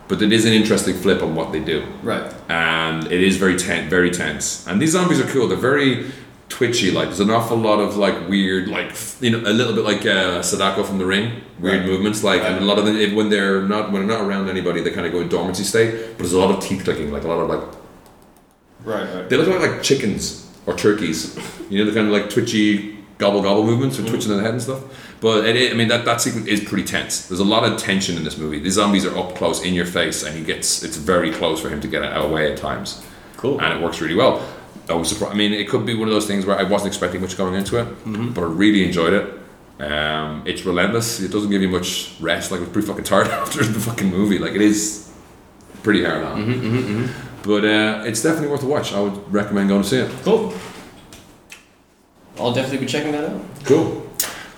Speaker 1: but it is an interesting flip on what they do,
Speaker 2: Right.
Speaker 1: and it is very ten- very tense. And these zombies are cool; they're very twitchy. Like there's an awful lot of like weird, like f- you know, a little bit like uh, Sadako from The Ring, weird
Speaker 2: Right.
Speaker 1: movements. Like and
Speaker 2: Right.
Speaker 1: a lot of them, if- when they're not when they're not around anybody, they kind of go in dormancy state. But there's a lot of teeth clicking, like a lot of like
Speaker 2: Right. Right.
Speaker 1: they look like, like chickens or turkeys. You know, the kind of like twitchy gobble gobble movements or twitching of the head and stuff. But it, I mean, that, that sequence is pretty tense. There's a lot of tension in this movie. These zombies are up close, in your face, and he gets it's very close for him to get away at times.
Speaker 2: Cool.
Speaker 1: And it works really well. I was surprised. I mean, it could be one of those things where I wasn't expecting much going into it, but I really enjoyed it. Um, it's relentless. It doesn't give you much rest. Like I was pretty fucking tired <laughs> after the fucking movie. Like it is pretty hard on. But uh, it's definitely worth a watch. I would recommend going to see it.
Speaker 2: Cool. I'll definitely be checking that out.
Speaker 1: Cool.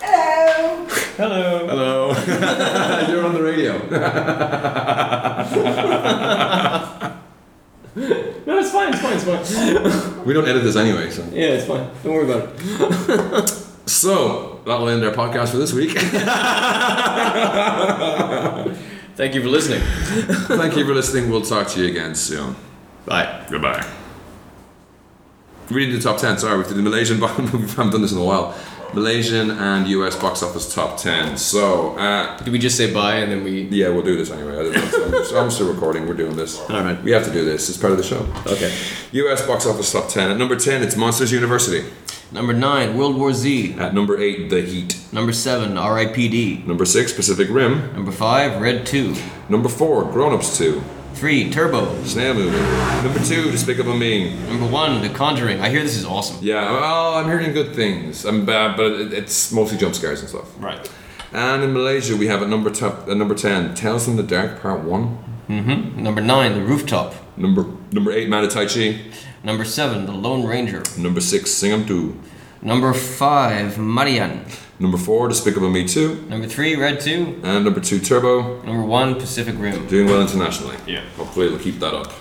Speaker 3: Hello.
Speaker 2: Hello.
Speaker 1: Hello. You're on the radio.
Speaker 2: No, it's fine. It's fine. It's fine.
Speaker 1: We don't edit this anyway, so.
Speaker 2: Yeah, it's fine. Don't worry about it.
Speaker 1: So that'll end our podcast for this week. <laughs>
Speaker 2: Thank you for listening.
Speaker 1: Thank you for listening. We'll talk to you again soon.
Speaker 2: Bye.
Speaker 1: Goodbye. We did the top 10. Sorry, we did the Malaysian <laughs> box. We haven't done this in a while. Malaysian and US box office top 10. So, uh,
Speaker 2: Did we just say bye and then we?
Speaker 1: yeah, we'll do this anyway. I don't know. So I'm still recording. We're doing this.
Speaker 2: All right.
Speaker 1: We have to do this. It's part of the show.
Speaker 2: Okay.
Speaker 1: US box office top 10. At number 10, it's Monsters University.
Speaker 2: Number nine, World War Z.
Speaker 1: At number 8, The Heat.
Speaker 2: Number seven, R.I.P.D.
Speaker 1: Number 6, Pacific Rim.
Speaker 2: Number five, Red Two.
Speaker 1: Number 4, Grown Ups 2.
Speaker 2: Three, Turbo.
Speaker 1: Snail Movie. Number 2, Despicable Me.
Speaker 2: Number one, The Conjuring. I hear this is awesome.
Speaker 1: Yeah, well, I'm hearing good things. I'm bad, but it- it's mostly jump scares and stuff.
Speaker 2: Right.
Speaker 1: And in Malaysia, we have at number top, at number ten, Tales from the Dark Part One.
Speaker 2: Mm-hmm. Number nine, The Rooftop.
Speaker 1: Number number eight, Manatai Chi.
Speaker 2: Number seven, The Lone Ranger.
Speaker 1: Number six, Singam Tu.
Speaker 2: Number five, Marian.
Speaker 1: Number four, Despicable Me Two.
Speaker 2: Number three, Red Two.
Speaker 1: And number two, Turbo,
Speaker 2: Number one, Pacific Rim.
Speaker 1: doing well internationally.
Speaker 2: Yeah.
Speaker 1: Hopefully, it'll keep that up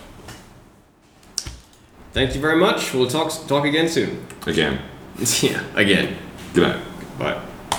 Speaker 2: Thank you very much. We'll talk talk again soon.
Speaker 1: again.
Speaker 2: <laughs> yeah. Again.
Speaker 1: Good night.
Speaker 2: Bye.